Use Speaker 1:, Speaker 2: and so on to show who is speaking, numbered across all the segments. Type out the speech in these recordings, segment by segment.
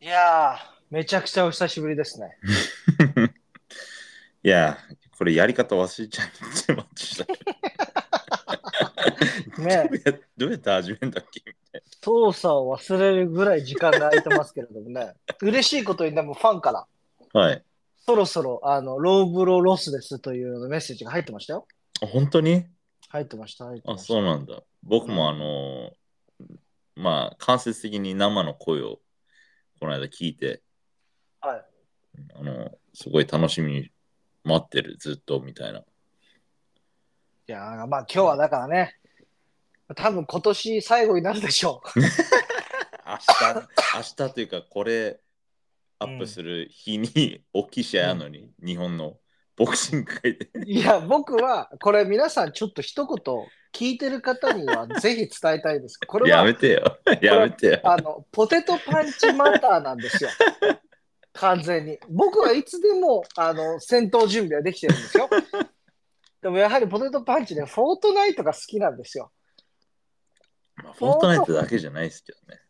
Speaker 1: いやー、めちゃくちゃお久しぶりですね。
Speaker 2: いやー、これやり方忘れちゃってました。
Speaker 1: ね
Speaker 2: どうやどうやって始めんだっけ
Speaker 1: 操作を忘れるぐらい時間が空いてますけれどもね。嬉しいことにでもファンから、
Speaker 2: はい。
Speaker 1: そろそろ、あの、ローブローロスですというメッセージが入ってましたよ。
Speaker 2: あ本当に
Speaker 1: 入ってました、入って
Speaker 2: あ、
Speaker 1: ました。
Speaker 2: そうなんだ。僕もあのーまあ、間接的に生の声をこの間聞いて、
Speaker 1: はい。
Speaker 2: あのーすごい楽しみに待ってる、ずっとみたいな。
Speaker 1: いやー、まあ今日はだからね、多分今年最後になるでしょう。
Speaker 2: 明日、明日というか、これ、アップする日に起きちゃうのに、日本のボクシング界で。
Speaker 1: いや、僕は、これ皆さんちょっと一言、聞いてる方にはぜひ伝えたいです。これ
Speaker 2: や
Speaker 1: は
Speaker 2: めてよ。やめてよ。
Speaker 1: あの、ポテトパンチマターなんです よ。完全に。僕はいつでも、あの、戦闘準備はできてるんですよ。でもやはりポテトパンチね、フォートナイトが好きなんですよ。
Speaker 2: まあ、フォートナイトだけじゃないですけどね。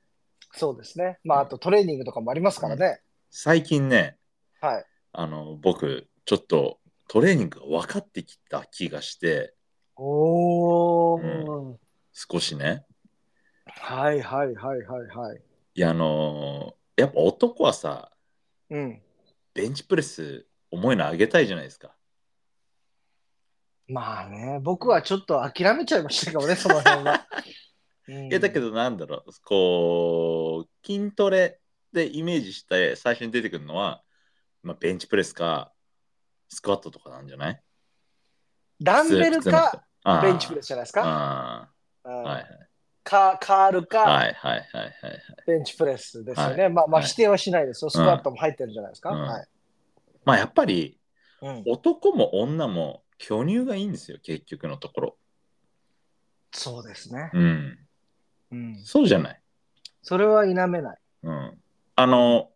Speaker 1: そうですね。まあ、あとトレーニングとかもありますからね。
Speaker 2: 最近ね、
Speaker 1: はい。
Speaker 2: あの、僕、ちょっとトレーニングが分かってきた気がして、
Speaker 1: おー。
Speaker 2: 少しね。
Speaker 1: はいはいはいはいはい。
Speaker 2: いや、あのーやっぱ男はさ、
Speaker 1: うん。
Speaker 2: ベンチプレス重いの上げたいじゃないですか。
Speaker 1: まあね、僕はちょっと諦めちゃいましたけどね、その辺 は。い
Speaker 2: いや、だけどなんだろう、こう、筋トレでイメージして最初に出てくるのは、まあ、ベンチプレスか、スクワットとかなんじゃない
Speaker 1: ダンベルか、ベンチプレ
Speaker 2: ス
Speaker 1: スじゃないです
Speaker 2: か。
Speaker 1: か。
Speaker 2: あ
Speaker 1: うん
Speaker 2: ーはい
Speaker 1: かカールか、
Speaker 2: はいはいはいはいはい。
Speaker 1: ベンチプレスですよね。まあまあ
Speaker 2: はい
Speaker 1: 否定はしないですよ。スクワットも入ってるんじゃないですか。
Speaker 2: うん
Speaker 1: はい。
Speaker 2: まあやっぱり
Speaker 1: うん
Speaker 2: 男も女も巨乳がいいんですよ結局のところ。
Speaker 1: そうですね。
Speaker 2: うん。
Speaker 1: うん。
Speaker 2: そうじゃない。
Speaker 1: それは否めない。
Speaker 2: うん。あの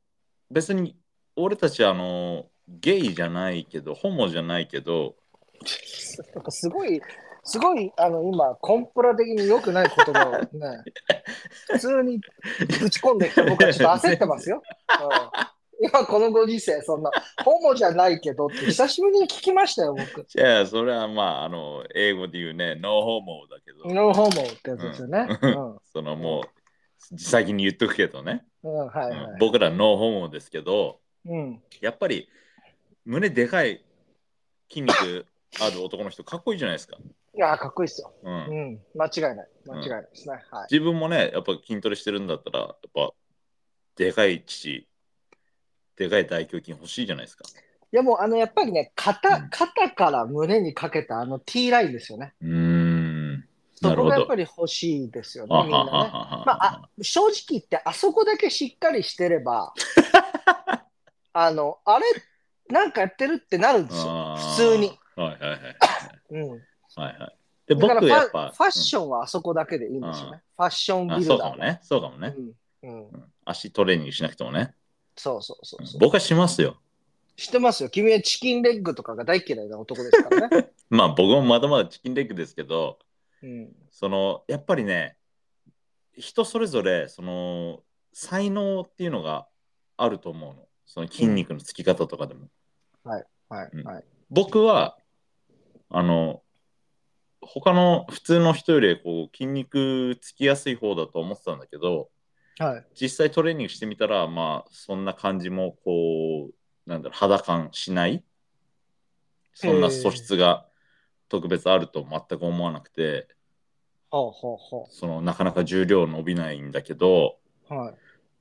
Speaker 2: 別に俺たちあのゲイじゃないけどホモじゃないけど
Speaker 1: なんかすごい、すごい、あの、今、コンプラ的に良くない言葉をね、 普通にぶち込んできて、僕はちょっと焦ってますよ。うん今、このご時世、そんな、ホモじゃないけどって、久しぶりに聞きましたよ、僕。
Speaker 2: じゃあそれはまああの英語で言うねノーホモだけど
Speaker 1: ノーホモってやつですよね。う。
Speaker 2: うんそのもう先に言っとくけどね、
Speaker 1: うん、はいは
Speaker 2: うん
Speaker 1: い。
Speaker 2: 僕らノーホモですけど
Speaker 1: うん。
Speaker 2: やっぱり胸でかい筋肉ある男の人かっこいいじゃないですか。
Speaker 1: いやー、かっこいいっすよ。
Speaker 2: う
Speaker 1: うんん。間違いない。間違いないですね。はい。
Speaker 2: 自分もね、やっぱ筋トレしてるんだったら、やっぱ、でかい父、でかい大胸筋欲しいじゃないですか。
Speaker 1: いやもうあのやっぱりね
Speaker 2: う
Speaker 1: 肩
Speaker 2: ん
Speaker 1: 肩から胸にかけたあの T ラインですよね。
Speaker 2: うーん。
Speaker 1: そ
Speaker 2: なる
Speaker 1: こ
Speaker 2: ほ
Speaker 1: がやっ
Speaker 2: ど
Speaker 1: ぱ。り欲しいですよね
Speaker 2: あは。
Speaker 1: みん
Speaker 2: はは
Speaker 1: なね。
Speaker 2: は
Speaker 1: まあ正直言ってあそこだけしっかりしてれ ばあのあれなんかやってるってなるんですよ
Speaker 2: あー
Speaker 1: 普通に。
Speaker 2: はいはいはい。
Speaker 1: うん、
Speaker 2: はいはい、で、
Speaker 1: だから
Speaker 2: 僕
Speaker 1: フ
Speaker 2: や
Speaker 1: ァ
Speaker 2: っぱ。
Speaker 1: ファッションはあそこだけでいいんですよね。ファッション
Speaker 2: うん
Speaker 1: ビ
Speaker 2: あ
Speaker 1: ル
Speaker 2: そ
Speaker 1: ダ
Speaker 2: うかも
Speaker 1: ー。
Speaker 2: ね。そうかもね、
Speaker 1: うんうん
Speaker 2: うん足トレーニングしなくてもね。
Speaker 1: そうそうそうそう。
Speaker 2: 僕はしますよ。
Speaker 1: 知ってますよ。君はチキンレッグとかが大嫌いな男ですから ね。
Speaker 2: まあ僕もまだまだチキンレッグですけど、
Speaker 1: うん、
Speaker 2: そのやっぱりね人それぞれその才能っていうのがあると思うのその筋肉のつき方とかでも、
Speaker 1: は
Speaker 2: う
Speaker 1: い
Speaker 2: ん
Speaker 1: はい。
Speaker 2: 僕はあの他の普通の人よりこう筋肉つきやすい方だと思ってたんだけど
Speaker 1: はい、
Speaker 2: 実際トレーニングしてみたらまあそんな感じもこうなんだろう肌感しないそんな素質が特別あると全く思わなくて
Speaker 1: ほうほうほ
Speaker 2: そのなかなか重量伸びないんだけど
Speaker 1: う。はい。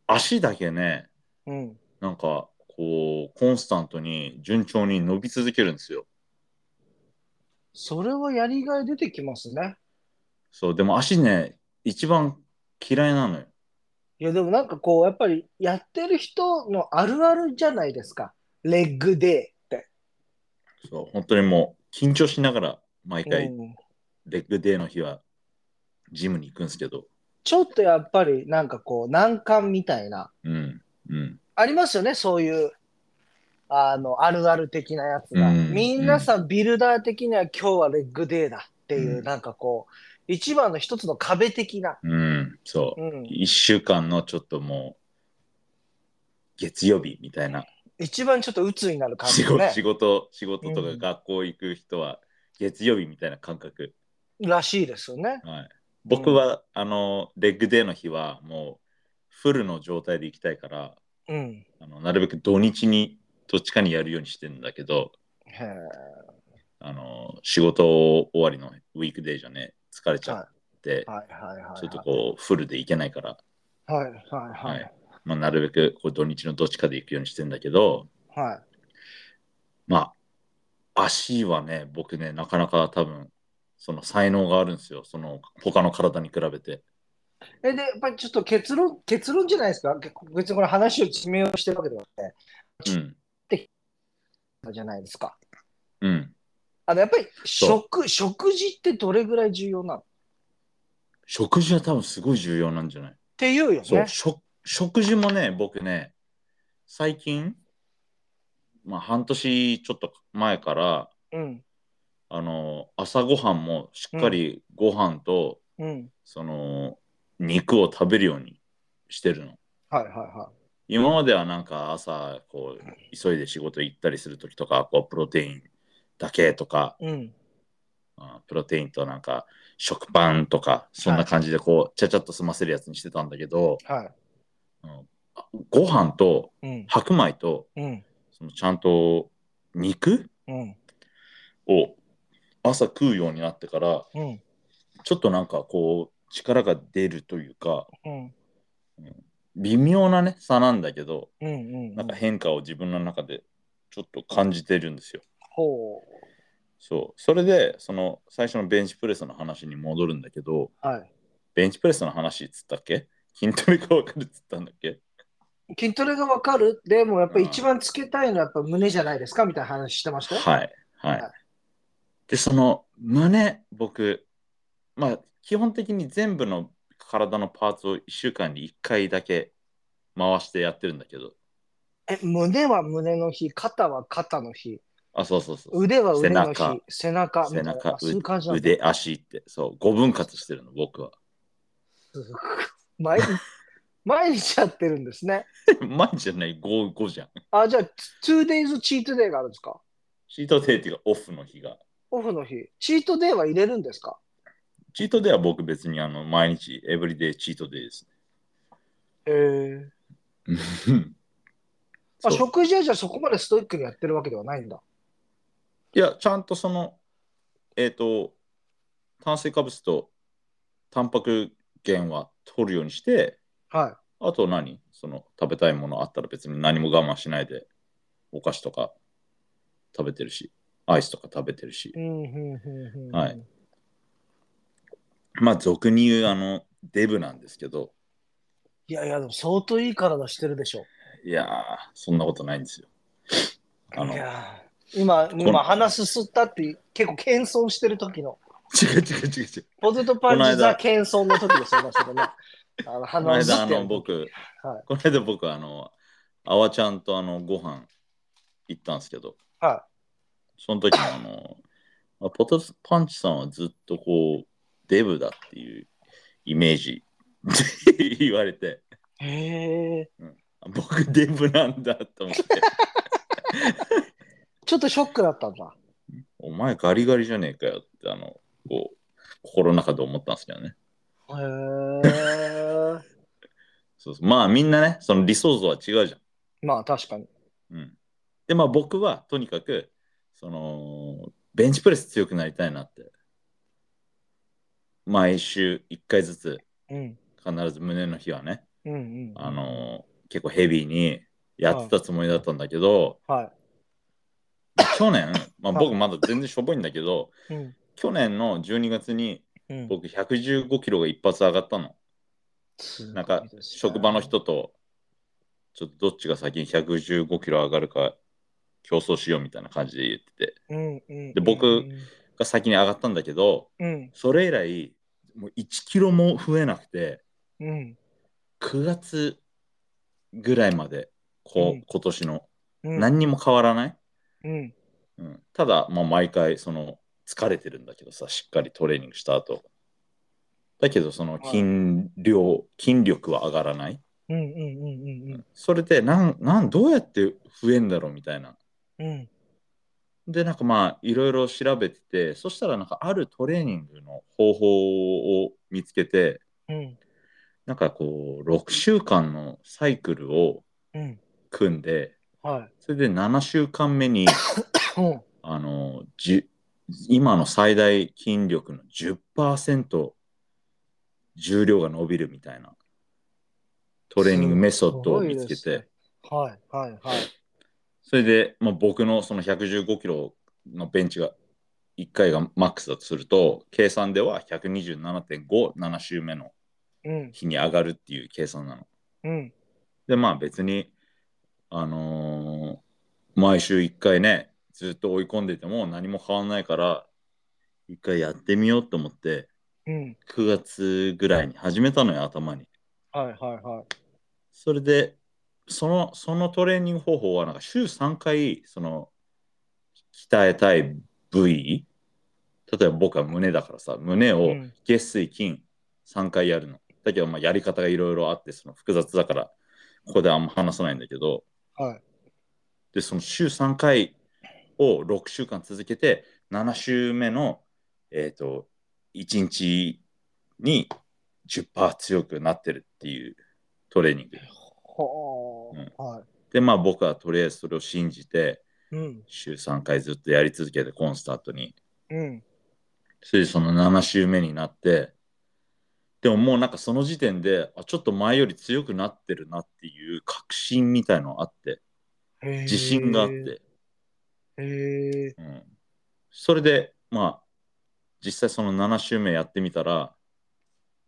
Speaker 2: 足だけね
Speaker 1: うん
Speaker 2: なんかこうコンスタントに順調に伸び続けるんですよ
Speaker 1: それはやりがい出てきますね。
Speaker 2: そうでも足ね一番嫌いなのよ
Speaker 1: いや、でもなんかこう、やっぱりやってる人のあるあるじゃないですか。レッグデーって。
Speaker 2: そう本当にもう緊張しながら毎回
Speaker 1: うん
Speaker 2: レッグデーの日はジムに行くんですけど
Speaker 1: ちょっとやっぱりなんかこう、難関みたいな。
Speaker 2: うんうん
Speaker 1: ありますよね、そういう。あの、あるある的なやつが。
Speaker 2: うん
Speaker 1: みんなさん、ビルダー的には今日はレッグデーだっていう、
Speaker 2: うん
Speaker 1: なんかこう、一番の一つの壁的な。
Speaker 2: うんそう
Speaker 1: うん。
Speaker 2: 1週間のちょっともう月曜日みたいな、
Speaker 1: 一番ちょっと鬱になる感
Speaker 2: 仕
Speaker 1: じ
Speaker 2: 事、
Speaker 1: ね
Speaker 2: 仕事仕事と
Speaker 1: う
Speaker 2: か
Speaker 1: ん
Speaker 2: 学校行く人は月曜日みたいな感覚、
Speaker 1: らしいですよね。
Speaker 2: はい、僕は、あのレッグデーの日はもうフルの状態で行きたいから
Speaker 1: うん。
Speaker 2: あのなるべく土日にどっちかにやるようにしてんだけど
Speaker 1: へえ
Speaker 2: あの仕事終わりのウィークデーじゃね疲れちゃって、
Speaker 1: はいはいはい。
Speaker 2: ちょっとこうフルで行けないから、
Speaker 1: はいはいはい。
Speaker 2: まあ、なるべくこう土日のどっちかで行くようにしてんだけど
Speaker 1: はい。
Speaker 2: まあ足はね僕ねなかなか多分その才能があるんですよその他の体に比べて
Speaker 1: え、で、やっぱりちょっと結論、結論じゃないですか。別にこれ話を致命をしてるわけではな
Speaker 2: うん
Speaker 1: いじゃないですか。
Speaker 2: うん
Speaker 1: あの、やっぱり
Speaker 2: そう
Speaker 1: 食、食事ってどれぐらい重要なのっ
Speaker 2: 食事は多分すごい重要なんじゃない
Speaker 1: ていうよ
Speaker 2: そう、
Speaker 1: ね。
Speaker 2: 食食事もね、僕ね、最近、まあ、半年ちょっと前から、
Speaker 1: うん。
Speaker 2: あの朝ごはんもしっかりご飯と、
Speaker 1: うん。
Speaker 2: その肉を食べるようにしてるの。
Speaker 1: はいはいは
Speaker 2: 今まではなんか朝こう急いで仕事行ったりする時とかこうプロテインだけとか
Speaker 1: い。うん。
Speaker 2: あプロテインとなんか食パンとかそんな感じでこうちゃちゃっと済ませるやつにしてたんだけど、
Speaker 1: はい。
Speaker 2: あご飯と
Speaker 1: うん。
Speaker 2: 白米と
Speaker 1: うん。
Speaker 2: そのちゃんと肉
Speaker 1: うん。
Speaker 2: を朝食うようになってから
Speaker 1: うん。
Speaker 2: ちょっとなんかこう力が出るというか
Speaker 1: うん。
Speaker 2: 微妙なね差なんだけど
Speaker 1: うん。うん。
Speaker 2: なんか変化を自分の中でちょっと感じてるんですよ。
Speaker 1: ほ
Speaker 2: そうそれでその最初のベンチプレスの話に戻るんだけど
Speaker 1: う。はい。
Speaker 2: ベンチプレスの話っつったっけ 筋トレが分かるっつったんだっけ
Speaker 1: 筋トレがわかるでもやっぱり一番つけたいのはやっぱ胸じゃないですかみたいな話してましたよ。
Speaker 2: はいはい
Speaker 1: はい。
Speaker 2: でその胸僕まあ基本的に全部の体のパーツを1週間に1回だけ回してやってるんだけど
Speaker 1: え胸は胸の日、肩は肩の日、
Speaker 2: あそうそうそう
Speaker 1: 腕は腕の日
Speaker 2: 背中、
Speaker 1: 背中、みたい
Speaker 2: 背
Speaker 1: な
Speaker 2: 中
Speaker 1: そういう感じなんだ
Speaker 2: 腕足ってそう5分割してるの僕は
Speaker 1: 毎日毎日やってるんですね。
Speaker 2: 毎日じゃない55じゃん
Speaker 1: あ、じゃあ、2 days チートデイがあるんですか
Speaker 2: チートデイっていうかオフの日が
Speaker 1: オフの日。チートデイは入れるんですか
Speaker 2: チートデイは僕別にあの毎日エブリデイチートデイです
Speaker 1: へえ。
Speaker 2: うん
Speaker 1: あ、
Speaker 2: そう
Speaker 1: 食事はじゃあそこまでストイックにやってるわけではないんだ。
Speaker 2: いや、ちゃんとその、えっ、と、炭水化物とタンパク源は取るようにして、
Speaker 1: は
Speaker 2: あと何その食べたいものあったら別に何も我慢しないで、お菓子とか食べてるし、アイスとか食べてるし
Speaker 1: い。う、ん、うん、うん、うん。
Speaker 2: はい。まあ俗に言うあのデブなんですけど、
Speaker 1: いやいや、でも相当いい体してるでしょ。
Speaker 2: いやー、そんなことないんですよ。あの
Speaker 1: い、やー今、
Speaker 2: の
Speaker 1: 今鼻すすったって結構謙遜してる時の、
Speaker 2: 違う違う違う違う。
Speaker 1: ポテトパン
Speaker 2: この
Speaker 1: チザ
Speaker 2: 間
Speaker 1: 謙遜の時ですよね、それね。あの
Speaker 2: この
Speaker 1: 鼻をす
Speaker 2: 間
Speaker 1: っ
Speaker 2: あ
Speaker 1: てやる
Speaker 2: の僕、
Speaker 1: はい
Speaker 2: この間僕あのあわちゃんとあのご飯行ったんですけど、
Speaker 1: は
Speaker 2: その時も あのまあポテトパンチさんはずっとこうデブだっていうイメージ 言われて
Speaker 1: い。へえ。
Speaker 2: 僕デブなんだと思って
Speaker 1: ちょっとショックだったんだ。
Speaker 2: お前ガリガリじゃねえかよってあのこう心の中で思ったんですけどね
Speaker 1: へー
Speaker 2: そうそうまあみんなねその理想像は違うじゃん
Speaker 1: まあ確かに。
Speaker 2: うん、でまあ僕はとにかくそのベンチプレス強くなりたいなって毎週1回ずつ
Speaker 1: うん。
Speaker 2: 必ず胸の日はね、
Speaker 1: うんうん。
Speaker 2: あのー結構ヘビーにやってたつもりだったんだけど、
Speaker 1: は
Speaker 2: 去年、まあ、
Speaker 1: はい
Speaker 2: 僕まだ全然しょぼいんだけど
Speaker 1: い。うん。
Speaker 2: 去年の12月に
Speaker 1: うん、
Speaker 2: 僕115キロが一発上がったのなんか職場の。人とちょっとどっちが先に115キロ上がるか競争しようみたいな感じで言ってて
Speaker 1: うんうん、
Speaker 2: で僕が先に上がったんだけど
Speaker 1: うん。
Speaker 2: それ以来もう1キロも増えなくて
Speaker 1: うん。
Speaker 2: 9月ぐらいまでこう、
Speaker 1: うん
Speaker 2: 今年の
Speaker 1: うん。
Speaker 2: 何にも変わらない、
Speaker 1: うん。
Speaker 2: うん、ただ、まあ、毎回その疲れてるんだけどさしっかりトレーニングした後だけどその
Speaker 1: い
Speaker 2: 筋量、筋力は上がらない
Speaker 1: うんうんうんうん
Speaker 2: それでなんなんどうやって増えんだろうみたいな
Speaker 1: うん。うん。
Speaker 2: でなんかまあいろいろ調べててそしたらなんかあるトレーニングの方法を見つけて
Speaker 1: うん。
Speaker 2: なんかこう6週間のサイクルを
Speaker 1: うん。
Speaker 2: 組んで
Speaker 1: はい。
Speaker 2: それで7週間 目に
Speaker 1: うん。
Speaker 2: あのじ今の最大筋力の10%重量が伸びるみたいなトレーニングメソッドを見つけ
Speaker 1: すごい
Speaker 2: て
Speaker 1: で。はい。はい。はい。
Speaker 2: それで、まあ、僕のその115キロのベンチが1回がマックスだとすると計算では127.57週目の
Speaker 1: うん。
Speaker 2: 日に上がるっていう計算なの。
Speaker 1: うん。
Speaker 2: でまあ別にあのー毎週1回ねずっと追い込んでても何も変わんないから1回やってみようと思って
Speaker 1: うん。
Speaker 2: 9月ぐらいに始めたのよ頭に。
Speaker 1: はい。はい。はい。
Speaker 2: それでそのそのトレーニング方法はなんか週3回その鍛えたい部位例えば僕は胸だからさ胸
Speaker 1: う
Speaker 2: を
Speaker 1: ん。
Speaker 2: 月水金3回やるの、だけどまあやり方がいろいろあってその複雑だからここであんま話さないんだけど
Speaker 1: はい。
Speaker 2: でその週3回を6週間続けて7週目のえっ、と1日に10%強くなってるっていうトレーニング
Speaker 1: ほ
Speaker 2: うん
Speaker 1: ー。はい。
Speaker 2: でまあ僕はとりあえずそれを信じて
Speaker 1: うん。
Speaker 2: 週3回ずっとやり続けてコンスタントに
Speaker 1: うん。
Speaker 2: それでその7週目になってでももうなんかその時点であちょっと前より強くなってるなっていう確信みたいのあって自信があって、
Speaker 1: へー。へ
Speaker 2: うん、それでまあ実際その7週目やってみたら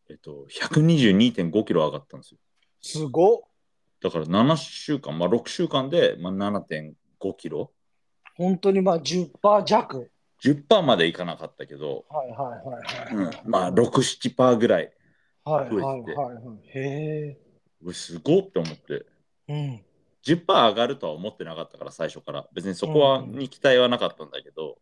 Speaker 2: えっと122.5キロ上がったんですよ
Speaker 1: ーすごっ。
Speaker 2: だから7週間まあ6週間で、まあ、7.5キロ
Speaker 1: 本当にまあ10%弱。
Speaker 2: 10%までいかなかったけど、
Speaker 1: はいはいはい
Speaker 2: うん
Speaker 1: はい。
Speaker 2: まあ67%ぐらい
Speaker 1: はいはい
Speaker 2: 増
Speaker 1: は
Speaker 2: えて
Speaker 1: いはい。へ
Speaker 2: うわすごっって思って
Speaker 1: え。うん。
Speaker 2: 10%上がるとは思ってなかったから最初から別にそこは
Speaker 1: うん
Speaker 2: に期待はなかったんだけど、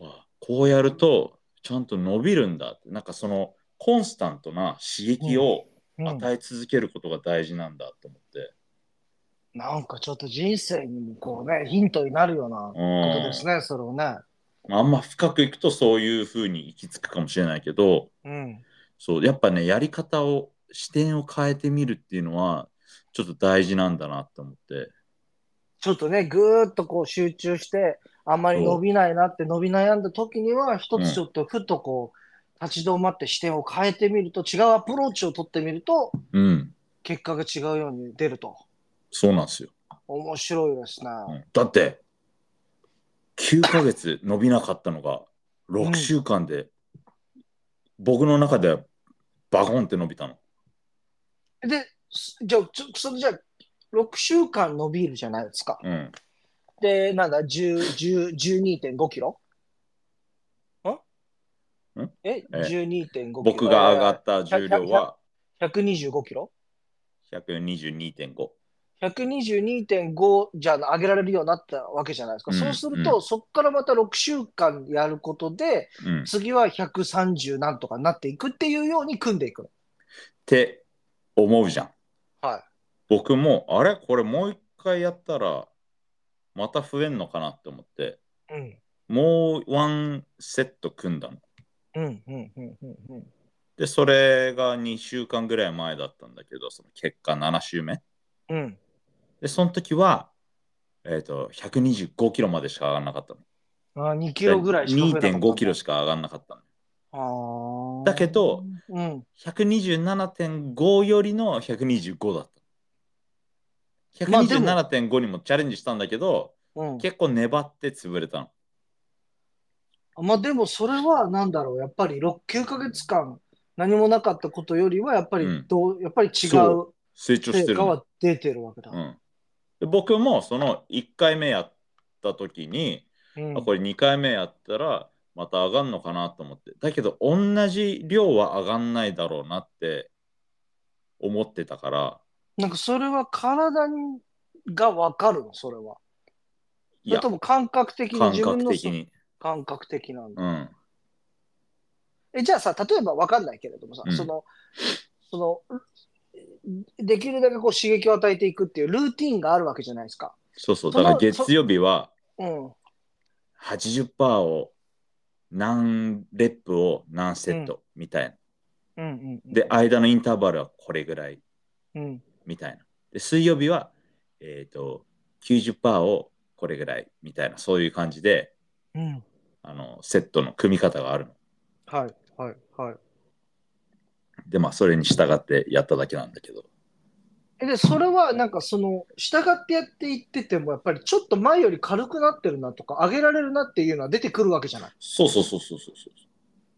Speaker 2: あこうやるとちゃんと伸びるんだってなんかそのコンスタントな刺激を
Speaker 1: うん
Speaker 2: 与え続けることが大事なんだと思って、
Speaker 1: なんかちょっと人生にもこうね、ヒントになるようなことですね、それをね。
Speaker 2: うんあんま深くいくとそういう風に行き着くかもしれないけど
Speaker 1: うん。
Speaker 2: そうやっぱねやり方を視点を変えてみるっていうのはちょっと大事なんだなと思って。
Speaker 1: ちょっとね、ぐーっとこう集中して、あんまり伸びないなって伸び悩んだ時には、一つちょっとふっとこう、立ち止まって視点を変えてみると、違うアプローチを取ってみると、
Speaker 2: うん
Speaker 1: 結果が違うように出ると。
Speaker 2: そうなんですよ。
Speaker 1: 面白いですね。
Speaker 2: だって、9ヶ月伸びなかったのが、
Speaker 1: うん
Speaker 2: 6週間で、僕の中ではバコンって伸びたの。
Speaker 1: で、すじゃあ、ちょそれじゃあ、6週間伸びるじゃないですか。
Speaker 2: うん。
Speaker 1: で、なんだ、10 10 12.5キロん
Speaker 2: ん
Speaker 1: え、12.5キロ。
Speaker 2: 僕が上が
Speaker 1: っ
Speaker 2: った重量は
Speaker 1: た。125キロ
Speaker 2: 122.5。
Speaker 1: 122.5じゃあ上げられるようになったわけじゃないですか。
Speaker 2: うん
Speaker 1: そうすると、
Speaker 2: う
Speaker 1: そこからまた6週間やることで、
Speaker 2: うん、っ
Speaker 1: 次は130なんとかなっていくっていうように組んでいくの。
Speaker 2: て思うじゃん。
Speaker 1: はい。
Speaker 2: 僕も、あれこれもう一回やったら、また増えんのかなって思って、
Speaker 1: うん。
Speaker 2: もうワンセット組んだの。
Speaker 1: うん、うん、うん、うんうん。
Speaker 2: で、それが2週間ぐらい前だったんだけど、その結果7週目。
Speaker 1: うん。
Speaker 2: で、その時は、えっ、と、125キロまでしか上がらなかったの。
Speaker 1: あ2キロぐらいしか増えなかったんだ
Speaker 2: 2.5キロしか上がらなかったの。
Speaker 1: あー
Speaker 2: だけど、
Speaker 1: うん、
Speaker 2: 127.5よりの125だった。
Speaker 1: まあでも
Speaker 2: 127.5にもチャレンジしたんだけど、
Speaker 1: うん。
Speaker 2: 結構粘って潰れたの。
Speaker 1: まあでもそれはなんだろう、やっぱり6、9ヶ月間何もなかったことよりは、やっぱ
Speaker 2: う
Speaker 1: り
Speaker 2: ん
Speaker 1: どう、やっぱり違
Speaker 2: そう成長し
Speaker 1: 成
Speaker 2: てる
Speaker 1: 果
Speaker 2: の。
Speaker 1: は出てるわけだ
Speaker 2: う。ん、で僕もその1回目やった時に、
Speaker 1: うん
Speaker 2: あこれ2回目やったらまた上がんのかなと思って。だけど同じ量は上がんないだろうなって思ってたから、
Speaker 1: なんかそれは体にが分かるの、それは。
Speaker 2: い
Speaker 1: それ
Speaker 2: や
Speaker 1: とも感覚的に
Speaker 2: 感
Speaker 1: 自分
Speaker 2: 覚
Speaker 1: の
Speaker 2: 的に。
Speaker 1: 感覚的なんだ。
Speaker 2: うん。
Speaker 1: えじゃあさ、例えば分かんないけれどもさ、
Speaker 2: うん
Speaker 1: その、その、できるだけこう刺激を与えていくっていうルーティンがあるわけじゃないですか。
Speaker 2: そうそう。
Speaker 1: その
Speaker 2: だから月曜日は
Speaker 1: うん。
Speaker 2: 80%を何レップを何セットみたいな。
Speaker 1: うんうんうん。
Speaker 2: で、間のインターバルはこれぐらい
Speaker 1: うん。
Speaker 2: みたいな。で、水曜日は、えっ、と、90%をこれぐらいみたいな、そういう感じで、
Speaker 1: うん。
Speaker 2: あの、セットの組み方があるの。
Speaker 1: はいはいはい。
Speaker 2: で、まあ、それに従ってやっただけなんだけど。
Speaker 1: えで、それはなんかその、従ってやっていってても、やっぱりちょっと前より軽くなってるなとか、上げられるなっていうのは出てくるわけじゃない。
Speaker 2: そうそうそうそうそうそう。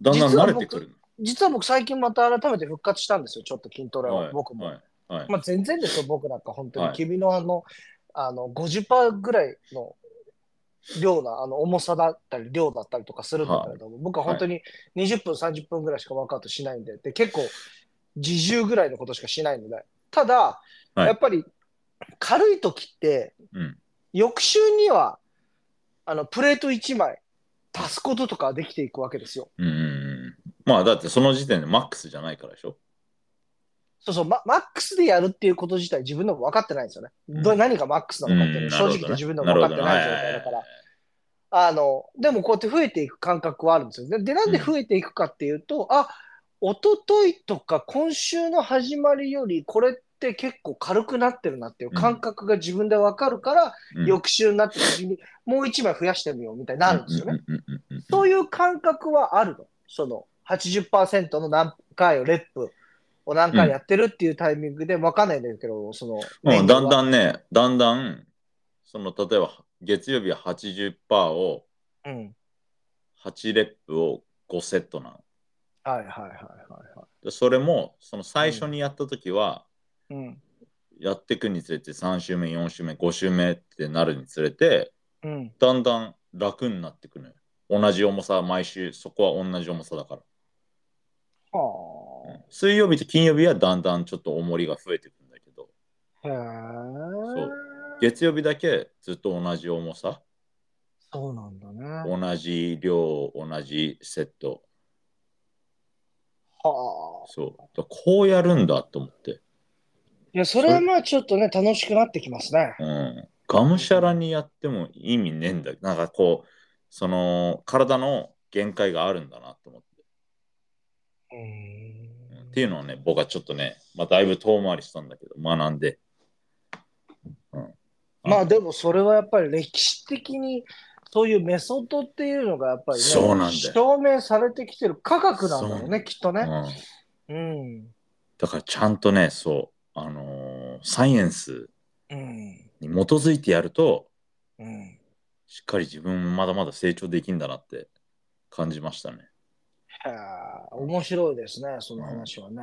Speaker 2: だんだん慣れてくるの。
Speaker 1: 実は僕最近また改めて復活したんですよ、ちょっと筋トレを、
Speaker 2: はい、
Speaker 1: 僕も。
Speaker 2: はい。はい。
Speaker 1: まあ全然ですよ、僕なんか本当に。
Speaker 2: はい
Speaker 1: 君のあの、あの、50%ぐらいの量な、あの、重さだったり、量だったりとかするんだけれども、僕は本当に20分、30分ぐらいしかワークアウトしないんで、で、結構、自重ぐらいのことしかしないので。ただ、
Speaker 2: はい
Speaker 1: やっぱり、軽い時って、
Speaker 2: うん。
Speaker 1: 翌週には、あの、プレート1枚足すこととかできていくわけですよ。
Speaker 2: うんうんうん。まあ、だってその時点でマックスじゃないからでしょ。
Speaker 1: そうそう、ママックスでやるっていうこと自体自分でも分かってないんですよね。ど
Speaker 2: うん
Speaker 1: 何がマックスなのかっていうのは正直言って自分でも分かってない状態だから。あの、でもこうやって増えていく感覚はあるんですよね。で、なんで増えていくかっていうと、あ、一昨日とか今週の始まりよりこれって結構軽くなってるなっていう感覚が自分で分かるから、
Speaker 2: よ
Speaker 1: 翌週になって時にもう一枚増やしてみようみたいになるんですよね。。
Speaker 2: うんうんうんうんうんうん
Speaker 1: そういう感覚はあるの。その80%の何回をレップを何回やってるっていうタイミングで分かんないんだけど、その、
Speaker 2: うん、だんだ
Speaker 1: ん、
Speaker 2: んね、だんだん、その例えば月曜日は80%を、
Speaker 1: うん。
Speaker 2: 8レップを5セットなの。
Speaker 1: はいはいはいはいは
Speaker 2: でそれも、その最初にやった時は、
Speaker 1: い。うん。
Speaker 2: やっていくにつれて3週目、4週目、5週目ってなるにつれて、
Speaker 1: うん。
Speaker 2: だんだん楽になってくるのよ。同じ重さ、毎週、そこは同じ重さだから。
Speaker 1: は
Speaker 2: うん水曜日と金曜日はだんだんちょっと重りが増えてくるんだけど、
Speaker 1: あ。へえ。
Speaker 2: う月曜日だけずっと同じ重さ、
Speaker 1: そうなんだね。
Speaker 2: 同じ量、同じセット。
Speaker 1: はあ。
Speaker 2: そう。だからこうやるんだと思って。
Speaker 1: いや、それはまあちょっとね、楽しくなってきますね。
Speaker 2: うん。がむしゃらにやっても意味ねえんだ。なんかこう、その体の限界があるんだなと思って。
Speaker 1: う
Speaker 2: うんっ
Speaker 1: ん。
Speaker 2: ていうのはね、僕はちょっとね、まあ、だいぶ遠回りしたんだけど、学んで。うん、
Speaker 1: まあでもそれはやっぱり歴史的にそういうメソッドっていうのがやっぱりね、
Speaker 2: そうなんだよ
Speaker 1: 証明されてきてる科学なんだろ
Speaker 2: そううな
Speaker 1: ね、きっとね。
Speaker 2: うん、
Speaker 1: うん。
Speaker 2: だからちゃんとね、そう、あのーサイエンス
Speaker 1: うん。
Speaker 2: に基づいてやると、
Speaker 1: うん。
Speaker 2: しっかり自分もまだまだ成長できんだなって感じましたね。
Speaker 1: はあ面白いですね、その話はね。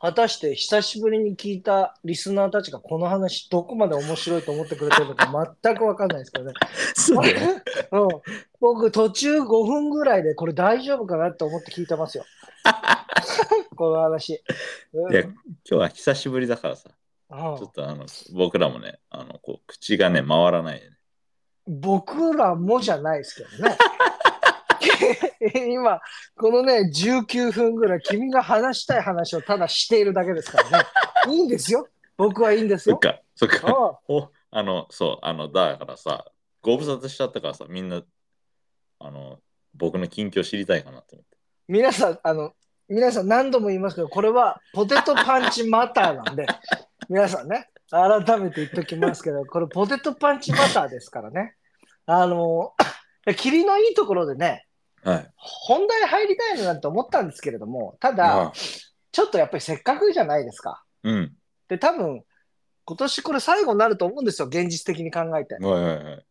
Speaker 1: 果たして久しぶりに聞いたリスナーたちがこの話どこまで面白いと思ってくれてるのか全くわかんないですけどね。
Speaker 2: そう だよね
Speaker 1: うん、僕途中5分ぐらいでこれ大丈夫かなと思って聞いてます よ。この話。うん
Speaker 2: いや今日は久しぶりだからさ、
Speaker 1: うん
Speaker 2: ちょっとあの僕らもね、あのこう口がね、回らない、ね。
Speaker 1: 僕らもじゃないですけどね。 今、このね、19分ぐらい、君が話したい話をただしているだけですからね。いいんですよ。僕はいいんです
Speaker 2: そっ
Speaker 1: よ。
Speaker 2: か、そっ
Speaker 1: うん
Speaker 2: か。おあの、そう、あの、だからさ、ご無沙汰しちゃったからさ、みんな、あの、僕の近況知りたいかなと思って。
Speaker 1: 皆さん、あの、皆さん何度も言いますけど、これはポテトパンチマターなんで、皆さんね、改めて言っときますけど、これポテトパンチマターですからね。あの、 霧のいいところでね、
Speaker 2: はい。
Speaker 1: 本題入りたいなと思ったんですけれども、ただ、
Speaker 2: ああ
Speaker 1: ちょっとやっぱりせっかくじゃないですか。
Speaker 2: うん。
Speaker 1: で、多分、今年これ最後になると思うんですよ、現実的に考えて。
Speaker 2: はいはいはい。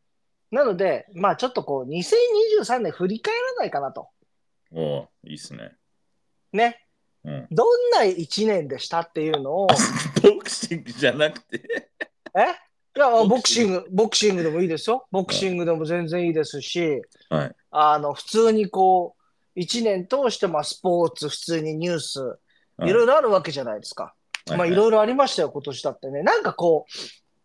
Speaker 1: なので、まあちょっとこう、2023年振り返らないかなと。
Speaker 2: おおいいっすね。
Speaker 1: ね。
Speaker 2: うん。
Speaker 1: どんな1年でしたっていうのを、
Speaker 2: ボクシングじゃなくて。
Speaker 1: えいや、ボ
Speaker 2: ボ
Speaker 1: ク
Speaker 2: ク
Speaker 1: シ
Speaker 2: シ
Speaker 1: ン
Speaker 2: ン
Speaker 1: グ、ボクシングでもいいですよ。ボクシングでも全然いいですし、
Speaker 2: はい。
Speaker 1: あの、普通にこう、1年通して、まあスポーツ、普通にニュース、いろい
Speaker 2: ろ。
Speaker 1: ろあるわけじゃないですか。まあ、いろいろありましたよ、今年だってね。なんかこう、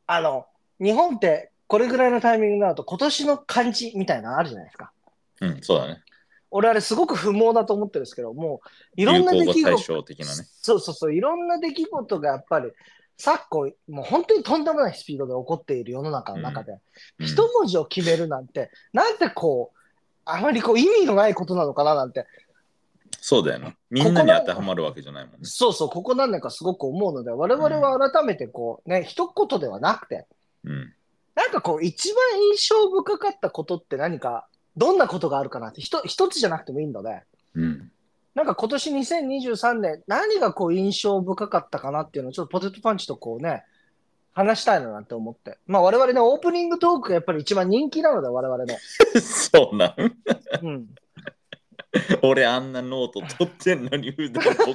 Speaker 1: あの、日本ってこれぐらいのタイミングになると、今年の漢字みたいなのあるじゃないですか。
Speaker 2: うん、そうだね。
Speaker 1: 俺あれすごく不毛だと思ってるんですけど、もういろんな出
Speaker 2: 流
Speaker 1: 来
Speaker 2: 行語大
Speaker 1: 事、
Speaker 2: 賞的なね。
Speaker 1: そうそうそう、いろんな出来事がやっぱり、昨今、もう本当にとんでもないスピードで起こっている世の中の中で、
Speaker 2: うん
Speaker 1: 一文字を決めるなんて、なんてこう、あまりこう意味のないことなのかななんて、
Speaker 2: そうだよな。みんなに当てはまるわけじゃないもんね。
Speaker 1: そうそう、ここ何年かすごく思うので、我々は改めてこう、ね、一言ではなくて、
Speaker 2: うん。
Speaker 1: なんかこう、一番印象深かったことって何か、どんなことがあるかなって、ひと一つじゃなくてもいいので、
Speaker 2: うん。
Speaker 1: なんか今年2023年、何がこう印象深かったかなっていうのを、ちょっとポテトパンチとこうね、話したいななんて思って。まあ我々ね、オープニングトークがやっぱり一番人気なので、我々の。
Speaker 2: そうなん。
Speaker 1: うん。
Speaker 2: 俺あんなノート取ってんのに、普段ボクシング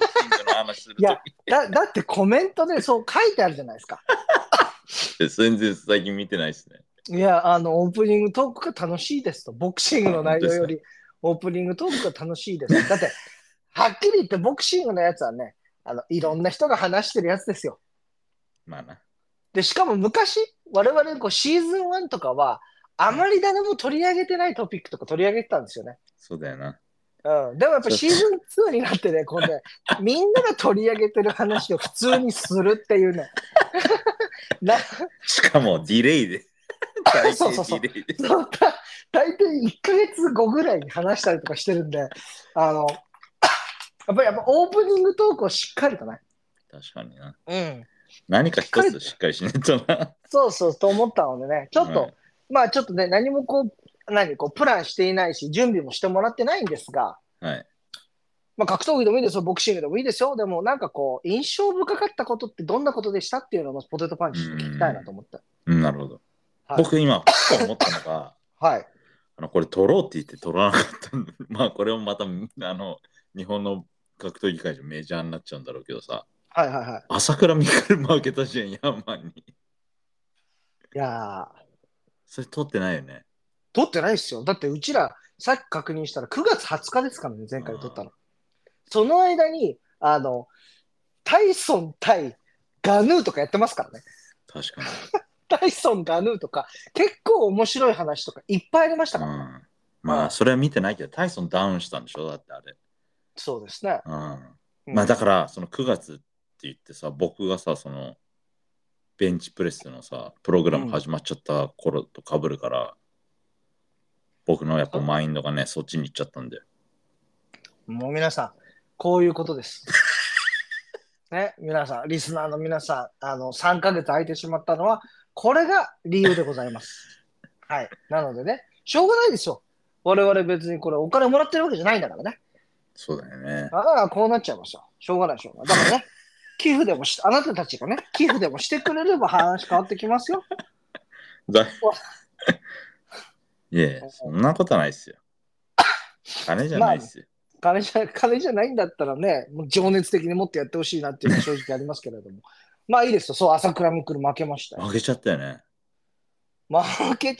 Speaker 2: の話する
Speaker 1: いや
Speaker 2: と
Speaker 1: だ、だってコメントでそう書いてあるじゃないですか。
Speaker 2: き、全然最近見てないですね。
Speaker 1: いや、あの、オープニングトークが楽しいですと。ボクシングの内容よ り、オープニングトークが楽しいです。だって、はっきり言って、ボクシングのやつはね、あの、いろんな人が話してるやつですよ。
Speaker 2: まあな。
Speaker 1: で、しかも昔、我々、こう、シーズン1とかは、あまり誰も取り上げてないトピックとか取り上げてたんですよね。
Speaker 2: そうだよな。
Speaker 1: うん。でもやっぱシーズン2になってね、こうね、みんなが取り上げてる話を普通にするっていうね。な
Speaker 2: しかも、ディレイで。大 抵
Speaker 1: そうそうそう
Speaker 2: ディレイで。
Speaker 1: そうだ大体1ヶ月後ぐらいに話したりとかしてるんで、あの、 やっぱりやっぱオープニングトークをしっかりとね。
Speaker 2: 確かにな。
Speaker 1: うん。
Speaker 2: 何か一つしっかりしないとな。
Speaker 1: そうそうと思ったのでね、ちょっと、まあちょっとね、何もこう、何こう、プランしていないし、準備もしてもらってないんですが、
Speaker 2: はい。
Speaker 1: まあ格闘技でもいいですよ、ボクシングでもいいですよ、でもなんかこう、印象深かったことってどんなことでしたっていうのをまずポテトパンチに聞きたいなと思って。
Speaker 2: うんなるほど。
Speaker 1: はい
Speaker 2: 僕今、ふと思ったのが、
Speaker 1: はい。
Speaker 2: あのこれ取ろうって言って取らなかったんで、 まあこれもまたあの日本の格闘技会場メジャーになっちゃうんだろうけどさ、
Speaker 1: はいはいはい。
Speaker 2: 朝倉未来負けたしヤンマンに。
Speaker 1: いやー、
Speaker 2: それ取ってないよね。
Speaker 1: 取ってないですよ。だってうちら、さっき確認したら9月20日ですからね、前回取ったの。その間に、あの、タイソン対ガヌーとかやってますからね。
Speaker 2: 確かに。
Speaker 1: タイソン、ガヌーとか、結構面白い話とかいっぱいありました
Speaker 2: う
Speaker 1: から、ね
Speaker 2: ん、まあそれは見てないけど、タイソンダウンしたんでしょだってあれ。
Speaker 1: そうですね。
Speaker 2: うん、まあだから、その9月って言ってさ、僕がさ、そのベンチプレスのさ、プログラム始まっちゃった頃とかぶるから、僕のやっぱマインドがね、そっちに行っちゃったんだよ。
Speaker 1: もう皆さん、こういうことです。ね、皆さん、リスナーの皆さん、あの、3ヶ月空いてしまったのは、これが理由でございます。はい。なのでね、しょうがないですよ。我々別にこれお金もらってるわけじゃないんだからね。
Speaker 2: そうだよね。
Speaker 1: ああ、こうなっちゃいますよ。しょうがない、しょうがない。だからね、寄付でもし、あなたたちがね、寄付でもしてくれれば話変わってきますよ。
Speaker 2: だ
Speaker 1: わ
Speaker 2: いやいやそんなことはないっすよ。金じゃないっすよ。
Speaker 1: 金じゃ金じゃないんだったらね、もう情熱的にもっとやってほしいなっていうのは正直ありますけれども。まあいいですよ。そう、朝倉未来負けましたよ。
Speaker 2: 負けちゃったよね。
Speaker 1: 負け、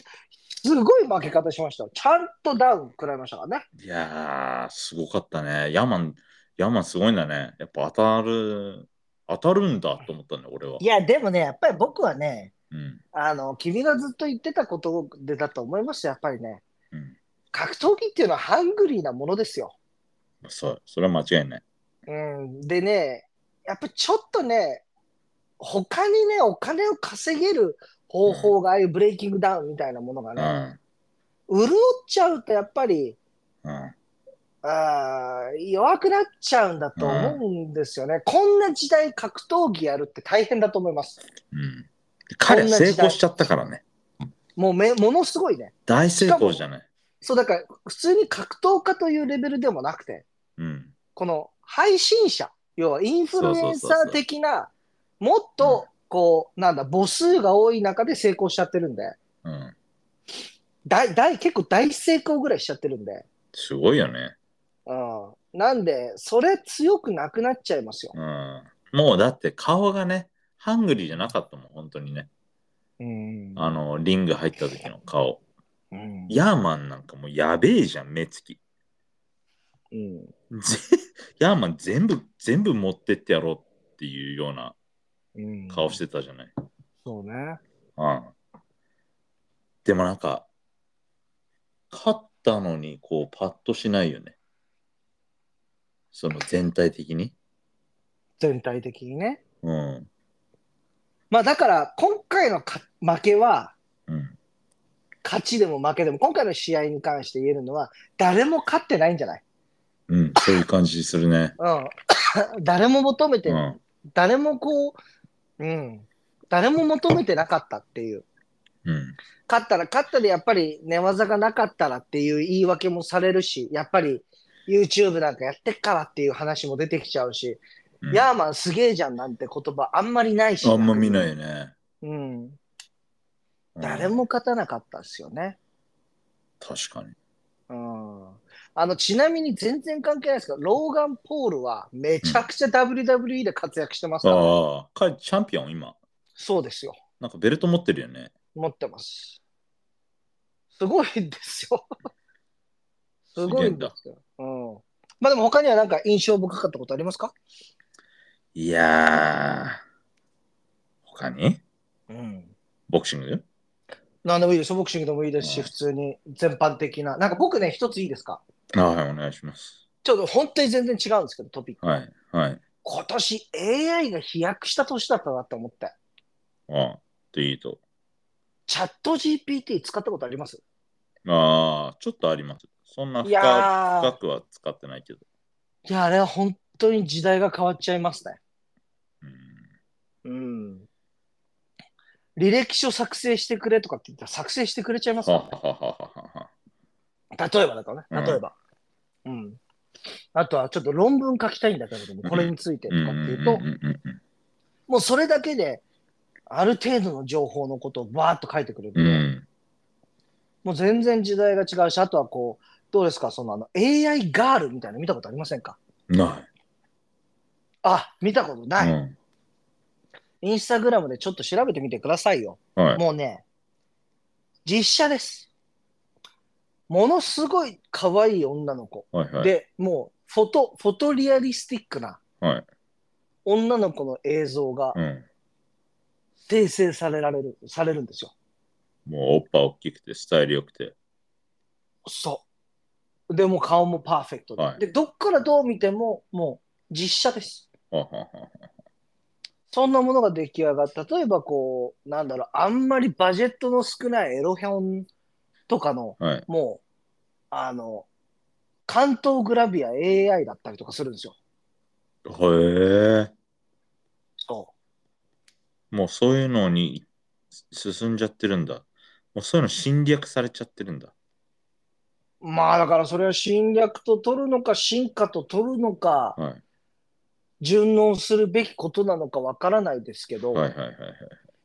Speaker 1: すごい負け方しましたよ。ちゃんとダウン食らいましたからね。
Speaker 2: いやー、すごかったね。ヤマン、ヤマンすごいんだね。やっぱ当たる、当たるんだと思ったんだよ、俺は。
Speaker 1: いや、でもね、やっぱり僕はね、
Speaker 2: うん。
Speaker 1: あの、君がずっと言ってたことでだと思いますよ、やっぱりね。
Speaker 2: うん。
Speaker 1: 格闘技っていうのはハングリーなものですよ。
Speaker 2: まあそう、それは間違いない。
Speaker 1: うん。でね、やっぱちょっとね、他にね、お金を稼げる方法が、ああいうブレイキングダウンみたいなものが
Speaker 2: う
Speaker 1: ね、
Speaker 2: ん。
Speaker 1: 潤っちゃうとやっぱり、
Speaker 2: うん。
Speaker 1: あー弱くなっちゃうんだと思うんですよね、こんな時代、格闘技やるって大変だと思います。
Speaker 2: うん、彼は成功しちゃったからね。
Speaker 1: もうめものすごいね。
Speaker 2: 大成功じゃない。
Speaker 1: そうだから、普通に格闘家というレベルでもなくて、
Speaker 2: うん。
Speaker 1: この配信者、要はインフルエンサー的な、もっとこう、なんだ、母数が多い中で成功しちゃってるんで、
Speaker 2: うん。
Speaker 1: 大大結構大成功ぐらいしちゃってるんで、
Speaker 2: すごいよね。
Speaker 1: うん、なんで、それ強くなくなっちゃいますよ。
Speaker 2: うん。もうだって顔がね、ハングリーじゃなかったもん、本当にね。
Speaker 1: うん
Speaker 2: あの、リング入った時の顔。
Speaker 1: うん
Speaker 2: ヤーマンなんかもうやべえじゃん、目つき。
Speaker 1: うん
Speaker 2: ぜヤーマン全部、全部持ってってやろうっていうような
Speaker 1: うん
Speaker 2: 顔してたじゃない。
Speaker 1: そうね。
Speaker 2: うん。でもなんか、勝っったのに、こう、パッとしないよね。その全体的に。
Speaker 1: 全体的にね。
Speaker 2: うん。
Speaker 1: まあだから、今回のか負けは、
Speaker 2: うん。
Speaker 1: 勝ちでも負けでも、今回の試合に関して言えるのは、誰も勝ってないんじゃない
Speaker 2: うん。そういう感じするね。
Speaker 1: うん。 誰も求めて、
Speaker 2: うん。
Speaker 1: 誰もこう、うん。誰も求めてなかったっていう。
Speaker 2: うん。
Speaker 1: 勝ったら、勝ったでやっぱり寝技がなかったらっていう言い訳もされるし、やっぱり YouTube なんかやってっからっていう話も出てきちゃうし、
Speaker 2: うん、
Speaker 1: ヤーマンすげえじゃんなんて言葉あんまりないし。
Speaker 2: あんま見ないね。
Speaker 1: うん。
Speaker 2: うん
Speaker 1: 誰。も勝たなかったですよね。
Speaker 2: 確かに。
Speaker 1: うん。あの、ちなみに全然関係ないですけど、ローガン・ポールはめちゃくちゃ WWE で活躍してますから、
Speaker 2: ああ、彼、チャンピオン、今。
Speaker 1: そうですよ。
Speaker 2: なんかベルト持ってるよね。
Speaker 1: 持ってます。すごいんですよ。 すごいんですよ。うん。まあでも他にはなんか印象深かったことありますか
Speaker 2: いやー。他に
Speaker 1: うん。
Speaker 2: ボクシング
Speaker 1: なんでもいいです。ボクシングでもいいですし、
Speaker 2: うん
Speaker 1: 普通に全般的な。なんか僕ね、一ついいですか
Speaker 2: はい、お願いします。
Speaker 1: ちょっと本当に全然違うんですけど、トピック。
Speaker 2: はい、はい。
Speaker 1: 今年 AI が飛躍した年だったなって思って。
Speaker 2: ああ、でいいと。
Speaker 1: チャット GPT 使ったことあります
Speaker 2: ああ、ちょっとあります。そんない深
Speaker 1: やー
Speaker 2: 深くは使ってないけど。
Speaker 1: いや、あれは本当に時代が変わっちゃいますね。
Speaker 2: うん
Speaker 1: うん。履歴書作成してくれとかって言ったら作成してくれちゃいます
Speaker 2: は
Speaker 1: よ、
Speaker 2: ははははは。
Speaker 1: 例えばだから
Speaker 2: うん
Speaker 1: ね。例えば。うん。あとはちょっと論文書きたいんだけれども、これについてとかっていうと
Speaker 2: ん、んんうん
Speaker 1: もうそれだけで、ある程度の情報のことをバーッと書いてくれる、
Speaker 2: うんうん
Speaker 1: もう全然時代が違うし、あとはこう、どうですか、そのあの AI ガールみたいなの見たことありませんか
Speaker 2: な。
Speaker 1: あ、見たことないい。
Speaker 2: うん
Speaker 1: インスタグラムでちょっと調べてみてくださいよ。
Speaker 2: はい。
Speaker 1: もうね、実写です。ものすごい可愛い女の子。
Speaker 2: はいはい。
Speaker 1: で、もう、フォト、フォトリアリスティックな
Speaker 2: はい。
Speaker 1: 女の子の映像が
Speaker 2: うん。
Speaker 1: 生成されられる、されるんですよ。
Speaker 2: もうおっぱ大きくて、スタイル良くて。
Speaker 1: そう。で、もう顔もパーフェクトで。
Speaker 2: はい
Speaker 1: で、どっからどう見ても、もう実写です。
Speaker 2: ははは
Speaker 1: そんなものが出来上がった。例えばこう、なんだろう、あんまりバジェットの少ないエロヒョンとかの、
Speaker 2: は。はい。
Speaker 1: もう、あの、関東グラビア AI だったりとかするんですよ。
Speaker 2: へえ。
Speaker 1: そ
Speaker 2: もうそういうのに進んじゃってるんだ。もうそういうの侵略されちゃってるんだ。
Speaker 1: う。まあだからそれは侵略と取るのか、進化と取るのか、
Speaker 2: は
Speaker 1: 順応するべきことなのかわからないですけど、
Speaker 2: い。はいはいはいはい。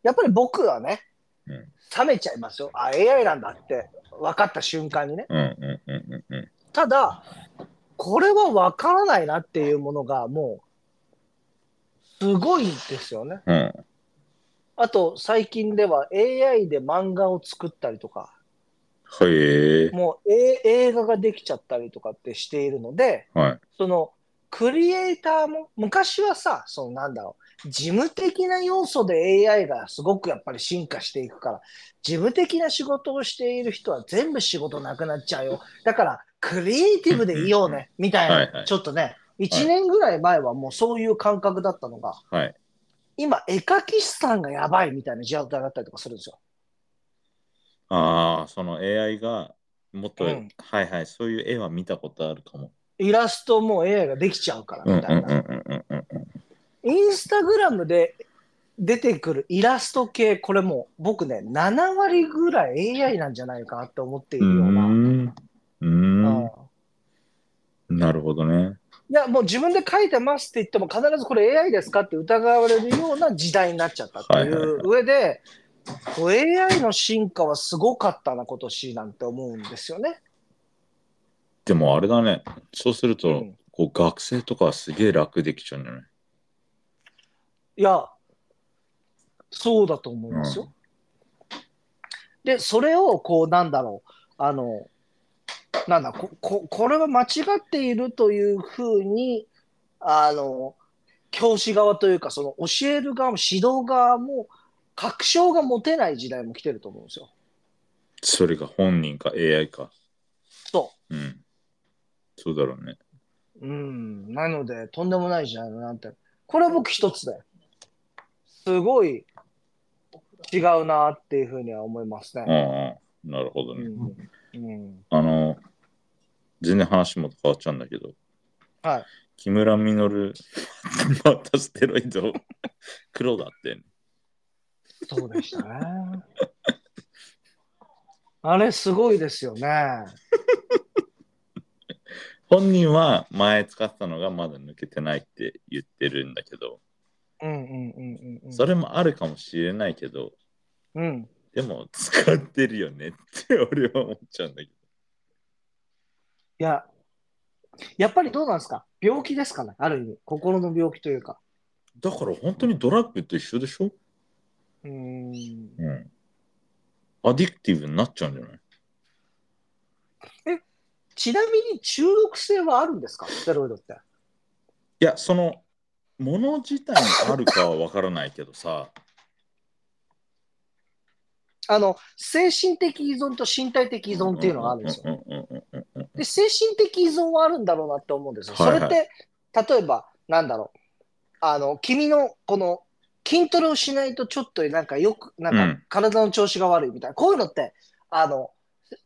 Speaker 1: やっぱり僕はね、
Speaker 2: うん
Speaker 1: 冷めちゃいますよ。あ、AI なんだって分かった瞬間にね。
Speaker 2: うんうんうんうんうん。
Speaker 1: ただ、これは分からないなっていうものがもう、すごいですよね。
Speaker 2: うん。
Speaker 1: あと、最近では AI で漫画を作ったりとか、
Speaker 2: へえ。
Speaker 1: もう、え映画ができちゃったりとかってしているので、
Speaker 2: はい。
Speaker 1: その、クリエイターも、昔はさ、そのなんだろう、事務的な要素で AI がすごくやっぱり進化していくから、事務的な仕事をしている人は全部仕事なくなっちゃうよ。だから、クリエイティブでいようね、みたいな、
Speaker 2: はいはい
Speaker 1: ちょっとね、1年ぐらい前はもうそういう感覚だったのが、
Speaker 2: はい。
Speaker 1: 今、絵描き師さんがやばいみたいな状態だったりとかするんですよ。
Speaker 2: ああ、その AI がもっと、
Speaker 1: うん
Speaker 2: はいはい、そういう絵は見たことあるかも。
Speaker 1: イラストも AI ができちゃうから、
Speaker 2: うんうん
Speaker 1: み
Speaker 2: う
Speaker 1: たいな。
Speaker 2: んうんうんうん。
Speaker 1: インスタグラムで出てくるイラスト系、これもう僕ね、7割ぐらい AI なんじゃないかなって思っているような。うん
Speaker 2: うーん。うーん。なるほどね。
Speaker 1: いや、もう自分で書いてますって言っても、必ずこれ AI ですかって疑われるような時代になっちゃったってい
Speaker 2: はいはいう
Speaker 1: 上で、こう AI の進化はすごかったな、今年なんて思うんですよね。
Speaker 2: でもあれだね。そうすると、
Speaker 1: うん
Speaker 2: こう学生とかはすげえ楽できちゃうんじゃない
Speaker 1: いや、そうだと思いますよ。で、それを、こう、なんだろう、あの、なんだここ、これは間違っているというふうに、あの、教師側というか、その教える側も指導側も、確証が持てない時代も来てると思うんですよ。
Speaker 2: それが本人か AI か。
Speaker 1: そ
Speaker 2: うん。そうだろうね。
Speaker 1: う。うん。なので、とんでもない時代だなって。これは僕一つだよ。すごい違うなっていうふうには思います
Speaker 2: うん
Speaker 1: ね。
Speaker 2: うん。なるほど
Speaker 1: う
Speaker 2: ね。
Speaker 1: ん。うん。
Speaker 2: あの、全然話も変わっちゃうんだけど、
Speaker 1: はい。
Speaker 2: 木村稔、 またステロイド、 黒だって、
Speaker 1: そうでしたね。あれすごいですよね。
Speaker 2: 本人は前使ってたのがまだ抜けてないって言ってるんだけど、
Speaker 1: うんうんうんうんうん。
Speaker 2: それもあるかもしれないけど、
Speaker 1: うん。
Speaker 2: でも使ってるよねって 俺は思っちゃうんだけ
Speaker 1: いや、やっぱりどうなんですか病気ですかねある意味。心の病気というか。
Speaker 2: ど。だから本当にドラッグと一緒でしょ
Speaker 1: うーん。
Speaker 2: うん。アディクティブになっちゃうんじゃない
Speaker 1: ちなみに中毒性はあるんですかステロイドって。
Speaker 2: いや、その、もの自体にあるかはわからないけどさ、
Speaker 1: あの、精神的依存と身体的依存っていうのがあるんですよ。
Speaker 2: よ。うんうんうんうんうん
Speaker 1: で、精神的依存はあるんだろうなって思うんですよ。それっ
Speaker 2: はい
Speaker 1: て、例えば、なんだろう。あの、君のこの筋トレをしないとちょっとなんかよく、な
Speaker 2: うん
Speaker 1: か
Speaker 2: ん
Speaker 1: 体の調子が悪いみたいな。こういうのって、あの、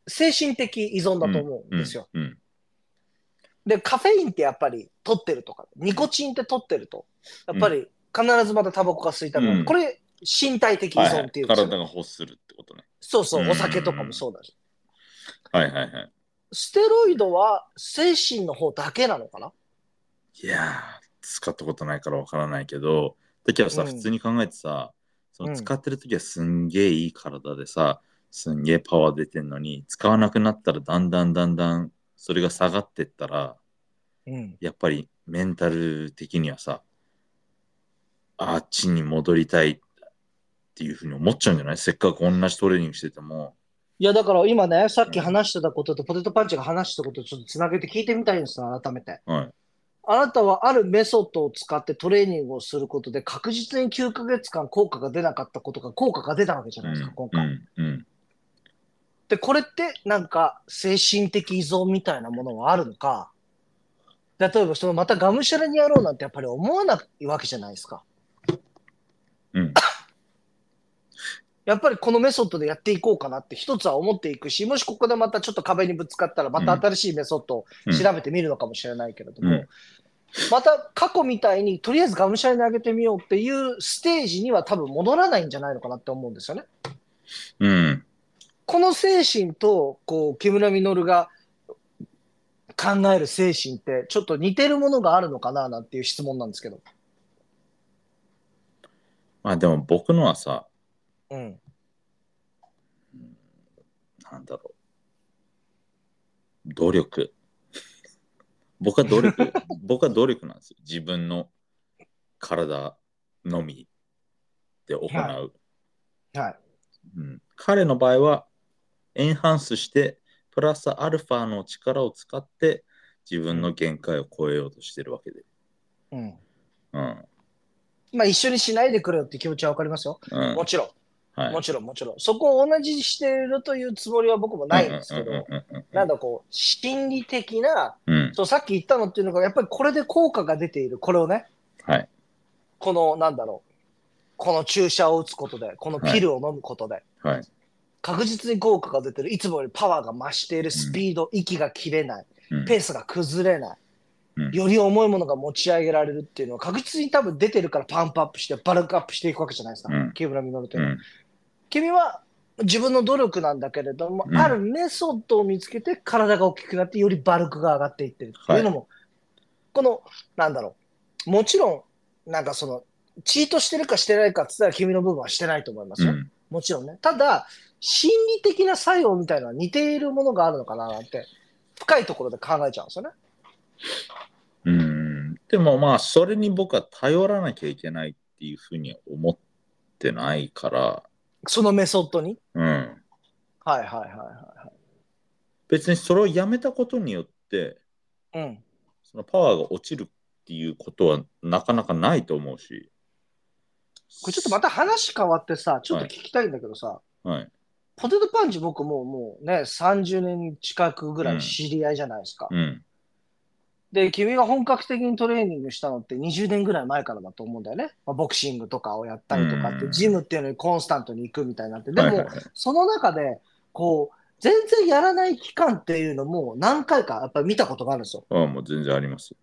Speaker 1: 精神的依存だと思うんですよ。
Speaker 2: うんうん
Speaker 1: で、カフェインってやっぱり取ってるとか、ニコチンって取ってると、やっぱり必ずまたタバコが吸いたくなる。
Speaker 2: うん
Speaker 1: これ、身体的依
Speaker 2: はいは
Speaker 1: 存ってい
Speaker 2: い、
Speaker 1: うんですよ
Speaker 2: 体が欲するってことね。
Speaker 1: そうそうう、
Speaker 2: ん
Speaker 1: お酒とかもそうだし。
Speaker 2: はいはいはい。
Speaker 1: ステロイドは精神の方だけなのかない
Speaker 2: やー、使ったことないからわからないけど、だけどさ、
Speaker 1: うん
Speaker 2: 普通に考えてさ、そ
Speaker 1: うん
Speaker 2: の使ってる時はすんげえいい体でさ、すんげえパワー出てんのに、使わなくなったらだんだんだんだんそれが下がってったら、
Speaker 1: うん。
Speaker 2: やっぱりメンタル的にはさ、あっちに戻りたいっていうふうに思っちゃうんじゃないせっかく同じトレーニングしてても。
Speaker 1: いや、だから今ね、さっき話してたこととポテトパンチが話してたことをちょっとつなげて聞いてみたいんですよ、改めて。
Speaker 2: はい。
Speaker 1: あなたはあるメソッドを使ってトレーニングをすることで確実に9ヶ月間効果が出なかったことが効果が出たわけじゃ
Speaker 2: う
Speaker 1: ないですか、
Speaker 2: ん
Speaker 1: 今
Speaker 2: う
Speaker 1: 回。
Speaker 2: んうん。
Speaker 1: で、これってなんか精神的依存みたいなものはあるのか、例えばそのまたがむしゃらにやろうなんてやっぱり思わないわけじゃないですか。
Speaker 2: うん
Speaker 1: やっぱりこのメソッドでやっていこうかなって一つは思っていくし、もしここでまたちょっと壁にぶつかったら、また新しいメソッドを
Speaker 2: うん
Speaker 1: 調べてみるのかもしれないけれども、
Speaker 2: うん
Speaker 1: また過去みたいにとりあえずがむしゃらに上げてみようっていうステージには多分戻らないんじゃないのかなって思うんですよね。
Speaker 2: うん。
Speaker 1: この精神と、こう、木村稔が考える精神って、ちょっと似てるものがあるのかななんていう質問なんですけど。
Speaker 2: まあでも僕のはさ、
Speaker 1: うん。
Speaker 2: なんだろう。努力。 僕は努力、 僕は努力なんですよ。自分の体のみで行う。
Speaker 1: ははい。
Speaker 2: うん、彼の場合は、エンハンスして、プラスアルファの力を使って、自分の限界を超えようとしてるわけで。
Speaker 1: うん。
Speaker 2: うん。
Speaker 1: まあ、一緒にしないでくれよって気持ちはわかりますよ。
Speaker 2: うん
Speaker 1: もちろん。
Speaker 2: は
Speaker 1: も
Speaker 2: い。
Speaker 1: ちろん、もちろん。そこを同じしてるというつもりは僕もないんですけ
Speaker 2: うん
Speaker 1: ど、
Speaker 2: うんうん
Speaker 1: なんだこう、心理的な、
Speaker 2: うんうん。
Speaker 1: そう、さっき言ったのっていうのが、やっぱりこれで効果が出ている。これをね、
Speaker 2: はい。
Speaker 1: この、なんだろう。この注射を打つことで、このピルを飲むことで、
Speaker 2: はい。
Speaker 1: 確実に効果が出てる、いつもよりパワーが増している、スピード、息が切れない、
Speaker 2: うん
Speaker 1: ペースが崩れない、
Speaker 2: うん
Speaker 1: より重いものが持ち上げられるっていうのは、確実に多分出てるからパンプアップして、バルクアップしていくわけじゃないですか、
Speaker 2: うん
Speaker 1: 木村稔という
Speaker 2: う
Speaker 1: のは、
Speaker 2: ん。
Speaker 1: 君は自分の努力なんだけれども、
Speaker 2: うん
Speaker 1: あるメソッドを見つけて、体が大きくなって、よりバルクが上がっていってるっていうのも、この、なんだろう、もちろん、なんかその、チートしてるかしてないかって言ったら、君の部分はしてないと思います
Speaker 2: う
Speaker 1: よ。
Speaker 2: ん。
Speaker 1: もちろんね。ただ、心理的な作用みたいなのは似ているものがあるのかななんて、深いところで考えちゃうんですよね。
Speaker 2: うんでもまあそれに僕は頼らなきゃいけないっていうふうに思ってないから、
Speaker 1: そのメソッドに。
Speaker 2: うん、
Speaker 1: はいはいはいは
Speaker 2: 別にそれをやめたことによって
Speaker 1: い。うん。
Speaker 2: そのパワーが落ちるっていうことはなかなかないと思うし
Speaker 1: これちょっとまた話変わってさ、ちょっと
Speaker 2: は
Speaker 1: 聞
Speaker 2: い
Speaker 1: きたいんだけどさ、
Speaker 2: はい
Speaker 1: ポテトパンチ僕もうもうね、30年近くぐらい知り合いじゃないですか。
Speaker 2: うん。
Speaker 1: で、君が本格的にトレーニングしたのって20年ぐらい前からだと思うんだよね。まあ、ボクシングとかをやったりとかっ
Speaker 2: う
Speaker 1: て、
Speaker 2: ん
Speaker 1: ジムっていうのにコンスタントに行くみたいになって。で
Speaker 2: はいはい
Speaker 1: も、
Speaker 2: はい
Speaker 1: その中で、こう、全然やらない期間っていうのも何回かやっぱり見たことがあるんですよ。
Speaker 2: ああ、もう全然あります。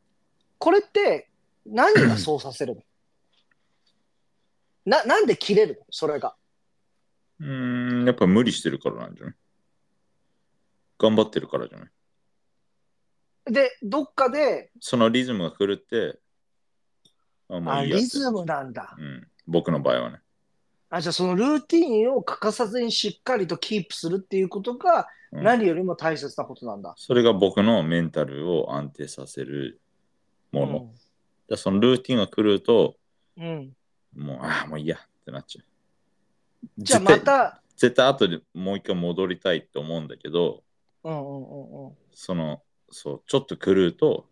Speaker 1: これって何がそうさせるのな、なんで切れるのそれが。
Speaker 2: うーん、やっぱ無理してるからなんじゃない頑張ってるからじゃない
Speaker 1: で、どっかで、
Speaker 2: そのリズムが狂って、あ、も
Speaker 1: あ、
Speaker 2: ういいやって
Speaker 1: リズムなんだ。
Speaker 2: うん。僕の場合はね。
Speaker 1: あ、じゃあそのルーティンを欠かさずにしっかりとキープするっていうことが
Speaker 2: うん
Speaker 1: 何よりも大切なことなんだ。
Speaker 2: それが僕のメンタルを安定させるもの。だか
Speaker 1: ん
Speaker 2: らそのルーティンが狂うと、
Speaker 1: うん、
Speaker 2: もう、ああ、もういいやってなっちゃう。
Speaker 1: じゃあ
Speaker 2: 絶対
Speaker 1: また、
Speaker 2: 絶対後でもう一回戻りたいと思うんだけど、
Speaker 1: うんうんうんうん、
Speaker 2: その、そう、ちょっと狂うと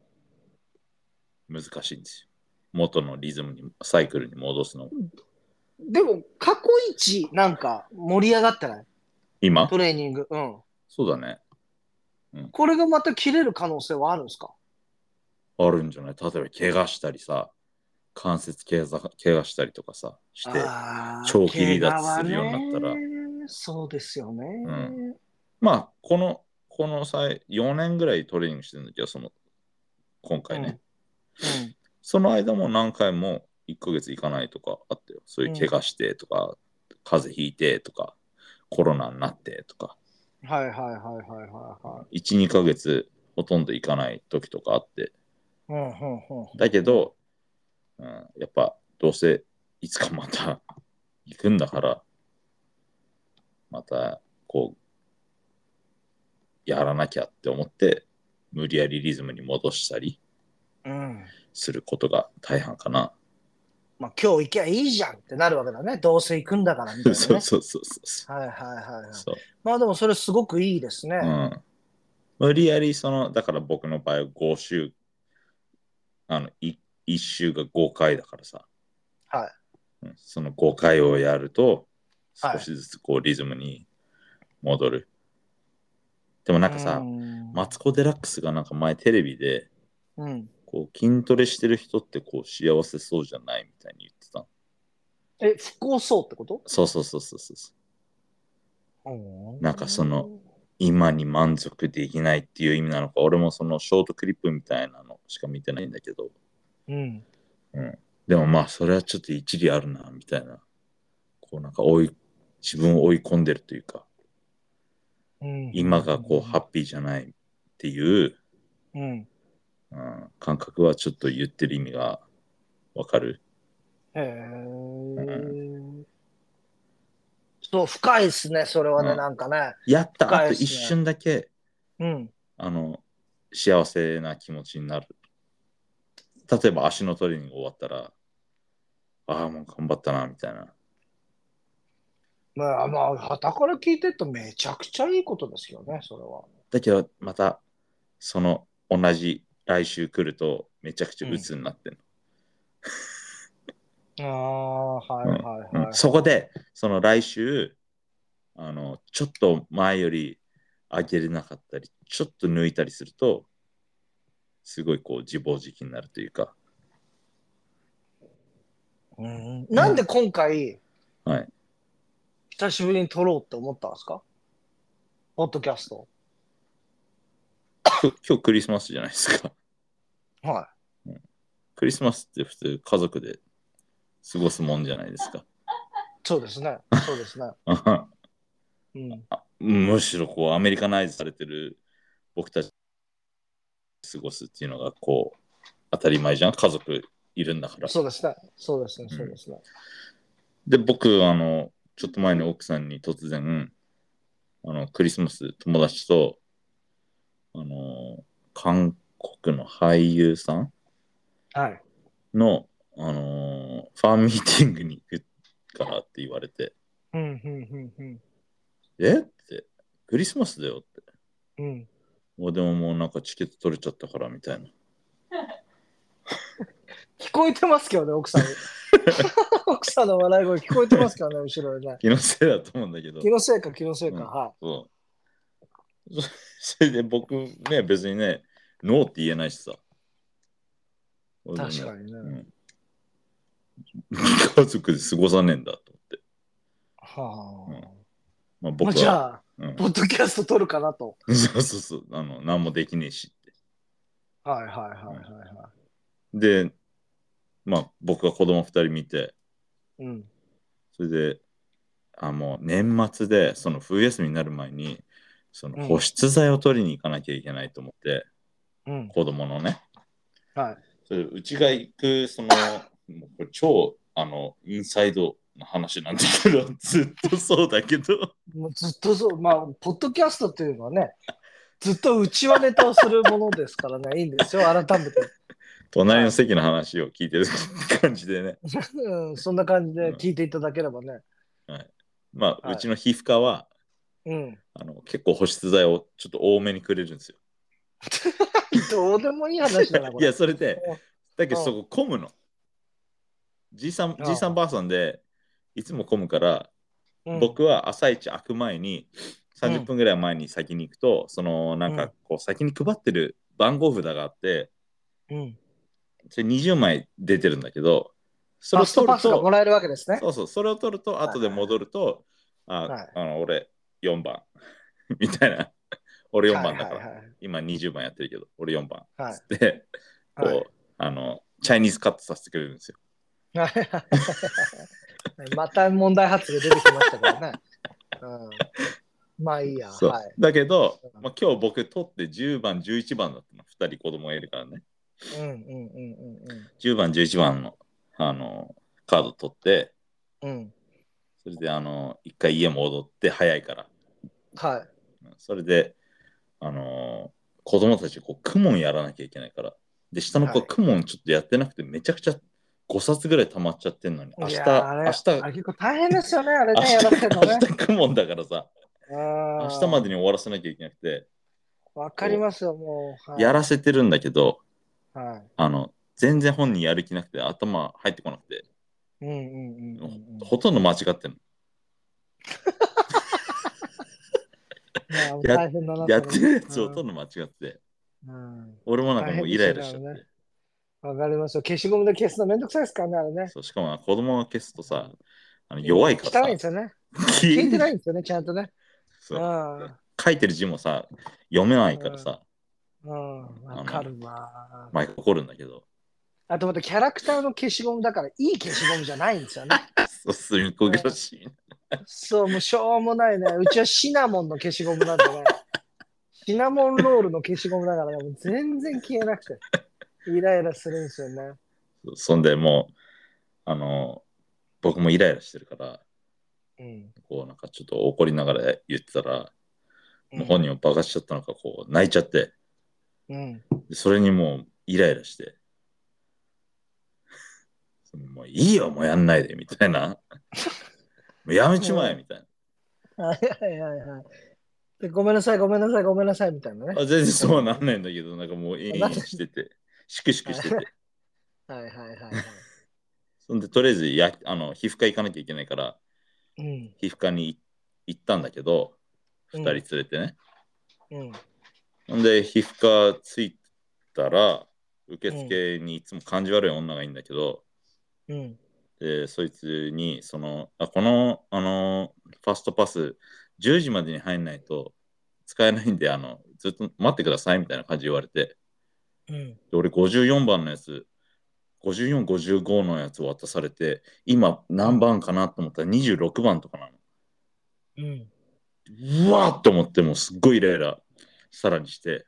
Speaker 2: 難しいんですよ。元のリズムに、サイクルに戻すのが。
Speaker 1: でも、過去一、なんか盛り上がってない
Speaker 2: 今
Speaker 1: トレーニング。うん。
Speaker 2: そうだね。
Speaker 1: これがまた切れる可能性はあるんですか
Speaker 2: あるんじゃない例えば、怪我したりさ、関節怪我怪我したりとかさ、して、
Speaker 1: あー
Speaker 2: 長期離脱するようになった
Speaker 1: 怪我
Speaker 2: ら
Speaker 1: はねそうですよね。
Speaker 2: んまあ、この、この際、4年ぐらいトレーニングしてるんだけど、その、今回ね。
Speaker 1: うん
Speaker 2: その間も何回も1ヶ月行かないとかあったよ。そういう怪我してとか、風邪ひいてとか、コロナになってとか、
Speaker 1: うんはいはいはいはいはいはい。
Speaker 2: 1、2ヶ月ほとんど行かない時とかあって。
Speaker 1: うんうんうん
Speaker 2: だけど、うん、やっぱどうせいつかまた 行くんだから、またこう、やらなきゃって思って、無理やりリズムに戻したり
Speaker 1: うん
Speaker 2: することが大半かな。
Speaker 1: まあ、今日行きゃいいじゃんってなるわけだね。どうせ行くんだからみたいな、ね。
Speaker 2: そうそうそうそう。
Speaker 1: はいはいはいはい。
Speaker 2: そう
Speaker 1: まあでもそれすごくいいですね。
Speaker 2: うん無理やりそのだから僕の場合は5週あのい1週が5回だからさ、
Speaker 1: はい
Speaker 2: うんその5回をやると
Speaker 1: はい
Speaker 2: 少しずつこうリズムに戻る、でもなんかさ、
Speaker 1: うん
Speaker 2: マツコ・デラックスがなんか前テレビで
Speaker 1: うん、
Speaker 2: こう筋トレしてる人ってこう幸せそうじゃないみたいに言ってた
Speaker 1: え、不幸そうってこと
Speaker 2: そうそうそうそうそうなんかその、今に満足できないっていう意味なのか俺もそのショートクリップみたいなのしか見てないんだけど
Speaker 1: うん、
Speaker 2: でもまあそれはちょっと一理あるなみたいなこうなんか追い自分を追い込んでるというか
Speaker 1: うん
Speaker 2: 今がこうハッピーじゃないっていう、
Speaker 1: うん
Speaker 2: うん、感覚はちょっと言ってる意味がわかる
Speaker 1: へえ。そう、深いですね、それはね、
Speaker 2: うん
Speaker 1: なんかね。
Speaker 2: やった
Speaker 1: 深
Speaker 2: あ
Speaker 1: い
Speaker 2: と
Speaker 1: ですね
Speaker 2: 一瞬だけ、
Speaker 1: うん。
Speaker 2: あの幸せな気持ちになる例えば足のトレーニング終わったらああもう頑張ったなみたいな
Speaker 1: まあ、まあ、はたから聞いてるとめちゃくちゃいいことですよね、それは。
Speaker 2: だけどまたその同じ来週来るとめちゃくちゃ鬱になってる、
Speaker 1: ああ、はいはい
Speaker 2: うん
Speaker 1: はい。
Speaker 2: そこでその来週あのちょっと前より上げれなかったりちょっと抜いたりするとすごいこう自暴自棄になるというか
Speaker 1: うんなんで今回、
Speaker 2: はい
Speaker 1: 久しぶりに撮ろうって思ったんですかポッドキャスト。
Speaker 2: 今日今日クリスマスじゃないですか
Speaker 1: は
Speaker 2: クリスマスって普通家族で過ごすもんじゃないですか
Speaker 1: い。そうですね。そうですね。
Speaker 2: あは ん
Speaker 1: うん。
Speaker 2: あむしろこうアメリカナイズされてる僕たち過ごすっていうのがこう当たり前じゃん家族いるんだから
Speaker 1: そうですね。そうですね。そうですね。
Speaker 2: で僕あのちょっと前に奥さんに突然あのクリスマス友達とあの韓国の俳優さん
Speaker 1: はい。
Speaker 2: のあのファンミーティングに行くからって言われて
Speaker 1: うん、うん、うん、
Speaker 2: えってクリスマスだよって
Speaker 1: うん。うん。
Speaker 2: もうでももうなんかチケット取れちゃったからみたいな
Speaker 1: 聞こえてますけどね、奥さん。奥さんの笑い声聞こえてますからね、後ろでね。
Speaker 2: 気のせいだと思うんだけど
Speaker 1: 気。のせいか気のせいか、
Speaker 2: うん
Speaker 1: は
Speaker 2: そう そそれで僕ね、別にね、ノーって言えないしさ。
Speaker 1: い。確
Speaker 2: 俺
Speaker 1: か
Speaker 2: ね
Speaker 1: にね。
Speaker 2: うん、家族で過ごさねえんだと思って。
Speaker 1: はあ。
Speaker 2: うんまあ、
Speaker 1: まあ、
Speaker 2: 僕
Speaker 1: じ
Speaker 2: は、
Speaker 1: ゃあ、
Speaker 2: うん
Speaker 1: ポッドキャスト撮るかなと。
Speaker 2: そうそうそうあの、何もできねえしって。
Speaker 1: はいはいはいはいは
Speaker 2: で、まあ、僕は子供2人見て、
Speaker 1: い。うん。
Speaker 2: それで、あもう年末で、その冬休みになる前に、その保湿剤を取りに行かなきゃいけないと思って、
Speaker 1: うん。
Speaker 2: 子供のね。
Speaker 1: はい。
Speaker 2: それでうちが行く、その、もうこれ超、あの、インサイドの話なんだけど、 ずっとそうだけど、
Speaker 1: もうずっとそう、まあ、ポッドキャストっていうのはね、ずっと内輪ネタをするものですからね、いい んですよ、改めて。
Speaker 2: 隣の席の話を聞いてる感じでね。
Speaker 1: うん、そんな感じで聞いていただければね。
Speaker 2: まあ、
Speaker 1: はいう
Speaker 2: ちの皮膚科は、
Speaker 1: うん。
Speaker 2: あの結構保湿剤をちょっと多めにくれるんですよ。
Speaker 1: どうでもいい話だな、こ
Speaker 2: い
Speaker 1: れ。
Speaker 2: や、それで
Speaker 1: うん、
Speaker 2: だけどそこ混むの。じいさん、
Speaker 1: うん
Speaker 2: じいさんばあさんで、いつも混むから、
Speaker 1: うん、
Speaker 2: 僕は朝一開く前に、30分ぐらい前に先に行くと、その、なん
Speaker 1: うん
Speaker 2: かこう、先に配ってる番号札があって、
Speaker 1: うん、
Speaker 2: それ20枚出てるんだけど、
Speaker 1: フ
Speaker 2: それを
Speaker 1: ァスト
Speaker 2: 取
Speaker 1: パ
Speaker 2: る
Speaker 1: スがも
Speaker 2: と、
Speaker 1: らえるわけですね。
Speaker 2: そうそう、それを取ると、
Speaker 1: はい
Speaker 2: 後で戻ると、
Speaker 1: は
Speaker 2: あ
Speaker 1: い、
Speaker 2: あの俺4番、 みたいな。俺4番だか
Speaker 1: はい
Speaker 2: ら
Speaker 1: は、いはい
Speaker 2: 今20番やってるけど、俺4番。
Speaker 1: はい
Speaker 2: つって、こう、
Speaker 1: はい
Speaker 2: あの、チャイニーズカットさせてくれるんですよ。
Speaker 1: はいはいはい また問題発言出てきましたからね。うん、まあいいや。
Speaker 2: そう
Speaker 1: はい。
Speaker 2: だけど、まあ、今日僕取って10番、11番だったの、2人子供がいるからね。
Speaker 1: うんうんうんうん
Speaker 2: 10番、11番の、あの、カード取って、
Speaker 1: うん。うん。
Speaker 2: それで、あの、一回家戻って、早いから。
Speaker 1: はい。
Speaker 2: うんそれで、あのー子供たちこう、クモンやらなきゃいけないから。で、下の子、
Speaker 1: はい
Speaker 2: クモンちょっとやってなくて、めちゃくちゃ5冊ぐらい溜まっちゃってんのに、明
Speaker 1: い
Speaker 2: 日、
Speaker 1: やーあれ
Speaker 2: 明日、
Speaker 1: あれ結構大変ですよね、あれ
Speaker 2: 明
Speaker 1: ね、やらせるのね
Speaker 2: 日、明。日クモンだからさ、 明
Speaker 1: 明
Speaker 2: 日までに終わらせなきゃいけなくて、
Speaker 1: わかりますよ、もう。はい、
Speaker 2: やらせてるんだけど、
Speaker 1: は
Speaker 2: あの、全然本人やる気なくて、頭入ってこなくて、
Speaker 1: い。うんうんうんうん。
Speaker 2: ほとんど間違ってんの。
Speaker 1: まあ大変だなと思う
Speaker 2: やってるやつほとんど間違ってて、
Speaker 1: うん
Speaker 2: 俺もなんかもうイライラしちゃっ
Speaker 1: 大変で
Speaker 2: て。
Speaker 1: わかりますよ。消しゴムで消すのめんどくさいですからね、あれね。
Speaker 2: そうしかも子供が消すとさ、あの弱いから
Speaker 1: 汚いんですよ
Speaker 2: さ、
Speaker 1: ね。
Speaker 2: 消
Speaker 1: 消
Speaker 2: え
Speaker 1: えて
Speaker 2: ない
Speaker 1: ないんですよね、ちゃんとね。。
Speaker 2: そううん書いてる字もさ、読めないからさ、
Speaker 1: うん。わかるわ。
Speaker 2: 毎回怒るんだけど、
Speaker 1: あとまたキャラクターの消しゴムだから、いい消しゴムじゃないんですよね。
Speaker 2: そうすみっこ暮らしい。
Speaker 1: そう、もうしょうもないね。うちはシナモンの消しゴムなんでね。シナモンロールの消しゴムだからね、もう全然消えなくて。イライラするんですよね。
Speaker 2: そんでもう、あの、僕もイライラしてるから、
Speaker 1: うん。
Speaker 2: こうなんかちょっと怒りながら言ってたら、もう本
Speaker 1: 人。
Speaker 2: 人をバカしちゃったのか、こう泣いちゃって、
Speaker 1: うん。
Speaker 2: でそれにもうイライラして、そのもういいよ、もうやんないで、みたいな。もうやめちまえ、みたい
Speaker 1: はいはいはいはい。でごめんなさい、ごめんなさい、ごめんなさいみたいな
Speaker 2: な。
Speaker 1: ね。
Speaker 2: あ全然そうなんないんだけど、なんかもういいしてて、シクシクしてて。
Speaker 1: はいはいはいはい。
Speaker 2: そんで、とりあえずやあの皮膚科行かなきゃいけないから、
Speaker 1: うん。
Speaker 2: 皮膚科に行ったんだけど、
Speaker 1: う
Speaker 2: 2
Speaker 1: ん
Speaker 2: 人連れてね。
Speaker 1: うん。
Speaker 2: ほんで、皮膚科着いたら、受付にいつも感じ悪い女がいいんだけど、
Speaker 1: うん。
Speaker 2: で、そいつに、その、あこの、あの、ファストパス、10時までに入んないと使えないんで、あの、ずっと待ってくださいみたいな感じで言われて、
Speaker 1: うん。
Speaker 2: で俺54番のやつ、54、55のやつ渡されて、今何番かなと思ったら26番とかな
Speaker 1: うん。
Speaker 2: の。うわーっと思って、もうすっごいイライラ、さらにして、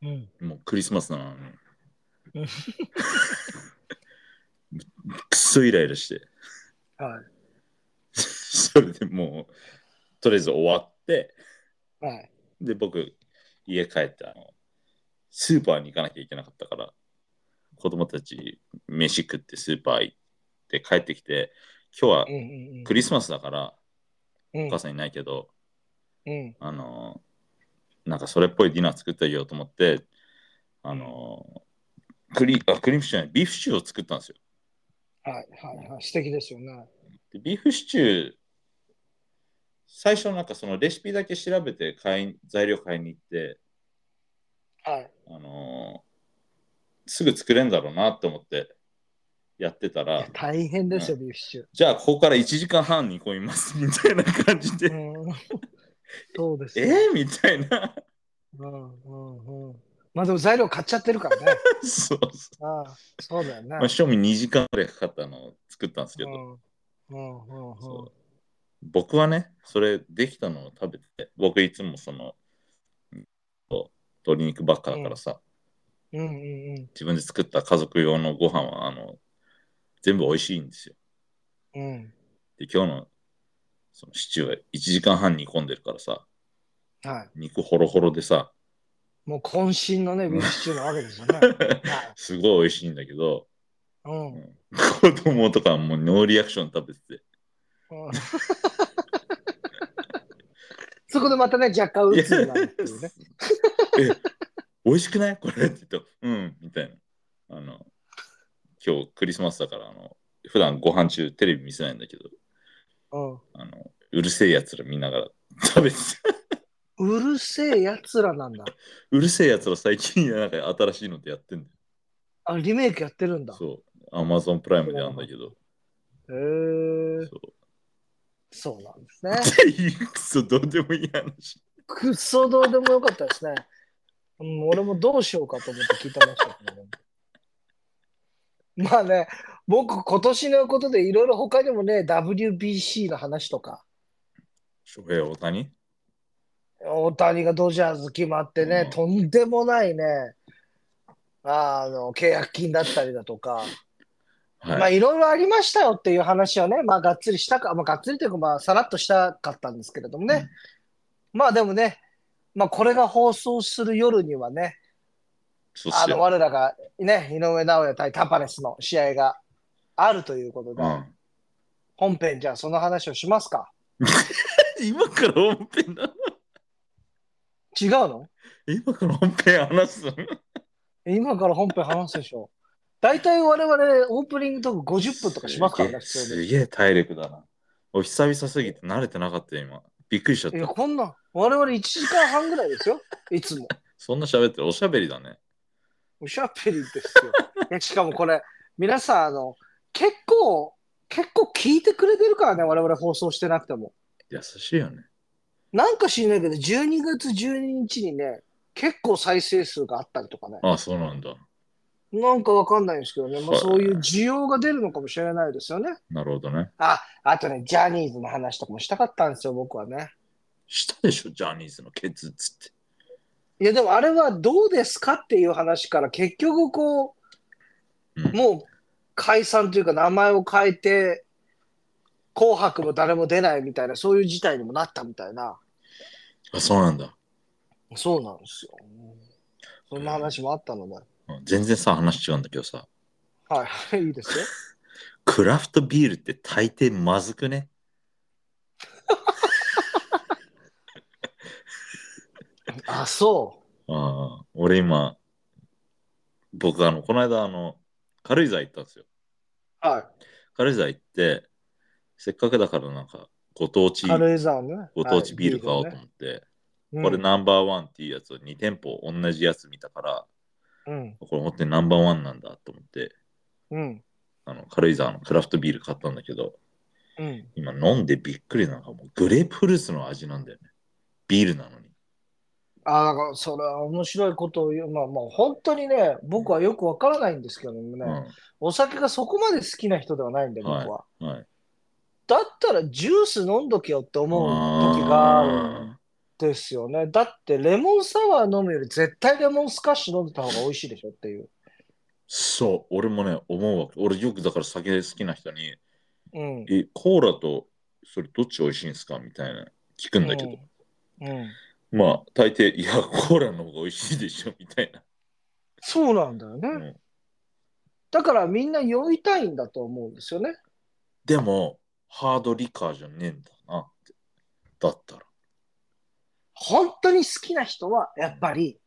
Speaker 1: うん。
Speaker 2: もうクリスマスなの
Speaker 1: う
Speaker 2: に。くっそイライラして。
Speaker 1: は
Speaker 2: それでもう、とりあえず終わって、
Speaker 1: い。はい。
Speaker 2: で、僕、家帰って、あの、スーパーに行かなきゃいけなかったから、子供たち、飯食ってスーパー行って帰ってきて、今日は
Speaker 1: うんうんうん。
Speaker 2: クリスマスだから、
Speaker 1: うん
Speaker 2: お母さんいないけど、
Speaker 1: うん。
Speaker 2: あの、なんかそれっぽいディナー作ってあげようと思って、あの、クリ、あ、クリームシチューじゃないビーフシチューを作ったんですよ。
Speaker 1: はいはいはい。素敵ですよね。
Speaker 2: でビーフシチュー、最初なんかそのレシピだけ調べて買い材料買いに行って、
Speaker 1: はい。
Speaker 2: あのーすぐ作れんだろうなと思ってやってた
Speaker 1: い
Speaker 2: ら
Speaker 1: や、大変ですよ、ビーフシチュー。
Speaker 2: じゃあここから1時間半煮込みますみたいな感じで、
Speaker 1: うん そうです
Speaker 2: え
Speaker 1: よ。
Speaker 2: ーみたいな。
Speaker 1: うんうんうん。まあでも材料買っちゃってるからね。
Speaker 2: そうそう
Speaker 1: ああそうだよね。
Speaker 2: まあ、賞味2時間ぐらいかかったのを作ったんですけ
Speaker 1: う
Speaker 2: ど、
Speaker 1: んうんうんうん
Speaker 2: そう僕はね、それできたのを食べて、僕いつもその、こう鶏肉ばっかだからさ、
Speaker 1: うんうんうん
Speaker 2: 自分で作った家族用のご飯は、あの、全部美味しいんですよ。
Speaker 1: うん
Speaker 2: で、今日のそのシチューは1時間半煮込んでるからさ、
Speaker 1: はい。
Speaker 2: 肉ホロホロでさ、
Speaker 1: もう渾身のね、ビーフシチューなわけですよね。はい
Speaker 2: すごい美味しいんだけど、
Speaker 1: うん
Speaker 2: う。ん子供とかはもうノーリアクション食べてて、
Speaker 1: うんそこでまたね、若干鬱になるっていうね。
Speaker 2: え、美味しくないこれって言うと、うん、みたいな。あの、今日クリスマスだから、あの、普段ご飯中テレビ見せないんだけど、
Speaker 1: うん
Speaker 2: あの、うるせえやつら見ながら食べてた。
Speaker 1: うるせえやつらなんだ。
Speaker 2: うるせえやつら最近なんか新しいのでやってんだよ。
Speaker 1: あ、リメイクやってるんだ。へ
Speaker 2: そう。アマゾンプライムでやるんだけど。
Speaker 1: え。
Speaker 2: そう。
Speaker 1: そうなんですね。
Speaker 2: っていう くそ、どうでもいい話。
Speaker 1: くっそどうでもよかったですね。うん、俺もどうしようかと思って聞いてましたけど、ね。まあね、僕今年のことでいろいろ他にもね、WBC の話とか、
Speaker 2: 翔平大谷
Speaker 1: 大谷がドジャーズ決まってね、
Speaker 2: うん
Speaker 1: とんでもないね、あの、契約金だったりだとか、
Speaker 2: はい。
Speaker 1: まあいろいろありましたよっていう話をね、まあがっつりしたか、まあがっつりというかまあさらっとしたかったんですけれどもね。まあでもね、まあこれが放送する夜にはね、
Speaker 2: そうっ
Speaker 1: あ
Speaker 2: す
Speaker 1: の
Speaker 2: よ。
Speaker 1: 我らが、ね、井上尚弥対タパレスの試合があるということで、
Speaker 2: うん。
Speaker 1: 本編じゃあその話をしますか。
Speaker 2: 今から本編だ。
Speaker 1: 違うの
Speaker 2: 今から本編話すの
Speaker 1: 今から本編話すでしょ。大体我々オープニングトーク50分とかしますからね、普
Speaker 2: す
Speaker 1: 通
Speaker 2: げえすげえ体力だな。お久々すぎて慣れてなかったよ、今。びっくりしちゃっ
Speaker 1: に。いや、
Speaker 2: た。
Speaker 1: こんな、我々1時間半ぐらいですよ。いつも。
Speaker 2: そんな喋ってるおしゃべりだね。
Speaker 1: おしゃべりですよ。いやしかもこれ、皆さん、あの、結構、結構聞いてくれてるからね、我々放送してなくても。
Speaker 2: 優しいよね。
Speaker 1: なんか知んないけど、12月12日にね、結構再生数があったりとかね。
Speaker 2: ああ、そうなんだ。
Speaker 1: なんかわかんないんですけどね、ま
Speaker 2: は
Speaker 1: あ、
Speaker 2: い
Speaker 1: そういう需要が出るのかもしれないですよね。
Speaker 2: なるほどね。
Speaker 1: あ、あとね、ジャニーズの話とかもしたかったんですよ、僕はね。
Speaker 2: したでしょ、ジャニーズのケツっつって。
Speaker 1: いや、でもあれはどうですかっていう話から、結局こ
Speaker 2: うん
Speaker 1: う、もう解散というか、名前を変えて、紅白も誰も出ないみたいな、そういう事態にもなったみたいな。
Speaker 2: あ、そうなんだ。
Speaker 1: そうなんですよ。そんな話もあったので。
Speaker 2: うん全然さ、話違うんだけどさ、
Speaker 1: はい、 いいですよ。
Speaker 2: クラフトビールって大抵まずくね。
Speaker 1: あ、そ
Speaker 2: ああ、俺今、僕、あの、この間、あの、軽井沢行ったんですよ。
Speaker 1: う。は
Speaker 2: 軽井沢行って、せっかくだからなんか、ご当地
Speaker 1: い。、軽井沢のね。
Speaker 2: ご当地ビール買おう
Speaker 1: は
Speaker 2: と
Speaker 1: い
Speaker 2: 思って、
Speaker 1: ビールね
Speaker 2: これナンバーワンっていうやつを2店舗同じやつ見たから、
Speaker 1: うん。
Speaker 2: これ本当にナンバーワンなんだと思って、
Speaker 1: うん。うん。
Speaker 2: あの軽井沢のクラフトビール買ったんだけど、
Speaker 1: うん
Speaker 2: 今飲んでびっくりなのがもうグレープフルーツの味なんだよね。ビールなのに。
Speaker 1: あなんかそれは面白いことを言う、まあ、まあ本当にね、僕はよくわからないんですけどね、お酒がそこまで好きな人ではないんで、僕は。
Speaker 2: うん。はい。
Speaker 1: だったらジュース飲んどけよって思う時があるんですよね。だってレモンサワー飲むより絶対レモンスカッシュ飲んでた方が美味しいでしょっていう。
Speaker 2: そう、俺もね、思うわけ。俺よくだから酒好きな人に、
Speaker 1: うん。
Speaker 2: え、コーラとそれどっち美味しいんですかみたいな聞くんだけど、
Speaker 1: うんうん
Speaker 2: まあ大抵、いや、コーラの方が美味しいでしょみたいな。
Speaker 1: そうなんだよね。
Speaker 2: うん
Speaker 1: だからみんな酔いたいんだと思うんですよね。
Speaker 2: でも、ハードリカーじゃねえんだなって。だったら。
Speaker 1: 本当に好きな人はやっぱり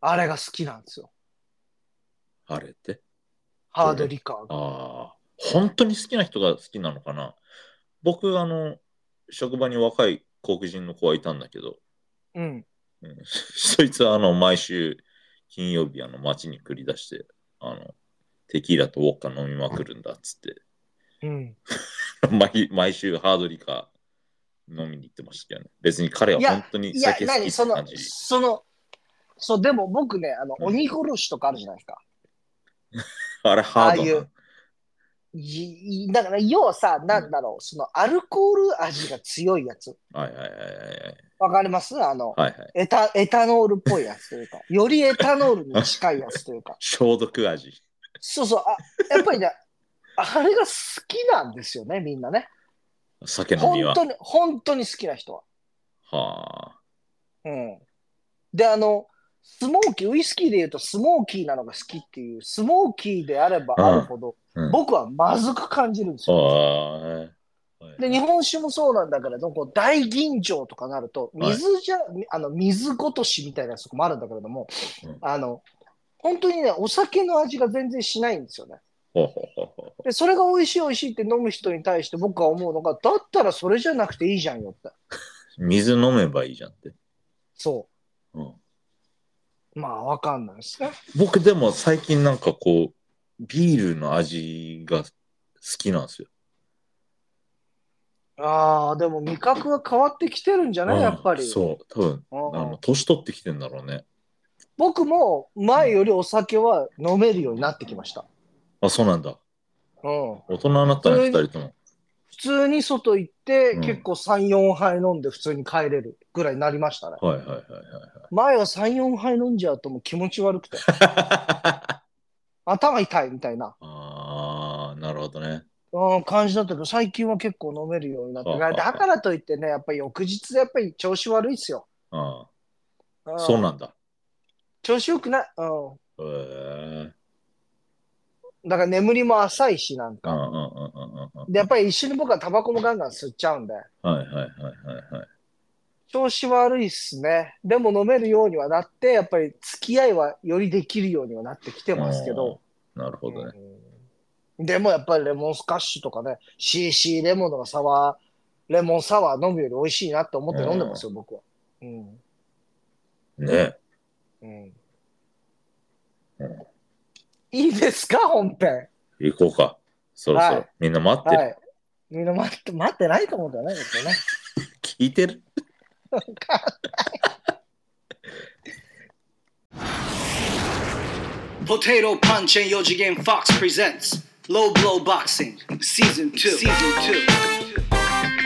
Speaker 1: あれが好きなんですよ。
Speaker 2: あれって。
Speaker 1: ハードリカーが。
Speaker 2: ああ、本当に好きな人が好きなのかな僕、あの、職場に若い黒人の子がいたんだけど、
Speaker 1: うん。
Speaker 2: うん そいつはあの毎週金曜日あの街に繰り出してあのテキーラとウォッカ飲みまくるんだっつっ
Speaker 1: うん。
Speaker 2: て 毎毎週ハードリカ飲みに行ってましたけどね別に彼はい
Speaker 1: や
Speaker 2: 本当に
Speaker 1: いや、
Speaker 2: 酒好き
Speaker 1: 何
Speaker 2: っ
Speaker 1: そ
Speaker 2: て
Speaker 1: の
Speaker 2: 感じ、
Speaker 1: その、そう、でも僕ね、あの、
Speaker 2: うん
Speaker 1: 鬼殺しとかあるじゃないですか。
Speaker 2: あれハード
Speaker 1: ああ
Speaker 2: な
Speaker 1: いういいだから、要はさ、なんだろう、その、アルコール味が強いやつ。
Speaker 2: はいはいはいはい
Speaker 1: わかりますあの、
Speaker 2: はいはいはい
Speaker 1: エタ、エタノールっぽいやつと いうか、よりエタノールに近いやつというか。
Speaker 2: 消毒味
Speaker 1: そうそう、あ、やっぱりね、あれが好きなんですよね、みんなね。
Speaker 2: 酒飲みは
Speaker 1: 本当に、本当に好きな人は。
Speaker 2: はあ
Speaker 1: うん。で、あの、スモーキー、ウイスキーで言うとスモーキーなのが好きっていう、スモーキーであればあるほど、
Speaker 2: うんうん
Speaker 1: 僕はまずく感じるんです
Speaker 2: あ
Speaker 1: よ。
Speaker 2: あはい
Speaker 1: で、日本酒もそうなんだけれど、こう大吟醸とかなると、
Speaker 2: はい
Speaker 1: 水じゃ、あの、水ごとしみたいなとこもあるんだけれども、
Speaker 2: うん
Speaker 1: あの、本当にね、お酒の味が全然しないんですよね。
Speaker 2: ほうほうほうほ
Speaker 1: で、それが美味しい美味しいって飲む人に対して僕は思うのが、だったらそれじゃなくていいじゃんよって。
Speaker 2: う水飲めばいいじゃんって、
Speaker 1: そ
Speaker 2: うん、
Speaker 1: う。まあ、わかんないですね。
Speaker 2: 僕でも最近なんかこうビールの味が好きなんですよ。
Speaker 1: ああ、でも味覚が変わってきてるんじゃない、
Speaker 2: うん
Speaker 1: やっぱり。
Speaker 2: そう多分
Speaker 1: う
Speaker 2: あ
Speaker 1: ん
Speaker 2: の年取ってきてんだろうね。
Speaker 1: 僕も前よりお酒は飲めるようになってきました。
Speaker 2: あそうなんだ
Speaker 1: うん、
Speaker 2: 大人になったね
Speaker 1: そ
Speaker 2: 二
Speaker 1: れ
Speaker 2: 人とも。
Speaker 1: 普通に外行って、
Speaker 2: うん
Speaker 1: 結構3、4杯飲んで普通に帰れるぐらいになりましたね。
Speaker 2: はいはいはい
Speaker 1: 前は3、4杯飲んじゃうともう気持ち悪くて、
Speaker 2: はい。
Speaker 1: 頭痛いみたいな、
Speaker 2: ああなるほどね。
Speaker 1: うん、感じだったけど、最近は結構飲めるようになって、
Speaker 2: ああ
Speaker 1: だからといってね、やっぱり翌日やっぱり調子悪いっすよ。
Speaker 2: あ
Speaker 1: う
Speaker 2: あ
Speaker 1: ん
Speaker 2: そうなんだ。
Speaker 1: 調子良くない、う
Speaker 2: へえー。
Speaker 1: ん。だから眠りも浅いし、なん
Speaker 2: うんうん
Speaker 1: か。
Speaker 2: うんうんうんうん。
Speaker 1: で、やっぱり一緒に僕はタバコもガンガン吸っちゃうんで。
Speaker 2: はいはいはいはいはい。
Speaker 1: 調子悪いっすね。でも飲めるようにはなって、やっぱり付き合いはよりできるようにはなってきてますけど。
Speaker 2: うん。なるほどね。
Speaker 1: うんでもやっぱりレモンスカッシュとかね、CC レモンとかサワー、レモンサワー飲むより美味しいなって思って飲んでますよ、僕は。うん。
Speaker 2: ね。
Speaker 1: うん
Speaker 2: うん。
Speaker 1: いいですか、本編。
Speaker 2: 行こうか。そろそろ、
Speaker 1: はい
Speaker 2: みんな待ってる、
Speaker 1: はい。みんな待って、待ってないと思うんだよね、ですよね。
Speaker 2: 聞いてる。
Speaker 3: Potato Punch and Yoji Game Fox presents Low Blow Boxing Season 2. Season 2.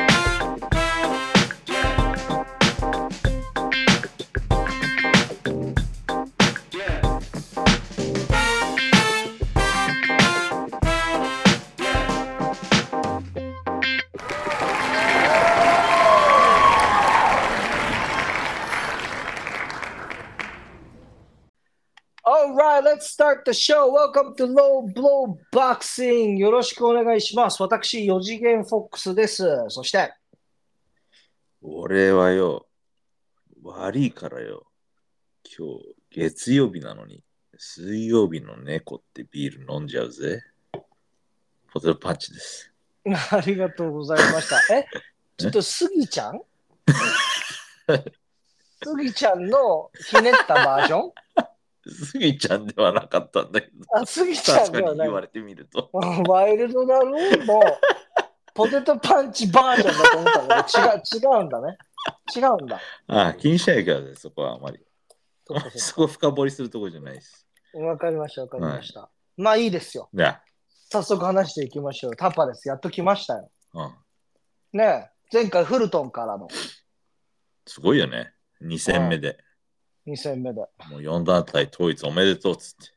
Speaker 1: All right, let's start the show. Welcome to Low Blow Boxing. よろしくお願いします。私、四次元フォックスです。そして、
Speaker 2: 俺はよ、悪いからよ、今日月曜日なのに、水曜日の猫ってビール飲んじゃうぜ。ポテトパンチです。
Speaker 1: ありがとうございました。え、ちょっとスギちゃんスギちゃんのひねったバージョン
Speaker 2: スギちゃんではなかったんだけど、
Speaker 1: あ、スギちゃん
Speaker 2: 確か
Speaker 1: では
Speaker 2: に
Speaker 1: ない
Speaker 2: 言。われてみると。
Speaker 1: ワイルドだろうのポテトパンチバージョンだと思ったけど、違う、違うんだね。違うんだ。
Speaker 2: ああ、気にしないからね、そこはあまり。
Speaker 1: そっかそ
Speaker 2: そこ深掘りするとこじゃないです。
Speaker 1: っかわかりました、わかりました。まあいいですよ。
Speaker 2: じゃ
Speaker 1: 早速話していきましょう。タパです。やっと来ましたよ。
Speaker 2: あ、うん、
Speaker 1: ねえ前回フルトンからの
Speaker 2: すごいよね。2戦目で、
Speaker 1: 2戦目で。
Speaker 2: もう4団体統一おめでとうっつって。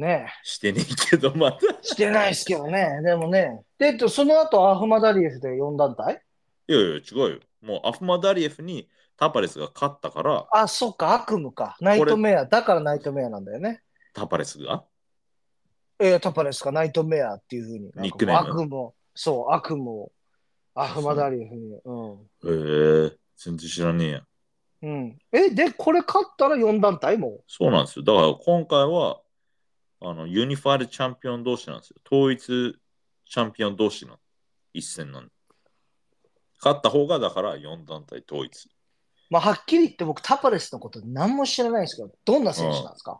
Speaker 1: ね
Speaker 2: してねえけど、また。い
Speaker 1: えしてないですけどね。でもね。で、えっとその後アフマダリエフで4団体
Speaker 2: やいや、違うよ。もうアフマダリエフにタパレスが勝ったから、
Speaker 1: あ、そっか、悪夢か。ナイトメア。だからナイトメアなんだよね。
Speaker 2: タパレスが
Speaker 1: えー、タパですか、ナイトメアっていうふうに。
Speaker 2: ニックネー
Speaker 1: な
Speaker 2: ム
Speaker 1: んか悪夢を。そう、悪夢を。アフマダリエフに。うん。
Speaker 2: へえ、全然知らねえや。
Speaker 1: うん、え、で、これ勝ったら4団体も
Speaker 2: そうなんですよ。だから今回は、あの、ユニファイルチャンピオン同士なんですよ。統一チャンピオン同士の一戦なんで勝った方がだから4団体統一。
Speaker 1: まあ、はっきり言って僕、タパレスのこと何も知らないんですけど、どんな選手なんですか、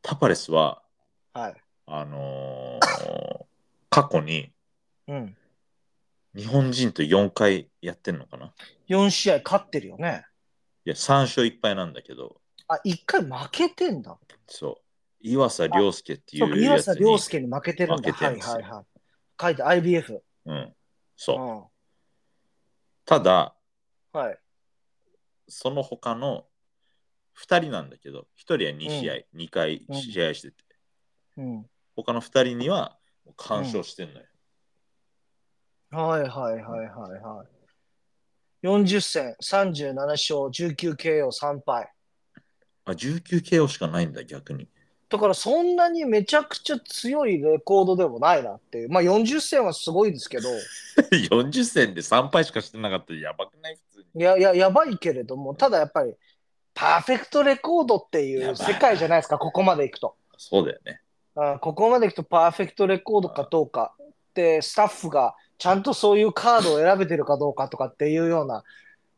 Speaker 2: タパレスは、
Speaker 1: はい。
Speaker 2: あのー過去に
Speaker 1: うん。
Speaker 2: 日本人と4回やってんのかない
Speaker 1: 4試合勝ってるよね。
Speaker 2: や、3勝1敗なんだけど、
Speaker 1: あ、1回負けてんだ。
Speaker 2: そう、岩佐良介ってい
Speaker 1: そうか、
Speaker 2: う
Speaker 1: 岩
Speaker 2: やつ
Speaker 1: 佐
Speaker 2: に
Speaker 1: 良、介に負けてるんだ。
Speaker 2: 負けて
Speaker 1: は
Speaker 2: るん
Speaker 1: い
Speaker 2: ですよ
Speaker 1: はいはい。書いて IBF。
Speaker 2: うん、
Speaker 1: う
Speaker 2: そ
Speaker 1: ん。
Speaker 2: う。ただ、
Speaker 1: はい。
Speaker 2: その他の2人なんだけど、1人は2試合、2回
Speaker 1: うん
Speaker 2: 試合してて、
Speaker 1: うん。
Speaker 2: 他の2人にはもう干渉してんのよ。
Speaker 1: はいはいはいはいはい。40戦、37勝、19KO3 敗。
Speaker 2: あ、19KO しかないんだ、逆 に。
Speaker 1: だからそんなにめちゃくちゃ強いレコードでもないなっていう。まあ40戦はすごいですけど、
Speaker 2: 40戦で3敗しかしてなかったらやばくない普通
Speaker 1: いや、いや、やばいけれども、ただやっぱり、パーフェクトレコードっていう世界じゃないですか、ここまでいくと。
Speaker 2: そうだよね。
Speaker 1: あここまでいくとパーフェクトレコードかどうかでスタッフがちゃんとそういうカードを選べてるかどうかとかっていうような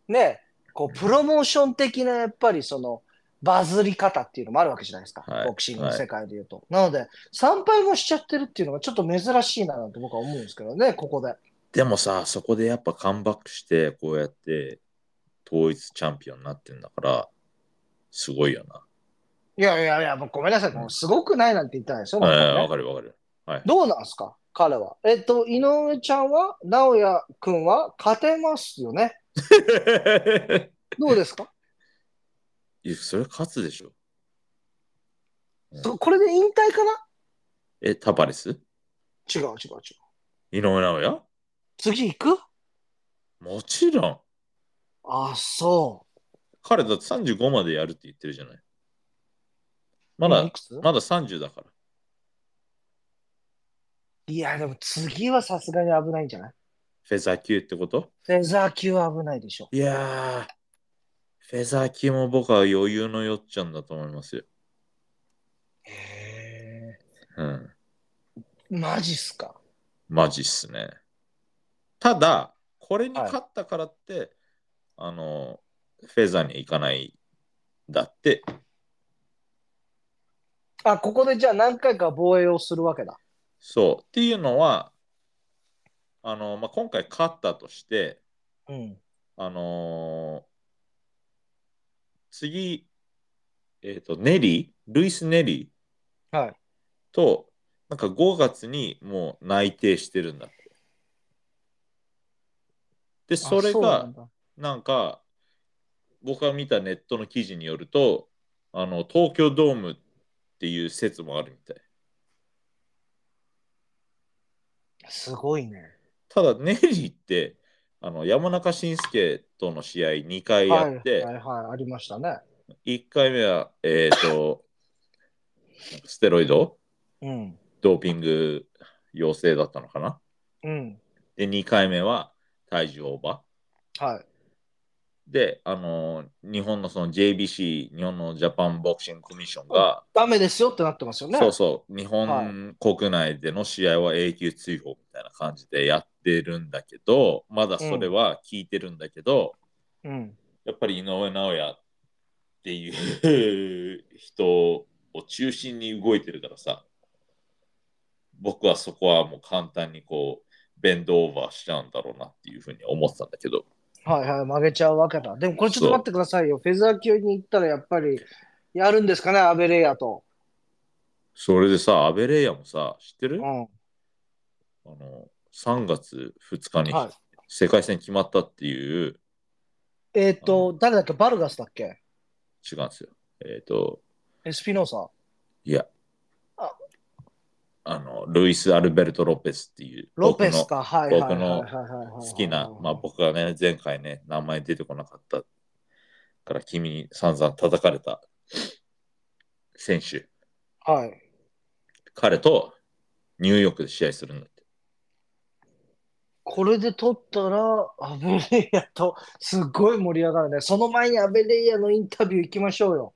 Speaker 1: ねこうプロモーション的なやっぱりそのバズり方っていうのもあるわけじゃないですか、
Speaker 2: はい
Speaker 1: ボクシングの世界でいうと、なので参拝もしちゃってるっていうのがちょっと珍しいななんて僕は思うんですけどねここで
Speaker 2: でもさ、そこでやっぱカムバックして、こうやって統一チャンピオンになってんだから、すごいよな。
Speaker 1: いやいやいやもうごめんなさいもうすごくないなんて言ったんですよ、僕
Speaker 2: え
Speaker 1: は
Speaker 2: え
Speaker 1: ね
Speaker 2: わかるわか る。
Speaker 1: どうなんですか彼はえっと井上ちゃんは直哉君は勝てますよねどうですか
Speaker 2: いや、それ勝つでしょ。
Speaker 1: そこれで引退かな
Speaker 2: え、タパレス
Speaker 1: 違う違う違う。
Speaker 2: 井上尚弥
Speaker 1: 次行く
Speaker 2: もちろん。
Speaker 1: あ、そ
Speaker 2: 彼だって35までやるって言ってるじゃない。
Speaker 1: う。
Speaker 2: まだ
Speaker 1: 今い、くつ
Speaker 2: まだ30だから。
Speaker 1: いや、でも次はさすがに危ないんじゃない
Speaker 2: フェザー級ってこと
Speaker 1: フェザー級は危ないでしょ。
Speaker 2: いやー、フェザー級も僕は余裕のよっちゃんだと思いますよ。
Speaker 1: へ
Speaker 2: うん。
Speaker 1: え。マジっすか。
Speaker 2: マジっすね。ただ、これに勝ったからって、あの、フェザーに行かないだって、
Speaker 1: あ、ここでじゃあ何回か防衛をするわけだ。
Speaker 2: そう。っていうのは、あの、まあ、今回勝ったとして、
Speaker 1: うん。
Speaker 2: あのー次、えっ、と、ネリー、ルイス・ネリ
Speaker 1: はい。
Speaker 2: ーと、なんか5月にもう内定してるんだって。で、そ
Speaker 1: あ
Speaker 2: れ
Speaker 1: うな
Speaker 2: が
Speaker 1: ん、だ
Speaker 2: なんか僕が見たネットの記事によるとあの東京ドームっていう説もあるみたい
Speaker 1: すごいね。
Speaker 2: ただネリーってあの山中伸介との試合2回
Speaker 1: は
Speaker 2: や
Speaker 1: い、
Speaker 2: って、
Speaker 1: はい、はい、ありましたね。
Speaker 2: 1回目はえっ、と ステロイド
Speaker 1: うん。
Speaker 2: ドーピング陽性だったのかな
Speaker 1: うん。
Speaker 2: で2回目は体重オーバー
Speaker 1: はい。
Speaker 2: であの日本のその JBC 日本のジャパンボクシングコミッションが、
Speaker 1: ダメですよってなってますよね。
Speaker 2: そうそう、日
Speaker 1: は
Speaker 2: 本国内での試合は永久追放みたいな感じでやってるんだけど、まだそれは聞いてるんだけど、
Speaker 1: うん。
Speaker 2: やっぱり井上尚弥っていう人を中心に動いてるからさ、僕はそこはもう簡単にこう、ベンドオーバーしちゃうんだろうなっていうふうに思ってたんだけど、
Speaker 1: はいはい、曲げちゃうわけだ。でもこれちょっと待ってくださいよ。フェザー級に行ったらやっぱりやるんですかね、アベレイヤと。
Speaker 2: それでさ、アベレイヤもさ、知って
Speaker 1: う
Speaker 2: る、あ
Speaker 1: ん。
Speaker 2: の ?3 月2日に
Speaker 1: はい。
Speaker 2: 世界戦決まったっていう、
Speaker 1: えっ、と、誰だっけバルガスだっけ
Speaker 2: 違うんですよ。えっ、と、
Speaker 1: エスピノーサ
Speaker 2: いや
Speaker 1: あ、
Speaker 2: あの、ルイス・アルベルト・ロペスっていう、
Speaker 1: ロペス
Speaker 2: 僕の
Speaker 1: か。はいはいはいはいはいはい。
Speaker 2: 好きな、まあ僕がね、前回ね、名前出てこなかったから、君に散々叩かれた選手、
Speaker 1: あ。はい。
Speaker 2: 彼とニューヨークで試合するんだって。
Speaker 1: これで取ったら、アベレイヤと、すっごい盛り上がるね。その前にアベレイヤのインタビュー行きましょうよ。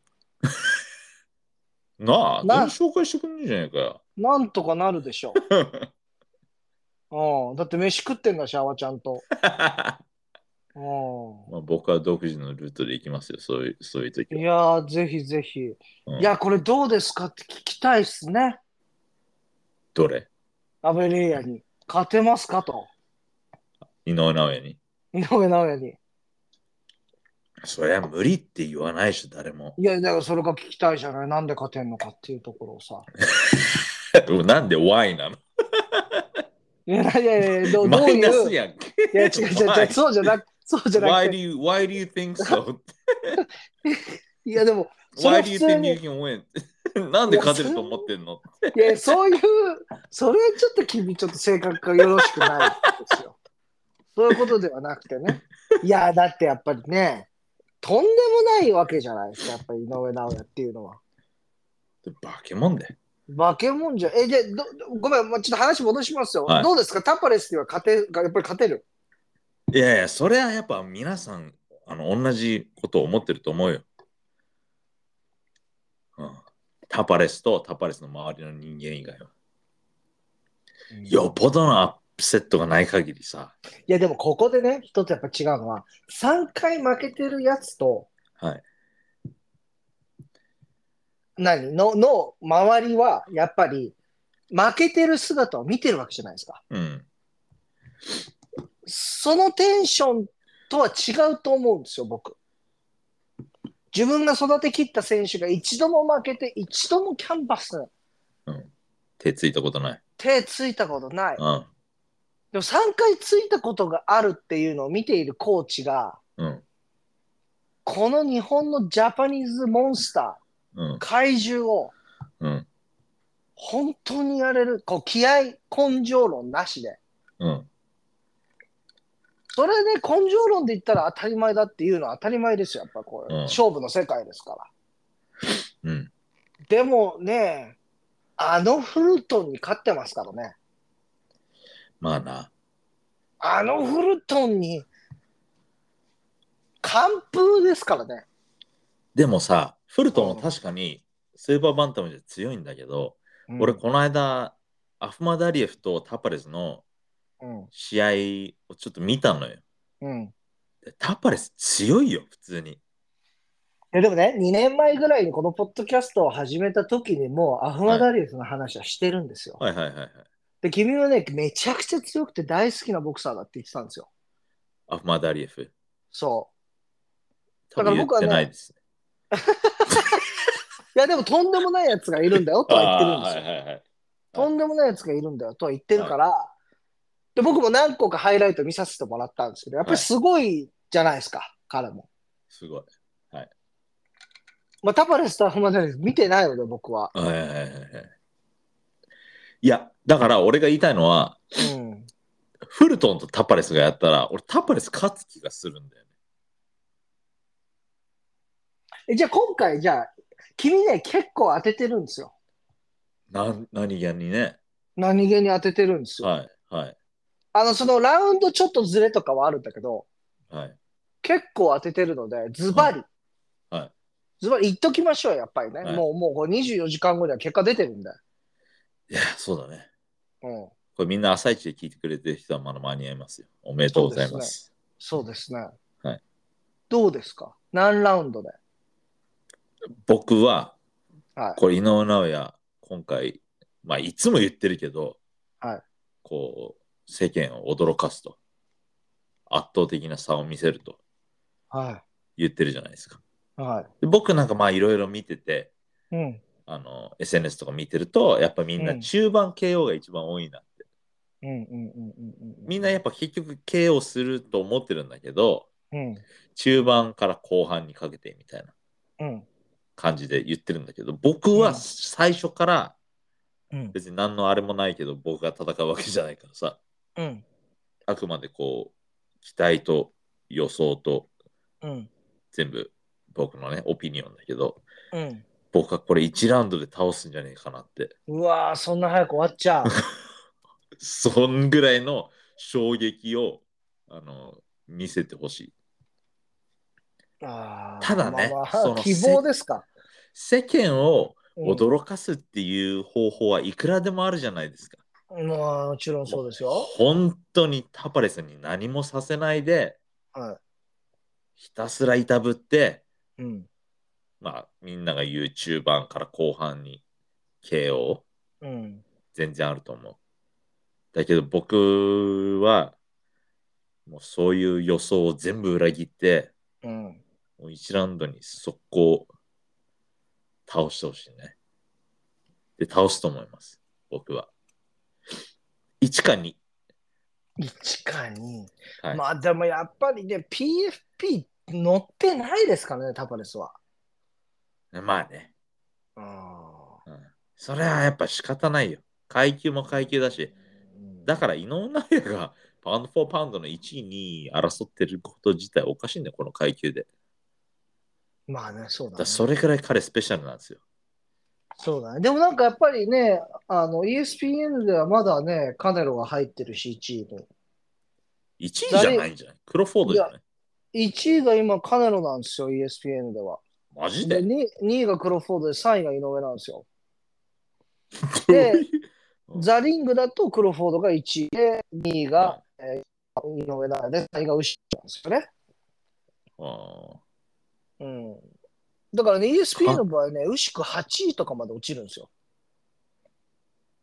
Speaker 2: なあ、
Speaker 1: なあ
Speaker 2: 全然紹介してくんねえじゃねえかよ。
Speaker 1: なんとかなるでしょう。うん。だって飯食ってんだし、あわちゃんと。う
Speaker 2: まあ、僕は独自のルートで行きますよ、そういうそういう時
Speaker 1: ん。い
Speaker 2: は。
Speaker 1: やー、ぜひぜひ。
Speaker 2: うん
Speaker 1: いや、これどうですかって聞きたいっすね。
Speaker 2: どれ
Speaker 1: アベレイヤに。勝てますかと。
Speaker 2: 井上尚弥に。
Speaker 1: 井上尚弥に。
Speaker 2: そりゃ無理って言わないでしょ、誰も。
Speaker 1: いや、だからそれが聞きたいじゃない。なんで勝てんのかっていうところをさ。
Speaker 2: でもなんで Y なの
Speaker 1: いやいやいや、どうどう
Speaker 2: マイ
Speaker 1: い
Speaker 2: ナ
Speaker 1: う。
Speaker 2: スやんけ。
Speaker 1: いや、違う違う違う、そうじゃなく、そうじゃな
Speaker 2: Why
Speaker 1: く
Speaker 2: do
Speaker 1: て。
Speaker 2: you, why do you think so?
Speaker 1: いや、でも、それは
Speaker 2: Why do
Speaker 1: 普
Speaker 2: you
Speaker 1: 通
Speaker 2: think
Speaker 1: に
Speaker 2: you can win? なんで勝てると思ってんの
Speaker 1: いや、そういう、それはちょっと君、ちょっと性格がよろしくないですよ。そういうことではなくてね。いや、だってやっぱりね、とんでもないわけじゃないですか、やっぱり井上尚弥っていうのは。
Speaker 2: バケモンで。
Speaker 1: 化け物じゃ、え、じゃどどごめん、まあちょっと話戻しますよ。
Speaker 2: はい
Speaker 1: どうですか、タパレスには勝てる、やっぱり勝てる。
Speaker 2: いやいや、それはやっぱ皆さん、あの、同じことを思ってると思うよ。うん、タパレスとタパレスの周りの人間以外は。よっぽどのアップセットがない限りさ。
Speaker 1: いや、でもここでね、一つやっぱ違うのは、3回負けてるやつと、
Speaker 2: はい。
Speaker 1: 何の、の周りは、やっぱり、負けてる姿を見てるわけじゃないですか。
Speaker 2: うん。
Speaker 1: そのテンションとは違うと思うんですよ、僕。自分が育てきった選手が一度も負けて、一度もキャンバス、
Speaker 2: 手ついたことない。
Speaker 1: 手ついたことない。
Speaker 2: うん。
Speaker 1: でも3回ついたことがあるっていうのを見ているコーチが、
Speaker 2: うん。
Speaker 1: この日本のジャパニーズモンスタ
Speaker 2: うん
Speaker 1: ー、。怪獣を
Speaker 2: うん。
Speaker 1: 本当にやれる、こう気合、根性論なしで。
Speaker 2: うん。
Speaker 1: それで根性論で言ったら当たり前だっていうのは当たり前ですよ、やっぱこれ、
Speaker 2: うん
Speaker 1: 勝負の世界ですから。
Speaker 2: うん。
Speaker 1: でもね、あのフルトンに勝ってますからね、
Speaker 2: まあな。
Speaker 1: あのフルトンに、完封ですからね。
Speaker 2: でもさ、フルトンも確かにスーパーバンタムじゃ強いんだけど、俺、この間、アフマダリエフとタパレスの
Speaker 1: うん、
Speaker 2: 試合をちょっと見たのよ。
Speaker 1: うん。い
Speaker 2: でタパレス強いよ、普通に。
Speaker 1: やでもね、2年前ぐらいにこのポッドキャストを始めた時にもうアフマダリエフの話はしてるんですよ。
Speaker 2: はいはいはいはい。
Speaker 1: で、君はね、めちゃくちゃ強くて大好きなボクサーだって言ってたんですよ。
Speaker 2: アフマダリエフ。
Speaker 1: そだ
Speaker 2: 多
Speaker 1: から
Speaker 2: 分言
Speaker 1: 僕は
Speaker 2: っ
Speaker 1: ね
Speaker 2: てないですね。
Speaker 1: う。いや、でもとんでもないやつがいるんだよとは言ってるんですよ。
Speaker 2: あーはいはいはい。
Speaker 1: とんでもないやつがいるんだよとは言ってるから、で僕も何個かハイライト見させてもらったんですけど、やっぱりすごいじゃないですか、彼も。
Speaker 2: すごい。
Speaker 1: まあ、タパレスとはまだ見てないので、僕は。
Speaker 2: はいはいはいはい。いや、だから俺が言いたいのは、
Speaker 1: うん。
Speaker 2: フルトンとタパレスがやったら、俺タパレス勝つ気がするんだよね。
Speaker 1: えじゃあ今回、じゃあ、君ね、結構当ててるんですよ。
Speaker 2: なん何やにね。
Speaker 1: 何気に当ててるんですよ。
Speaker 2: はいはい
Speaker 1: あの、そのラウンドちょっとずれとかはあるんだけど、
Speaker 2: はい。
Speaker 1: 結構当ててるので、ズバリ。
Speaker 2: はいはい
Speaker 1: ズバリ言っときましょう、やっぱりね。
Speaker 2: はい
Speaker 1: もう、もうこれ24時間後には結果出てるんだよ。
Speaker 2: いや、そうだね。
Speaker 1: うん。
Speaker 2: これみんな朝一で聞いてくれてる人はまだ間に合いますよ。おめでとうございます。
Speaker 1: そうですね。
Speaker 2: はい
Speaker 1: どうですか何ラウンドで
Speaker 2: 僕は、
Speaker 1: はい
Speaker 2: これ井上尚弥、今回、まあいつも言ってるけど、
Speaker 1: はい
Speaker 2: こう、世間を驚かすと、圧倒的な差を見せると
Speaker 1: は
Speaker 2: 言ってるじゃないですか。
Speaker 1: い。は
Speaker 2: で僕なんかまあいろいろ見てて、
Speaker 1: い。うん。
Speaker 2: あの、SNS とか見てると、やっぱみん
Speaker 1: う
Speaker 2: なん中盤 KO が一番多いなって。
Speaker 1: うんうんうんうん
Speaker 2: みんなやっぱ結局 KO すると思ってるんだけど、
Speaker 1: うん。
Speaker 2: 中盤から後半にかけてみたいな
Speaker 1: うん。
Speaker 2: 感じで言ってるんだけど、僕は
Speaker 1: うん
Speaker 2: 最初から
Speaker 1: うん。
Speaker 2: 別に何のあれもないけど、僕が戦うわけじゃないからさ、
Speaker 1: うん。
Speaker 2: あくまでこう、期待と予想と
Speaker 1: うん。
Speaker 2: 全部僕のね、オピニオンだけど、
Speaker 1: うん。
Speaker 2: 僕はこれ1ラウンドで倒すんじゃねえかなって、
Speaker 1: うわーそんな早く終わっち ゃう。
Speaker 2: そんぐらいの衝撃を、あの、見せてほしい。
Speaker 1: あー
Speaker 2: ただね
Speaker 1: まあまあ
Speaker 2: その
Speaker 1: 希望ですか。
Speaker 2: 世間を
Speaker 1: うん
Speaker 2: 驚かすっていう方法はいくらでもあるじゃないですか。
Speaker 1: まあ、もちろんそうですよ。
Speaker 2: 本当にタパレスに何もさせないで、
Speaker 1: は
Speaker 2: ひたすらいたぶって、
Speaker 1: い。うん。
Speaker 2: まあ、みんなが YouTuber から後半に KO
Speaker 1: うん。
Speaker 2: 全然あると思う。だけど僕は、もうそういう予想を全部裏切って、
Speaker 1: うん。
Speaker 2: もう1ラウンドに速攻倒してほしいね。で、倒すと思います。僕は。1か2。
Speaker 1: 1か2。
Speaker 2: はい。
Speaker 1: まあ、でもやっぱりね、PFP 乗ってないですからね、タパレスは。
Speaker 2: まあね。
Speaker 1: あ
Speaker 2: うんそれはやっぱ仕方ないよ。階級も階級だし。だから井上尚弥がパウンド・フォー・パウンドの1位、2位争ってること自体おかしいんだよ、この階級で。
Speaker 1: まあね、そう
Speaker 2: だ
Speaker 1: だ,、
Speaker 2: から
Speaker 1: ね、
Speaker 2: それくらい彼スペシャルなんですよ。
Speaker 1: そうだね。でもなんかやっぱりね、あの ESPN ではまだね、カネロが入ってるし、1位に。
Speaker 2: 1位じゃないんじゃないクロフォードじゃない
Speaker 1: 1位が今カネロなんですよ、ESPN では。
Speaker 2: マジ
Speaker 1: で
Speaker 2: で
Speaker 1: 2, 位がクロフォードで3位が井上なんですよ。
Speaker 2: で
Speaker 1: で、ザ・リングだとクロフォードが1位で、2位が井上なんで、3位が牛なんですよね。
Speaker 2: あー
Speaker 1: うん。だからね、ESPN の場合ね、牛久8位とかまで落ちるんですよ。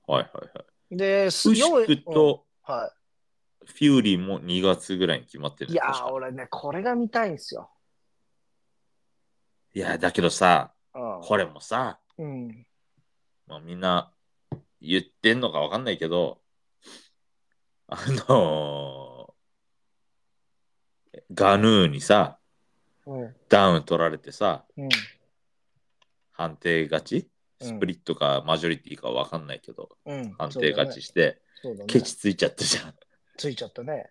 Speaker 2: はいはいはい。
Speaker 1: で、す
Speaker 2: ウシ
Speaker 1: 四位
Speaker 2: ク
Speaker 1: うん
Speaker 2: と
Speaker 1: は
Speaker 2: フューリーも2月ぐらいに決まってる
Speaker 1: い。
Speaker 2: ね
Speaker 1: いや
Speaker 2: 確
Speaker 1: ー、
Speaker 2: か
Speaker 1: 俺ね、これが見たいんですよ。
Speaker 2: いや、だけどさ、
Speaker 1: うん。
Speaker 2: これもさ、
Speaker 1: うん。
Speaker 2: まあ、みんな言ってんのかわかんないけど、あのーガヌーにさ、
Speaker 1: うん。
Speaker 2: ダウン取られてさ、
Speaker 1: うん。
Speaker 2: 判定勝ち
Speaker 1: うん
Speaker 2: スプリットかマジョリティかわかんないけど、
Speaker 1: うん、
Speaker 2: 判定勝ちして、
Speaker 1: そうだね。そう
Speaker 2: ケ
Speaker 1: だね
Speaker 2: チついちゃったじゃん。
Speaker 1: ついちゃったね。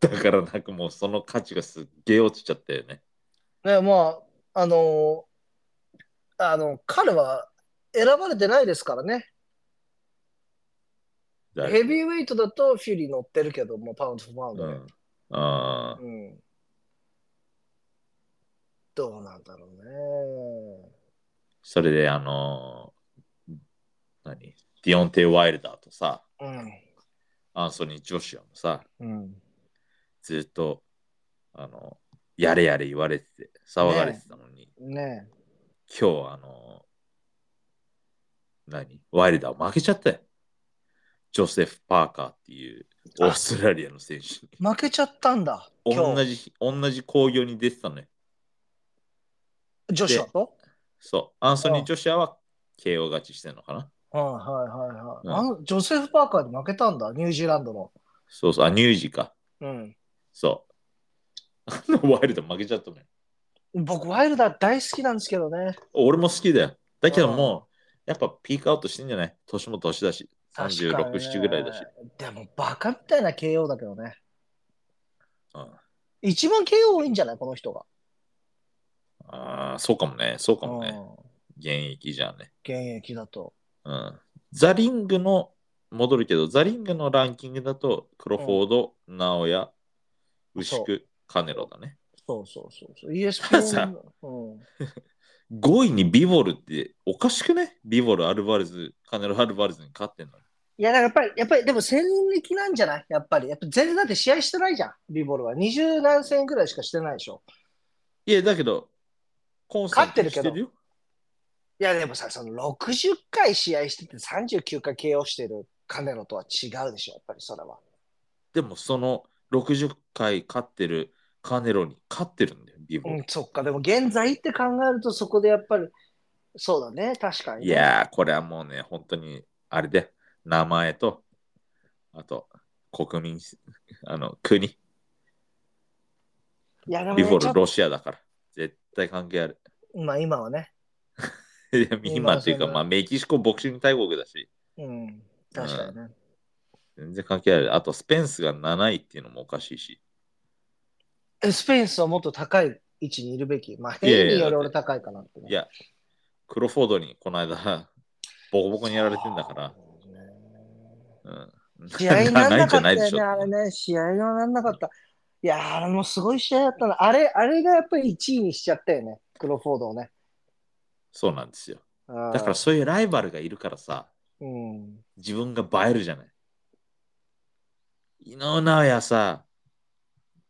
Speaker 2: だからなんかもうその価値がすっげえ落ちちゃったよね。
Speaker 1: ね、まあ、あのーあの、彼は選ばれてないですからね。
Speaker 2: だ
Speaker 1: ヘビーウェイトだとフューリー乗ってるけど、もうパウンド・フォーパウン
Speaker 2: う
Speaker 1: ドで
Speaker 2: ん。あー
Speaker 1: うん。どうなんだろうね。
Speaker 2: それであのー何ディオンテイ・ワイルダーとさ、アンソニー・ジョシュアもさ、
Speaker 1: うん。うん。
Speaker 2: ずっと、あの、やれやれ言われてて、騒がれてたのに、
Speaker 1: ね
Speaker 2: 今日、あの、何ワイルダー負けちゃったよ。ジョセフ・パーカーっていうオ
Speaker 1: あ
Speaker 2: ーストラリアの選手に。
Speaker 1: 負けちゃったんだ。今
Speaker 2: 同
Speaker 1: 日、
Speaker 2: じ、同じ興行に出てたのよ。
Speaker 1: 女子だと
Speaker 2: そう。アンソニ
Speaker 1: あ
Speaker 2: ー・ジョシュアは KO 勝ちしてんのかな
Speaker 1: はいはいはいはい。
Speaker 2: うん
Speaker 1: あのジョセフ・パーカーに負けたんだ、ニュージーランドの。
Speaker 2: そうそう。あ、ニュージーか。
Speaker 1: うん。
Speaker 2: そう。あのワイルダー負けちゃったのよ。
Speaker 1: 僕、ワイルダー大好きなんですけどね。
Speaker 2: 俺も好きだよ。だけどもう、やっぱピークアウトしてんじゃない年も年だし、
Speaker 1: 確か
Speaker 2: 36、
Speaker 1: にね
Speaker 2: 7ぐらいだし。
Speaker 1: でも、バカみたいな KO だけどね。
Speaker 2: うん
Speaker 1: 一番 KO 多いんじゃないこの人が。
Speaker 2: ああ、そうかもね。そうかも
Speaker 1: う
Speaker 2: ね。
Speaker 1: ん
Speaker 2: 現役じゃね。
Speaker 1: 現役だと。
Speaker 2: うん。ザリングの、戻るけど、ザリングのランキングだと、クロフォード、ナオヤ、牛久、カネロだね。
Speaker 1: そうそうそう そう。
Speaker 2: さ
Speaker 1: ESPN、うん、
Speaker 2: 5位にビボルっておかしくねビボル、アルバレズ、カネロ、アルバレズに勝ってんの。
Speaker 1: いや、だからやっぱり、やっぱり、でも戦歴なんじゃないやっぱり。やっぱ全然だって試合してないじゃん、ビーボールは。二十何戦ぐらいしかしてないでしょ。
Speaker 2: いや、だけど、コンスタントにしてるよ。
Speaker 1: いや、でもさ、その60回試合してて39回 KO してるカネロとは違うでしょ、やっぱりそれは。
Speaker 2: でも、その60回勝ってるカネロに勝ってるんだよ、ビボ
Speaker 1: う
Speaker 2: ル。
Speaker 1: ん、そっか。でも現在って考えると、そこでやっぱり、そうだね、確かに、ね。
Speaker 2: いやー、これはもうね、本当に、あれで、名前と、あと、国民、あの、国、
Speaker 1: いやでも
Speaker 2: ビ
Speaker 1: ね
Speaker 2: フォ
Speaker 1: ちょ
Speaker 2: ル、
Speaker 1: っと
Speaker 2: ロシアだから、絶対関係ある。
Speaker 1: まあ今はね。
Speaker 2: いや今っていうか、
Speaker 1: そんな
Speaker 2: まあ、メキシコボクシング大国だし、
Speaker 1: うん、確かにね。
Speaker 2: 全然関係ある。あと、スペンスが7位っていうのもおかしいし、
Speaker 1: えスペインスはもっと高い位置にいるべき。まあ、
Speaker 2: いやいや
Speaker 1: ヘイリーより俺高いかなって、ね。
Speaker 2: いや、クロフォードにこの間、 ボコボコにやられてんだから、
Speaker 1: そうね
Speaker 2: うん。
Speaker 1: 試合にならなかった
Speaker 2: い
Speaker 1: よ
Speaker 2: しょ
Speaker 1: ね、あれね、試合にはならなかった。いやー、あれもすごい試合だったな。あれ、あれがやっぱり1位にしちゃったよね、クロフォードをね。
Speaker 2: そうなんですよ。
Speaker 1: だ
Speaker 2: だから、そういうライバルがいるからさ、
Speaker 1: うん。
Speaker 2: 自分が映えるじゃない。井上尚弥さ、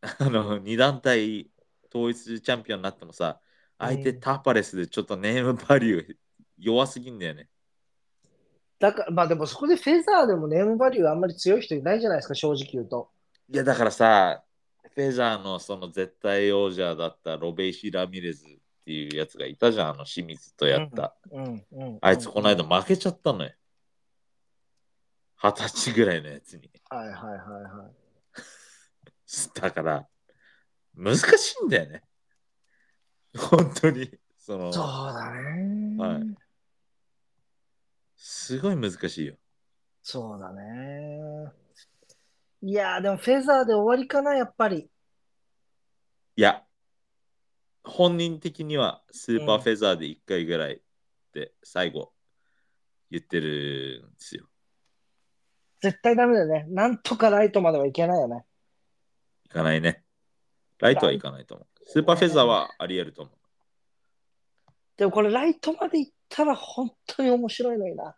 Speaker 2: あの、2団体統一チャンピオンになってもさ、相手
Speaker 1: うん
Speaker 2: タパレスでちょっとネームバリュー弱すぎんだよね。
Speaker 1: だから、まあでもそこでフェザーでもネームバリューあんまり強い人いないじゃないですか、正直言うと。
Speaker 2: いや、だからさ、フェザーのその絶対王者だったロベイシ・ラミレズっていうやつがいたじゃん、あの清水とやった。
Speaker 1: うんうん、
Speaker 2: あいつこの間負けちゃったのよ。二十歳ぐらいのやつに。
Speaker 1: はいはいはいはい。
Speaker 2: だから、難しいんだよね。本当に。その、
Speaker 1: そうだね。
Speaker 2: はいすごい難しいよ。
Speaker 1: そうだね。いやー、でもフェザーで終わりかな、やっぱり。
Speaker 2: いや、本人的にはスーパーフェザーで1回ぐらいって最後言ってるんですよ。
Speaker 1: 絶対ダメだよね。なんとかライトまではいけないよね。
Speaker 2: いかないね。ライトはいかないと思う。スーパーフェザーはあり得ると思う。
Speaker 1: でもこれライトまで行ったら本当に面白いのにな。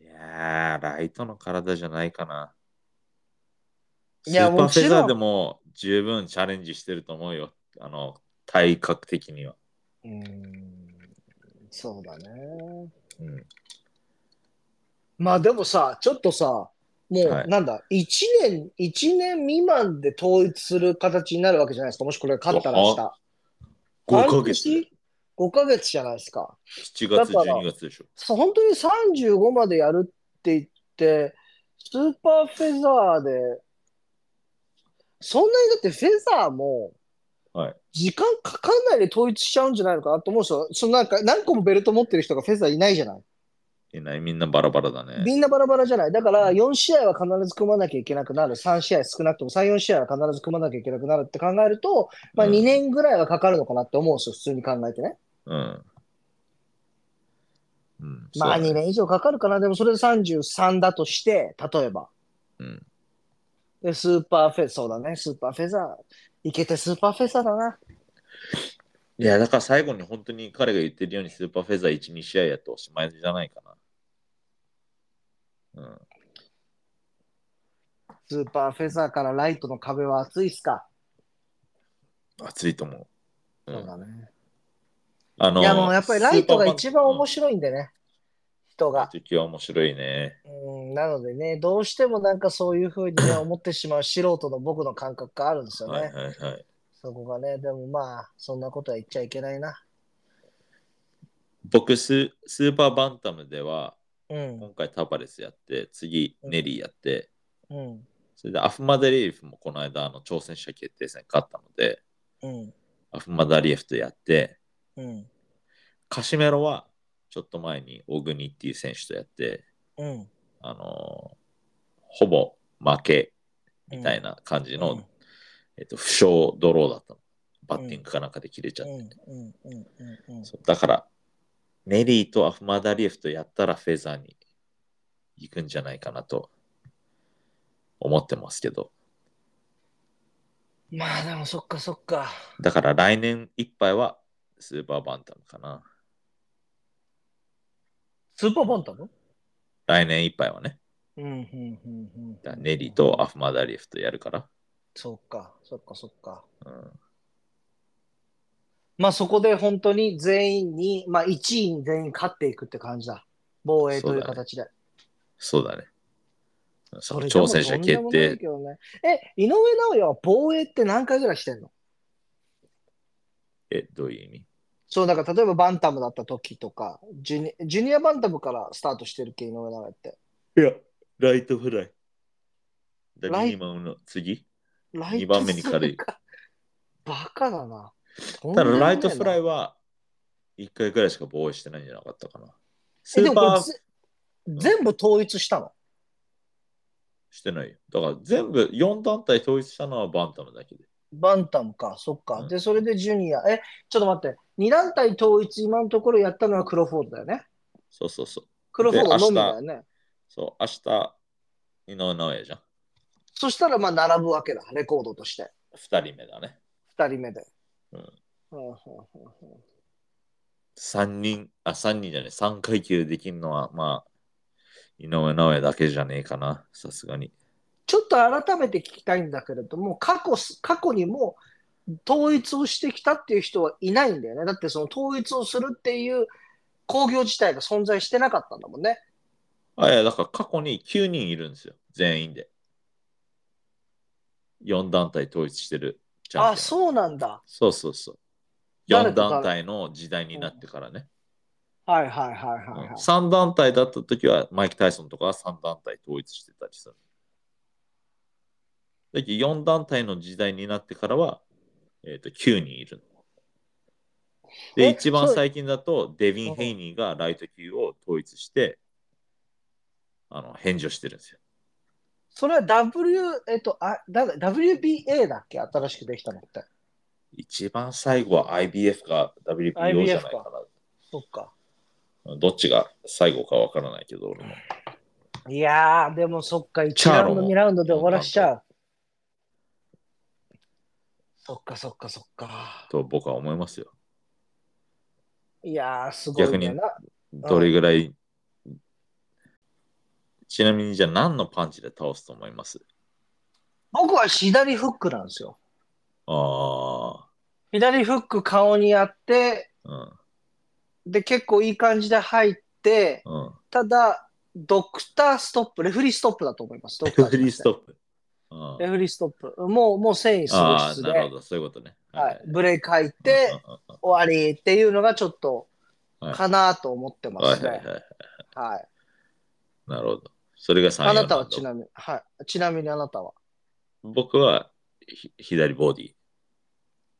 Speaker 2: いやー、ライトの体じゃないかな。ス
Speaker 1: いや
Speaker 2: ーパー
Speaker 1: も
Speaker 2: フ
Speaker 1: ちろん
Speaker 2: ェザーでも十分チャレンジしてると思うよ。あの、体格的には。
Speaker 1: うーん、そうだね。
Speaker 2: うん、
Speaker 1: まあでもさ、ちょっとさ、も
Speaker 2: は
Speaker 1: う
Speaker 2: い
Speaker 1: なんだ、一年、一年未満で統一する形になるわけじゃないですか。もしこれ勝ったら明日。
Speaker 2: 5ヶ月。7
Speaker 1: ?5 ヶ月じゃないですか。
Speaker 2: 月、
Speaker 1: だから
Speaker 2: 12月でしょ。
Speaker 1: そう本当に35までやるって言って、スーパーフェザーで、そんなにだってフェザーも
Speaker 2: はい、
Speaker 1: 時間かかんないで統一しちゃうんじゃないのかなと思うんですよ。そのなんか何個もベルト持ってる人がフェザーいないじゃない。
Speaker 2: いない、みんなバラバラだね。
Speaker 1: みんなバラバラじゃない。だから4試合は必ず組まなきゃいけなくなる。3試合少なくとも3、4試合は必ず組まなきゃいけなくなるって考えると、まあ
Speaker 2: うん
Speaker 1: 2年ぐらいはかかるのかなって思うんですよ。普通に考えてね。
Speaker 2: うん。うん、
Speaker 1: まあ
Speaker 2: そうだ
Speaker 1: 2
Speaker 2: ね
Speaker 1: 年以上かかるかな。でもそれで33だとして、例えば。
Speaker 2: うん。
Speaker 1: で、スーパーフェ、そうだね、スーパーフェザー。いけてスーパーフェザーだな。
Speaker 2: いや、だから最後に本当に彼が言ってるようにスーパーフェザー1、2試合やっておしまいじゃないかな。うん。
Speaker 1: スーパーフェザーからライトの壁は厚いっすか。
Speaker 2: 熱いと思う。う、
Speaker 1: そうんだね。
Speaker 2: あの
Speaker 1: いや、もうやっぱりライトが一番面
Speaker 2: 白
Speaker 1: 白いんでね、人が。
Speaker 2: い。時は面白いね。
Speaker 1: うん、なのでね、どうしてもなんかそういうふうにね、思ってしまう素人の僕の感覚があるんですよね。
Speaker 2: はいはいはい。
Speaker 1: そこがね、でもまあ、そんなことは言っちゃいけないな。
Speaker 2: 僕ス、スーパーバンタムでは、
Speaker 1: うん、
Speaker 2: 今回タバレスやって、次、ネリーやって、
Speaker 1: うん、
Speaker 2: それでアフマダリエフもこの間、あの挑戦者決定戦勝ったので、
Speaker 1: うん、
Speaker 2: アフマダリエフとやって、
Speaker 1: うん、
Speaker 2: カシメロはちょっと前にオグニっていう選手とやって、
Speaker 1: うん。
Speaker 2: あのーほぼ負けみたいな感じの、
Speaker 1: うん
Speaker 2: えっと、負傷ドローだったの。バッティングかなんかで切れちゃ
Speaker 1: う
Speaker 2: っ
Speaker 1: ん、
Speaker 2: て。
Speaker 1: うん、うん、うん、うん。
Speaker 2: そうだから、ネリーとアフマダリエフとやったらフェザーに行くんじゃないかなと思ってますけど、
Speaker 1: まあでもそっかそっか。
Speaker 2: だから来年いっぱいはスーパーバンタムかな。
Speaker 1: スーパーバンタム
Speaker 2: 来年いっぱいはね。
Speaker 1: うんうんうんうん
Speaker 2: だからネリーとアフマダリエフとやるから。
Speaker 1: そうかそっかそっか
Speaker 2: うん、
Speaker 1: まあそこで本当に全員にまあ1位に全員勝っていくって感じだ防衛という形で
Speaker 2: そうだね。その
Speaker 1: れ
Speaker 2: 挑戦者
Speaker 1: でも
Speaker 2: 決
Speaker 1: とんでもない
Speaker 2: 定
Speaker 1: けどねえ井上尚弥は防衛って何回ぐらいしてんの
Speaker 2: え、どういう意味
Speaker 1: そうだから例えばバンタムだった時とかジュニジュニアバンタムからスタートしてるっけ井上尚弥って
Speaker 2: いや、ライトフライ。だ
Speaker 1: ライ
Speaker 2: ミニマムの次
Speaker 1: ライ
Speaker 2: 二
Speaker 1: ト
Speaker 2: 番目に軽い
Speaker 1: フライかバカだなとんでも
Speaker 2: ただ
Speaker 1: ないな
Speaker 2: ライトフライは1回くらいしか防衛してないんじゃなかったかな。ス
Speaker 1: えで
Speaker 2: ー
Speaker 1: もこれ
Speaker 2: パー
Speaker 1: ぜ全部統一したの
Speaker 2: してないよ。だから全部4団体統一したのはバンタムだけで。
Speaker 1: バンタムか、そっか。
Speaker 2: うん
Speaker 1: で、それでジュニア。え、ちょっと待って。二団体統一、今のところやったのはクロフォードだよね。
Speaker 2: そうそうそう。
Speaker 1: クロフォードのみ
Speaker 2: で
Speaker 1: だ
Speaker 2: 明日
Speaker 1: よね。
Speaker 2: そう、明日、井上尚弥じゃん。
Speaker 1: そしたら、まあ、並ぶわけだ。レコードとして。
Speaker 2: 2人目だね。
Speaker 1: 二人目で。
Speaker 2: うん
Speaker 1: ほうほうほうほう
Speaker 2: 3人、あ、三人じゃない、3階級できるのは、まあ、井上尚弥だけじゃねえかな、さすがに。
Speaker 1: ちょっと改めて聞きたいんだけれども、過去す、過去にも統一をしてきたっていう人はいないんだよね。だってその統一をするっていう工業自体が存在してなかったんだもんね。
Speaker 2: あ、いや、だから過去に9人いるんですよ、全員で。4団体統一してるチャンピオン。
Speaker 1: あ、そうなんだ。
Speaker 2: そうそうそう。
Speaker 1: 誰
Speaker 2: 4
Speaker 1: とか
Speaker 2: 団体の時代になってからね。
Speaker 1: はいはいはいはい、はい
Speaker 2: 3団体だった時はマイク・タイソンとかは3団体統一してたりする。だけど4団体の時代になってからは、えー、と9人いるの。で、
Speaker 1: え
Speaker 2: 一番
Speaker 1: そう
Speaker 2: 最近だとデビ
Speaker 1: うん
Speaker 2: ン・ヘイニーがライト級を統一して、あの、返上してるんですよ。
Speaker 1: それは W、えっと、あだ WBA だっけ新しくできたのって。
Speaker 2: 一番最後は IBF か WPO じゃないか
Speaker 1: IBF そっか。
Speaker 2: な。どっちが最後かわからないけど、俺も。
Speaker 1: いやー、でもそっか、
Speaker 2: チ
Speaker 1: 1
Speaker 2: ャー
Speaker 1: ラウ
Speaker 2: ロ
Speaker 1: ン
Speaker 2: も
Speaker 1: ド、2ラウンドで終わらしちゃう。そっかそっかそっか。
Speaker 2: と僕は思いますよ。
Speaker 1: いやー、すごいんだよな。
Speaker 2: どれぐらい、ちなみにじゃあ何のパンチで倒すと思います
Speaker 1: 僕は左フックなんですよ。
Speaker 2: あ
Speaker 1: 左フック顔にやって、
Speaker 2: あ、
Speaker 1: で、結構いい感じで入って、
Speaker 2: うん、うん。
Speaker 1: ただ、ドクターストップ、レフリーストップだと思います。ド
Speaker 2: レ
Speaker 1: クタ
Speaker 2: フリーストップ。うん
Speaker 1: ップ。レフリーストップ。もう、もう繊維すごい
Speaker 2: ああ、
Speaker 1: 質で、
Speaker 2: なるほど、そういうことね。
Speaker 1: はい、ブレーク入って、終わりっていうのがちょっと、
Speaker 2: はい
Speaker 1: かなと思って
Speaker 2: うんうんうん、
Speaker 1: ま
Speaker 2: はい
Speaker 1: す
Speaker 2: はい
Speaker 1: ね
Speaker 2: はい。はい。
Speaker 1: はい。
Speaker 2: なるほど。それが3
Speaker 1: あなたはちなみに、はい。ちなみにあなたは。
Speaker 2: 僕はひ左ボディ。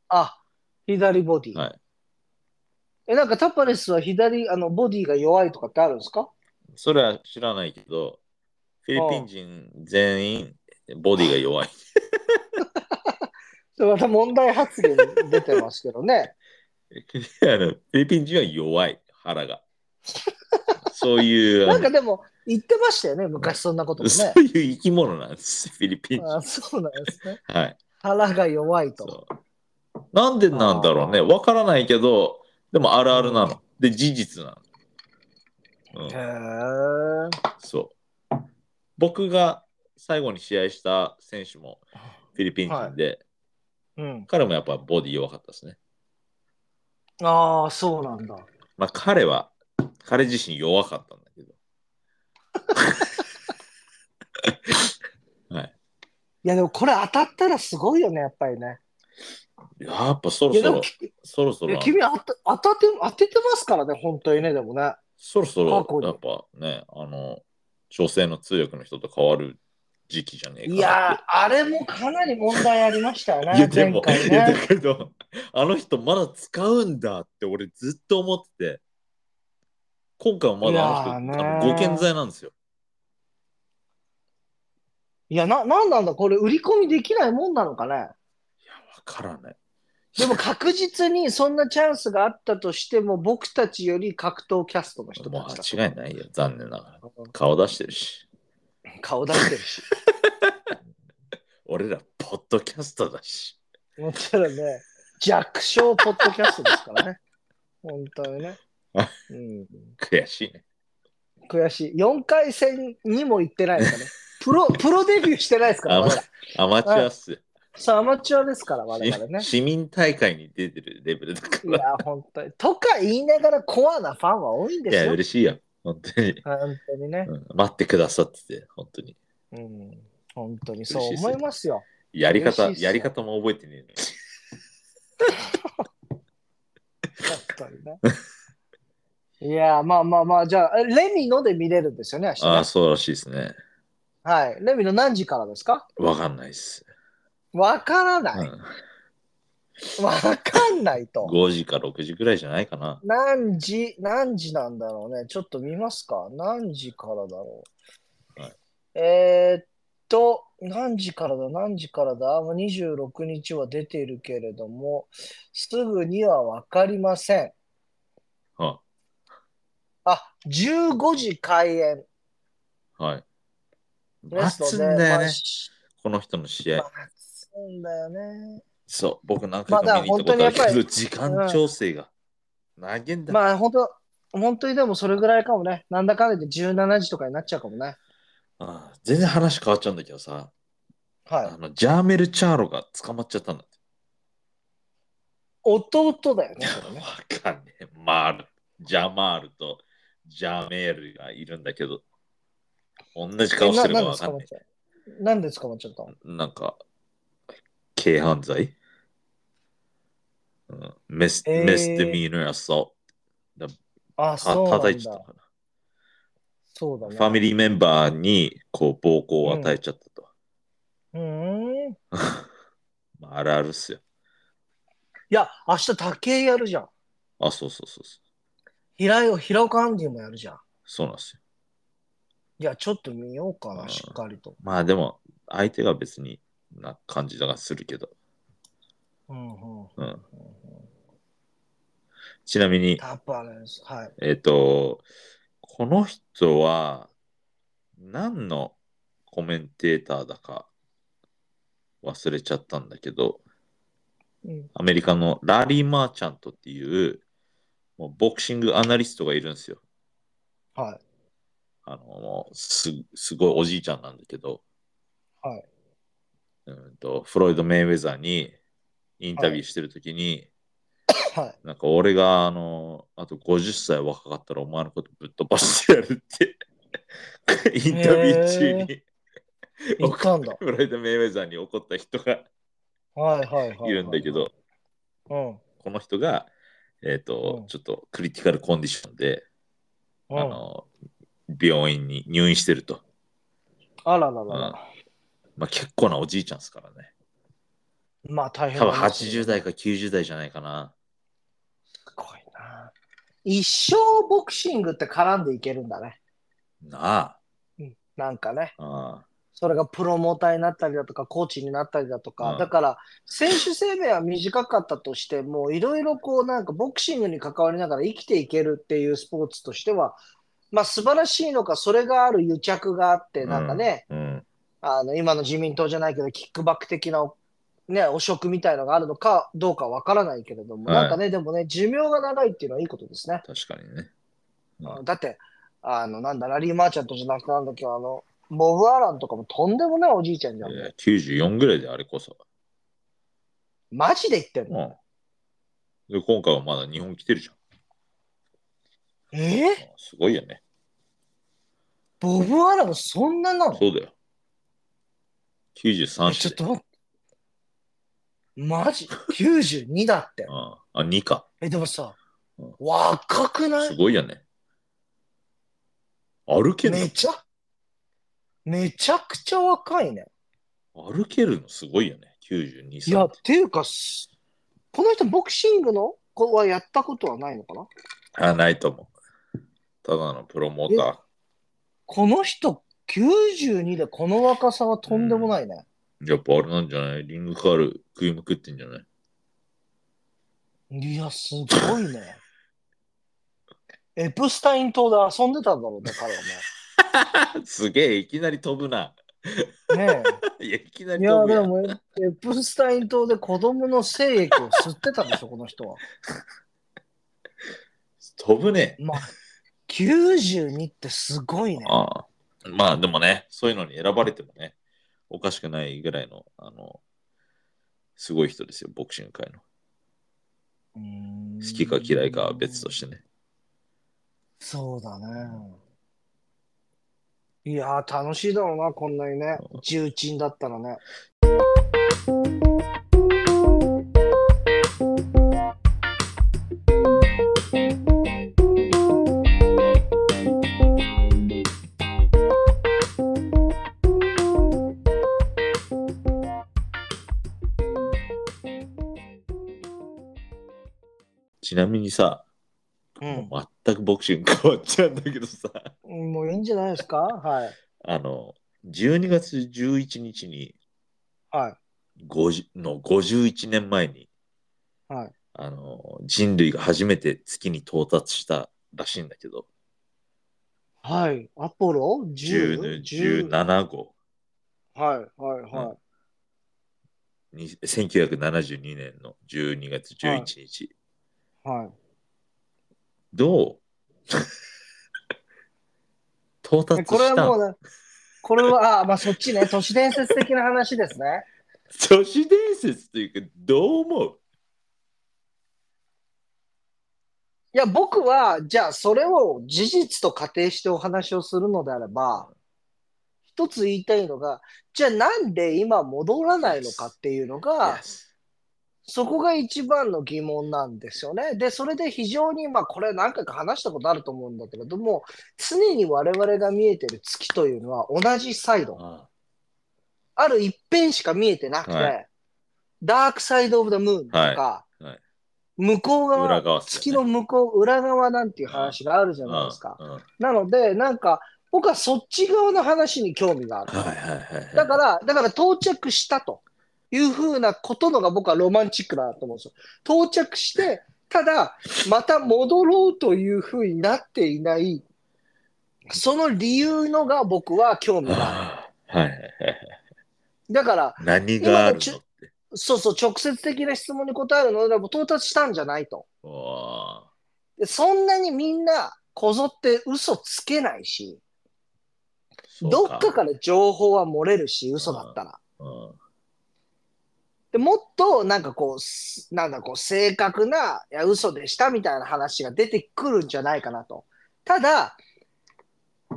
Speaker 1: あ、左ボディ。
Speaker 2: はい
Speaker 1: え、なんかタパレスは左、あの、ボディが弱いとかってあるんですか
Speaker 2: それは知らないけど、フィリピン人全員ボディが弱い。
Speaker 1: それまた問題発言出てますけどね。
Speaker 2: あのフィリピン人は弱い、腹が。そう いう、あ
Speaker 1: なん
Speaker 2: の
Speaker 1: かでも、言ってましたよね、昔そんなこともね
Speaker 2: そ。ういう生き物なんです、フィリピン人。
Speaker 1: あそうなんですね。
Speaker 2: はい。
Speaker 1: 腹が弱いと。
Speaker 2: そうなんでなんだろうね。わからないけど、でもあるあるなの。で、事実なの。
Speaker 1: へ
Speaker 2: う
Speaker 1: ー
Speaker 2: ん、そう。僕が最後に試合した選手もフィリピン人で、
Speaker 1: うん。
Speaker 2: 彼もやっぱボディ弱かったですね。
Speaker 1: ああ、そうなんだ。
Speaker 2: まあ彼は、彼自身弱かったんだけど。はい
Speaker 1: や、でもこれ当たったらすごいよね、やっぱりね。
Speaker 2: い。やっぱそろ
Speaker 1: いや、
Speaker 2: そ
Speaker 1: でも
Speaker 2: ろ、、そろそ
Speaker 1: いや
Speaker 2: ろ、
Speaker 1: 君当た当たって、当ててますからね、本当にね、でも ね。
Speaker 2: そろそ
Speaker 1: 過去
Speaker 2: ろ
Speaker 1: に
Speaker 2: やっぱね、あの、女性の通訳の人と変わる時期じゃねえかなって。
Speaker 1: いやー、あれもかなり問題ありましたよね、
Speaker 2: いやでも、
Speaker 1: 前回
Speaker 2: いや
Speaker 1: ね。
Speaker 2: だけど、あの人まだ使うんだって俺ずっと思ってて、今回はまだあの
Speaker 1: い
Speaker 2: 人、
Speaker 1: やーね
Speaker 2: あ
Speaker 1: ー
Speaker 2: のご健在なんですよ。
Speaker 1: いや、な、なんなんだ、これ、売り込みできないもんなのかね。
Speaker 2: いや、わからない。
Speaker 1: でも確実にそんなチャンスがあったとしても、 僕たちより格闘キャストの人
Speaker 2: も
Speaker 1: た
Speaker 2: う
Speaker 1: ちだ
Speaker 2: 間違いないよ、残念ながら。顔出してるし、
Speaker 1: 顔出してるし。
Speaker 2: 俺ら、ポッドキャストだし。
Speaker 1: もちろんね、弱小ポッドキャストですからね。 本当にね。うん、
Speaker 2: 悔しいね。
Speaker 1: 悔しい。4回戦にも行ってない からね。プロ、プロデビューしてないですから、
Speaker 2: あま
Speaker 1: 我々。
Speaker 2: アマチュアっすよ。
Speaker 1: そう、アマチュアですから、我々ね
Speaker 2: し。市民大会に出てるレベルだか
Speaker 1: い
Speaker 2: ら。
Speaker 1: や、本当に。とか言いながらコアなファンは多いんで
Speaker 2: い
Speaker 1: す
Speaker 2: や、
Speaker 1: よ。
Speaker 2: 嬉しいよ。本当に、
Speaker 1: 本当にね。
Speaker 2: うん待ってくださってて、本当に。
Speaker 1: うん。本当にそう思いますよ。
Speaker 2: やり方、
Speaker 1: 嬉しいっすよ
Speaker 2: やり方も覚えてねえのに。
Speaker 1: 本当にね。いや、まあまあまあ、じゃあ、えレミので見れるんですよね、明日ね
Speaker 2: ああ、そうらしいですね。
Speaker 1: はい。レミの何時からですか
Speaker 2: わかんないっす。
Speaker 1: わから
Speaker 2: う
Speaker 1: ない。
Speaker 2: ん
Speaker 1: わかんないと。
Speaker 2: 5時か6時ぐらいじゃないかな。
Speaker 1: 何時、何時なんだろうね。ちょっと見ますか。何時からだろう。
Speaker 2: はい
Speaker 1: えーっと、何時からだ、何時からだ。もう26日は出ているけれども、すぐにはわかりません。
Speaker 2: は
Speaker 1: あ、15時開演
Speaker 2: はい。
Speaker 1: です
Speaker 2: 待
Speaker 1: の
Speaker 2: つん
Speaker 1: で、
Speaker 2: だよ
Speaker 1: まあ
Speaker 2: ね、
Speaker 1: し
Speaker 2: この人の試合。
Speaker 1: 待つんだよね。
Speaker 2: そう、僕何回
Speaker 1: まあ
Speaker 2: か見に行ったことある
Speaker 1: だから本当にやっぱ
Speaker 2: けど、
Speaker 1: り
Speaker 2: 時間調整が。投げんだ。
Speaker 1: まあ、本当本当にでもそれぐらいかもね。なんだかんだで17時とかになっちゃうかもね。
Speaker 2: ああ全然話変わっちゃうんだけどさ、あ
Speaker 1: はい。
Speaker 2: のジャーメル・チャーロが捕まっちゃったんだっ
Speaker 1: 弟だよね、それ
Speaker 2: て。
Speaker 1: ね。
Speaker 2: わかんねえ。マール、ジャマールとジャーメールがいるんだけど、同じ顔してるか
Speaker 1: な
Speaker 2: わ
Speaker 1: なんで捕ま
Speaker 2: かん
Speaker 1: っ
Speaker 2: ね
Speaker 1: ちゃうなんで捕まっちゃったの
Speaker 2: え。なんか、軽犯罪うんメス、
Speaker 1: えー
Speaker 2: メスデミーナーアソ
Speaker 1: あ、
Speaker 2: ー
Speaker 1: そう
Speaker 2: ト。
Speaker 1: なんだ
Speaker 2: た叩。いちゃったかな。
Speaker 1: そうだね。
Speaker 2: ファミリーメンバーにこう暴行を与えちゃったと。
Speaker 1: うーん。い
Speaker 2: まあ、あるあるっすよ。
Speaker 1: や、明日、竹井やるじゃん。
Speaker 2: あ、そうそうそうそう。
Speaker 1: 平井平岡アンディもやるじゃん。
Speaker 2: そうなんですよ。
Speaker 1: いや、ちょっと見ようか
Speaker 2: う
Speaker 1: な、
Speaker 2: ん
Speaker 1: しっかりと。
Speaker 2: まあでも、相手が別にな感じだがするけど。
Speaker 1: うんうん。
Speaker 2: うん、ちなみに、
Speaker 1: やっぱね、はい。
Speaker 2: えっ、と、この人は何のコメンテーターだか忘れちゃったんだけど、
Speaker 1: うん
Speaker 2: アメリカのラリー・マーチャントっていうもうボクシングアナリストがいるんですよ。
Speaker 1: はい。
Speaker 2: あの、もうす、すごいおじいちゃんなんだけど、
Speaker 1: はい。
Speaker 2: うんと、フロイド・メイウェザーにインタビューしてるときに、
Speaker 1: はい。
Speaker 2: なんか俺が、あの、あと50歳若かったらお前のことぶっ飛ばしてやるって、インタビュー中に、
Speaker 1: 行ったんだ。
Speaker 2: フロイド・メイウェザーに怒った人が
Speaker 1: はいはいはいはい。
Speaker 2: いるんだけど、。
Speaker 1: うん。うん。
Speaker 2: この人が、えっ、と、
Speaker 1: うん
Speaker 2: ちょっとクリティカルコンディションで、あ
Speaker 1: あ
Speaker 2: の、病院に入院してると。
Speaker 1: らららら。
Speaker 2: まあ結構なおじいちゃんですからね。
Speaker 1: まあ大変
Speaker 2: 多
Speaker 1: だな
Speaker 2: 分80。代か90代じゃないかな。
Speaker 1: すごいな。一生ボクシングって絡んでいけるんだね。
Speaker 2: な
Speaker 1: うんなんかね。
Speaker 2: あ。あ
Speaker 1: それがプロモーターになったりだとか、コーチになったりだとか、
Speaker 2: うん
Speaker 1: だから、選手生命は短かったとしても、いろいろこう、なんかボクシングに関わりながら生きていけるっていうスポーツとしては、まあ素晴らしいのか、それがある癒着があって、
Speaker 2: あ
Speaker 1: なんかね、。
Speaker 2: うん。
Speaker 1: あの、今の自民党じゃないけど、キックバック的な、ね、汚職みたいのがあるのかどうかわからないけれども、
Speaker 2: はい
Speaker 1: なんかね、でもね、寿命が長いっていうのはいいことですね。
Speaker 2: 確かにね。うん
Speaker 1: だって、あの、なんだ、ラリーマーチャントじゃなくてなんだっけ、あの、ボブ・アランとかもとんでもないおじいちゃんじゃん。
Speaker 2: えー94ぐらいであれこそ。
Speaker 1: マジで言ってんの
Speaker 2: うん。で、今回はまだ日本来てるじゃん。
Speaker 1: え
Speaker 2: うんすごいよね。
Speaker 1: ボブ・アランそんななの
Speaker 2: そうだよ。93
Speaker 1: えちょ
Speaker 2: 歳
Speaker 1: っと待って。マジ ?92 だって
Speaker 2: う。ん。あ、2か。
Speaker 1: え、でもさ
Speaker 2: うん、
Speaker 1: 若くな
Speaker 2: す
Speaker 1: い
Speaker 2: ごいよね。歩ける
Speaker 1: めちゃ、めちゃくちゃ若いね。
Speaker 2: の歩けるのすごいよね。92
Speaker 1: いや、
Speaker 2: 歳
Speaker 1: っ。ていうか、すこの人ボクシングの子はやったことはないのかな
Speaker 2: あ、ないと思う。ただのプロモーター。
Speaker 1: この人92でこの若さはとんでもないね。
Speaker 2: やっぱあれなんじゃないリングカール食いまくってんじゃない
Speaker 1: いや、すごいね。エプスタイン島で遊んでたんだろうね、彼はね。
Speaker 2: すげえ、いきなり飛ぶな。
Speaker 1: ね
Speaker 2: いや、いきな
Speaker 1: え。い
Speaker 2: り
Speaker 1: や、
Speaker 2: 飛ぶ
Speaker 1: で
Speaker 2: やん
Speaker 1: も、エプスタイン島で子供の精液を吸ってたでしょ、この人は。
Speaker 2: 飛ぶね。
Speaker 1: まあ、92ってすごいね。
Speaker 2: ああまあでもね、そういうのに選ばれてもね、おかしくないぐらいの、あの、すごい人ですよ、ボクシング界の。好
Speaker 1: 好
Speaker 2: きか嫌いかは別としてね。
Speaker 1: そうだね。いやー、楽しいだろうな、こんなにね
Speaker 2: うん。
Speaker 1: 重鎮だったらね。
Speaker 2: ちなみにさ、
Speaker 1: う
Speaker 2: 全くボクシング変わっちゃうんだけどさ、
Speaker 1: ん。もういいんじゃないですかはい。
Speaker 2: あの、12月11日に
Speaker 1: はい。
Speaker 2: 50の51年前に、
Speaker 1: はい
Speaker 2: あの人類が初めて月に到達したらしいんだけど、
Speaker 1: はい。アポロ 10?
Speaker 2: 10 17号
Speaker 1: はい、はい、は
Speaker 2: に1972年の12月11日、
Speaker 1: い。はい。
Speaker 4: どう 到達
Speaker 1: でこれ
Speaker 4: し
Speaker 1: はも
Speaker 4: た
Speaker 1: うな、これは、あまあそっちね、都市伝説的な話で すね。
Speaker 4: 都市伝説というかどう思う
Speaker 1: いや、僕は、じゃあそれを事実と仮定してお話をするのであれば、一つ言いたいのが、じゃあなんで今戻らないのかっていうのが、
Speaker 4: Yes
Speaker 1: そこが一番の疑問なんですよね。で、それで非常に、まあ、これ何回か話したことあると思うんだけれども、常に我々が見えてる月というのは同じサイド、
Speaker 4: あ
Speaker 1: ある一辺しか見えてなくて、
Speaker 4: は
Speaker 1: ダークサイド・オブ・ザ・ムーンとか、
Speaker 4: いはい
Speaker 1: 向こう
Speaker 4: あ裏
Speaker 1: 側、
Speaker 4: 側っす
Speaker 1: 月
Speaker 4: よ
Speaker 1: の
Speaker 4: ね
Speaker 1: 向こう、裏側なんていう話があるじゃないですか。
Speaker 4: うんうんはい
Speaker 1: なので、なんか、僕はそっち側の話に興味がある。
Speaker 4: はいはいはい
Speaker 1: だから、だから到着したというふうなことのが僕はロマンチックだなと思うんですよ。到着して、ただ、また戻ろうというふうになっていない、その理由のが僕は興味があ
Speaker 4: あーはいはいはい
Speaker 1: る。だから、
Speaker 4: 何があるの
Speaker 1: 今の
Speaker 4: って
Speaker 1: そうそう、直接的な質問に答えるのでも到達したんじゃないと。
Speaker 4: おー
Speaker 1: でそんなにみんなこぞって嘘つけないし、
Speaker 4: そう
Speaker 1: どっかから情報は漏れるし、嘘だったら。
Speaker 4: うん
Speaker 1: でもっとなんかこうす、なんだこう、正確な、いや、嘘でしたみたいな話が出てくるんじゃないかなと。ただ、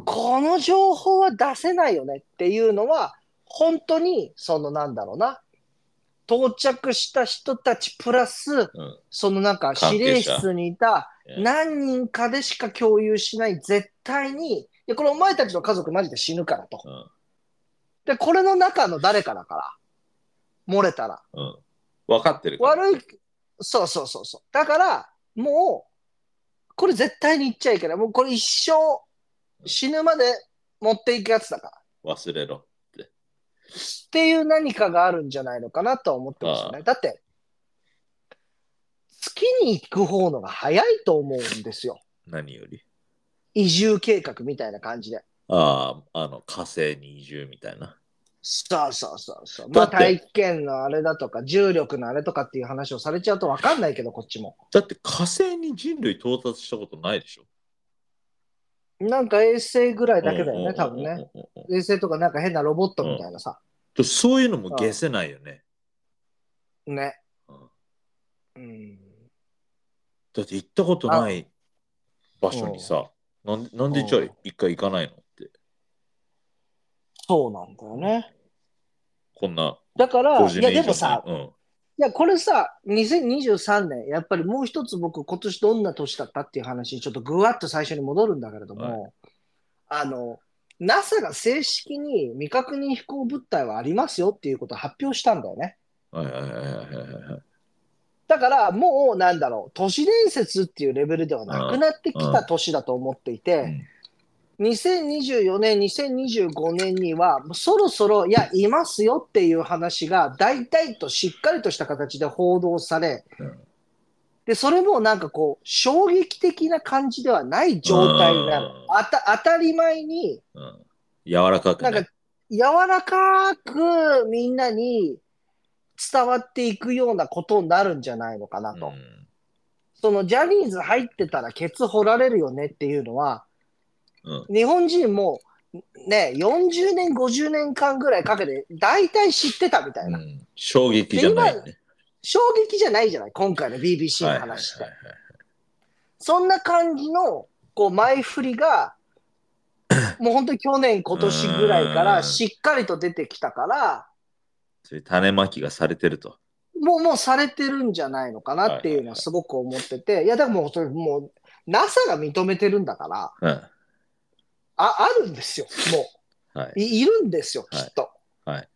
Speaker 1: この情報は出せないよねっていうのは、本当に、そのなんだろうな、到着した人たちプラス、
Speaker 4: うん
Speaker 1: そのなんか
Speaker 4: 関
Speaker 1: 指
Speaker 4: 係
Speaker 1: 令
Speaker 4: 者
Speaker 1: 室にいた
Speaker 4: ええ
Speaker 1: 何人かでしか共有しない、絶対に、いや、これお前たちの家族マジで死ぬからと。
Speaker 4: うん
Speaker 1: で、これの中の誰かだから、漏れたら。
Speaker 4: うん分かってるから
Speaker 1: 悪い、そうそうそうそう。だから、もう、これ絶対に言っちゃいけない。もうこれ一生死ぬまで持っていくやつだから。
Speaker 4: 忘れろ
Speaker 1: っていう何かがあるんじゃないのかなとは思ってますよね。だって、月に行く方のが早いと思うんですよ。
Speaker 4: 何より
Speaker 1: 移住計画みたいな感じで。
Speaker 4: あああの火星に移住みたいな
Speaker 1: そうそうそうそう。ま
Speaker 4: だ
Speaker 1: あ
Speaker 4: って
Speaker 1: 体験のあれだとか、重力のあれとかっていう話をされちゃうと分かんないけど、こっちも。
Speaker 4: だって火星に人類到達したことないでしょ
Speaker 1: なんか衛星ぐらいだけ
Speaker 4: う
Speaker 1: だよ
Speaker 4: んうんうんう
Speaker 1: ね、
Speaker 4: ん
Speaker 1: 多分ね。
Speaker 4: うんうん
Speaker 1: 衛星とかなんか変なロボットみたいなさ。
Speaker 4: うんそういうのも消せないよね
Speaker 1: ね。
Speaker 4: うん
Speaker 1: うん。
Speaker 4: だって行ったことない場所にさなんなんでじゃあ一回行かないのって
Speaker 1: そうなんだよね。
Speaker 4: こんな
Speaker 1: だから、
Speaker 4: 50
Speaker 1: い
Speaker 4: 年
Speaker 1: や
Speaker 4: 以
Speaker 1: で
Speaker 4: 上
Speaker 1: もさ、
Speaker 4: うん
Speaker 1: いやこれさ、2023年、やっぱりもう一つ僕、今年どんな年だったっていう話にちょっとぐわっと最初に戻るんだけれども、あの、NASA が正式に未確認飛行物体はありますよっていうことを発表したんだよね。
Speaker 4: はいはいはいはいはいはい
Speaker 1: だからもうなんだろう、都市伝説っていうレベルではなくなってきた年だと思っていて、2024年、2025年には、もうそろそろ、いや、いますよっていう話が、大体としっかりとした形で報道され
Speaker 4: うん、
Speaker 1: で、それもなんかこう、衝撃的な感じではない状態になる
Speaker 4: うん。
Speaker 1: あた当たり前に、
Speaker 4: うん柔らかく
Speaker 1: な
Speaker 4: ね
Speaker 1: んか柔らかくみんなに伝わっていくようなことになるんじゃないのかなと。
Speaker 4: うん
Speaker 1: そのジャニーズ入ってたらケツ掘られるよねっていうのは、
Speaker 4: うん
Speaker 1: 日本人もね、40年、50年間ぐらいかけて大体知ってたみたいな。
Speaker 4: うん衝撃じゃないよね
Speaker 1: 衝撃じゃないじゃない、今回の BBC の話って。
Speaker 4: はいはいはいはい
Speaker 1: そんな感じのこう前振 りが、もう本当に去年、今年ぐらいか
Speaker 4: う
Speaker 1: ら
Speaker 4: ん
Speaker 1: しっかりと出てきたから、
Speaker 4: そういう種まきがされてると
Speaker 1: もう、もうされてるんじゃないのかなっていうのはすごく思ってて、いや、だからもうそれ、もう、NASA が認めてるんだから、
Speaker 4: うん
Speaker 1: ああるんですよ、も。
Speaker 4: はいう
Speaker 1: いいるんですよ、きっと。
Speaker 4: はいはい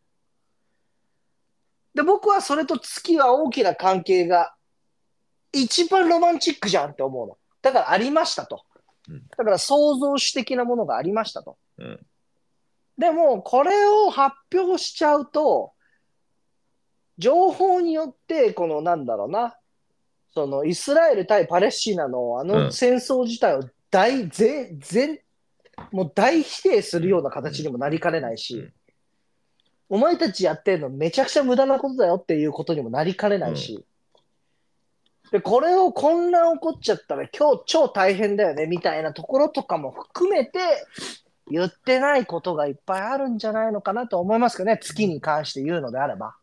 Speaker 1: で、僕はそれと月は大きな関係が、一番ロマンチックじゃんって思うの。だからありましたと。
Speaker 4: うん
Speaker 1: だから創造主的なものがありましたと。
Speaker 4: うん
Speaker 1: でも、これを発表しちゃうと、情報によって、このなんだろうな、そのイスラエル対パレスチナのあ
Speaker 4: う
Speaker 1: の
Speaker 4: ん
Speaker 1: 戦争自体を大、全、全、もう大否定するような形にもなりかねないし、
Speaker 4: うん
Speaker 1: お前たちやってるのめちゃくちゃ無駄なことだよっていうことにもなりかねないし、で、これを混乱起こっちゃったら今日超大変だよねみたいなところとかも含めて言ってないことがいっぱいあるんじゃないのかなと思いますけどね、月に関して言うのであれば。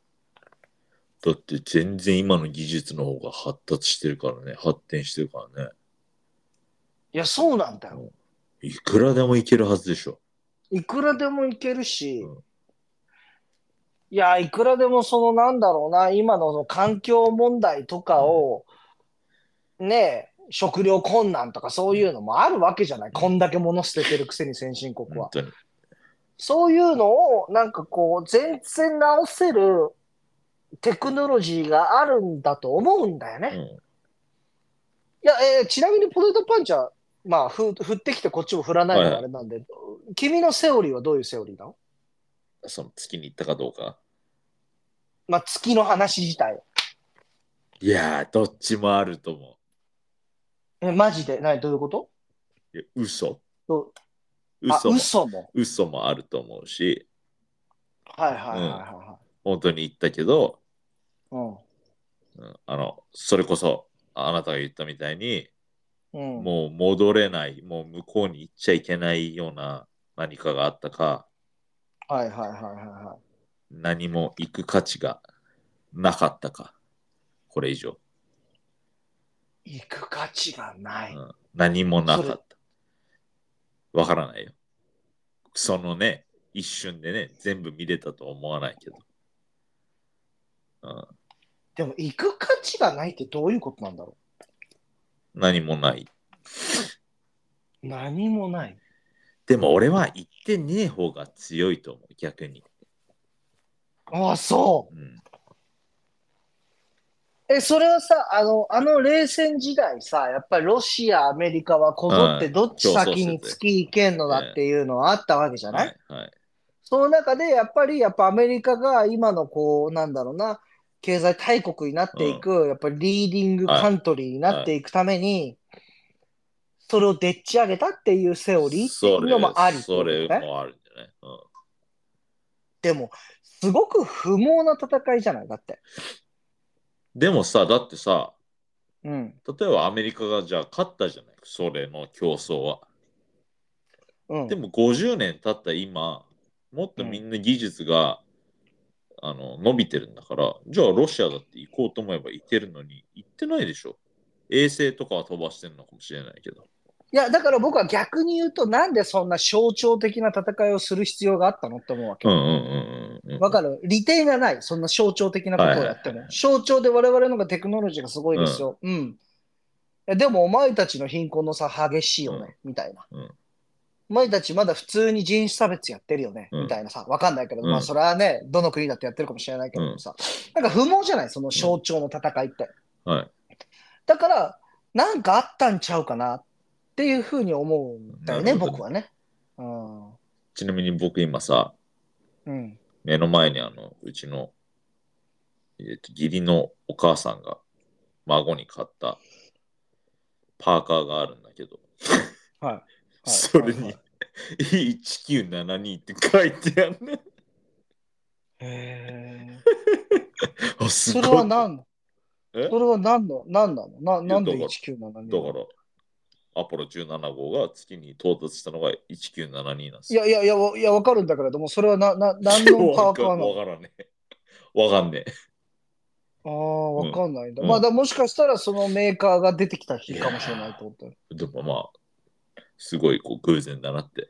Speaker 2: だって全然今の技術の方が発達してるからね、発展してるからね。
Speaker 1: いや、そうなんだよ。
Speaker 2: いくらでもいけるはずでしょ。
Speaker 1: いくらでもいけるし、
Speaker 2: うん
Speaker 1: いや、いくらでもそのなんだろうな、今のその環境問題とかを、ねえ、食料困難とかそういうのもあるわけじゃない。こんだけ物捨ててるくせに先進国は
Speaker 2: 本。当に。
Speaker 1: そういうのを、なんかこう、全然直せるテクノロジーがあるんだと思うんだよね。
Speaker 2: うん
Speaker 1: いや、えーちなみにポテトパンチは、まあ、ふ振ってきてこっちも振らないのがあれなんで、君のセオリーはどういうセオリーなの
Speaker 2: その月に行ったかどうか。
Speaker 1: まあ、月の話自体。
Speaker 2: いやー、どっちもあると思
Speaker 1: え、マジで何どういうこと
Speaker 2: う。いや嘘。
Speaker 1: どあ、
Speaker 2: 嘘も
Speaker 1: 嘘も。
Speaker 2: 嘘もあると思うし、
Speaker 1: はいはいはいは
Speaker 2: 本当に行ったけど、
Speaker 1: いはい。
Speaker 2: うんあの、それこそ、あなたが言ったみたいに、
Speaker 1: うん。うん。
Speaker 2: もう戻れない、もう向こうに行っちゃいけないような何かがあったか、
Speaker 1: はいはいはいはいはい。
Speaker 2: 何も行く価値がなかったか、これ以上。
Speaker 1: 行く価値がない。
Speaker 2: うん何もなかった。わからないよ。そのね、一瞬でね、全部見れたとは思わないけど。うん、
Speaker 1: でも、行く価値がないってどういうことなんだろ
Speaker 2: 何もない。
Speaker 1: う何もない。
Speaker 2: でも俺は行ってねえ方が強いと思う、逆に。
Speaker 1: ああ、そ
Speaker 2: うん、
Speaker 1: う。え、それはさ、あの、あの冷戦時代さ、やっぱりロシア、アメリカはこぞっ
Speaker 2: う
Speaker 1: て
Speaker 2: ん
Speaker 1: どっち
Speaker 2: 競争
Speaker 1: 先
Speaker 2: して
Speaker 1: に
Speaker 2: て
Speaker 1: 月行けんのだっていうのはあったわけじゃない
Speaker 2: はい、はい。
Speaker 1: その中でやっぱりやっぱアメリカが今のこうなんだろうな経済大国になっていく、やっぱりリーディングカントリーになっていくために、それをでっち上げたっていうセオリーってい
Speaker 2: そう
Speaker 1: のもあり
Speaker 2: れそれ
Speaker 1: ってことね
Speaker 2: もあるんじゃない、うん
Speaker 1: でもすごく不毛な戦いじゃないだって。
Speaker 2: でもさ、だってさ、
Speaker 1: うん。
Speaker 2: 例えばアメリカがじゃあ勝ったじゃない、それの競争は。
Speaker 1: うん
Speaker 2: で。も50年経った今、もっとみんな技術が、あの伸びてるんだから、じゃあロシアだって行こうと思えば行けるのに行ってないでしょ。衛星とかは飛ばしてるのかもしれないけど。
Speaker 1: いやだから僕は逆に言うとなんでそんな象徴的な戦いをする必要があったのって思うわけ
Speaker 2: うん。うんうんうんうん。
Speaker 1: わかる利点がない。そんな象徴的なことをやっても。
Speaker 2: はいはいはい
Speaker 1: 象徴で我々のがテクノロジーがすごいですよ。うん。いやでもお前たちの貧困の差激しいよね、みたいな、
Speaker 2: うん
Speaker 1: お前たちまだ普通に人種差別やってるよね、
Speaker 2: うん
Speaker 1: みたいなさ。わかんないけど、
Speaker 2: うん
Speaker 1: まあそれはね、どの国だってやってるかもしれないけどさ。なんか不毛じゃないその象徴の戦いって。
Speaker 2: はい。
Speaker 1: だから、なんかあったんちゃうかなっていうふうに思うんだよね、
Speaker 2: なるほど
Speaker 1: 僕はね。うん。
Speaker 2: ちなみに僕今さ、
Speaker 1: うん。
Speaker 2: 目の前にあの、うちの、えっと義理のお母さんが孫に買ったパーカーがあるんだけど、
Speaker 1: はいはい。
Speaker 2: そ
Speaker 1: は
Speaker 2: れ
Speaker 1: い
Speaker 2: に
Speaker 1: はい
Speaker 2: E1972 って書いてある ね。
Speaker 1: へー
Speaker 2: あ、 す
Speaker 1: そ
Speaker 2: ごい。
Speaker 1: れは何の
Speaker 2: え
Speaker 1: それは何の何なのななんで
Speaker 2: いやだ
Speaker 1: 1972
Speaker 2: から、アポロ17号が月に到達したのが1972なんです
Speaker 1: い
Speaker 2: よ。
Speaker 1: やいやいや、わいや、わかるんだけれども、それはな、 な、何のパーカーな
Speaker 2: わ
Speaker 1: の
Speaker 2: かわからねえ。わかんね
Speaker 1: ああ、わかんないんだ。
Speaker 2: うん
Speaker 1: まあ、だからもしかしたらそのメーカーが出てきた日かもしれないってこと。
Speaker 2: え。でもまあ、すごいこう偶然だなって、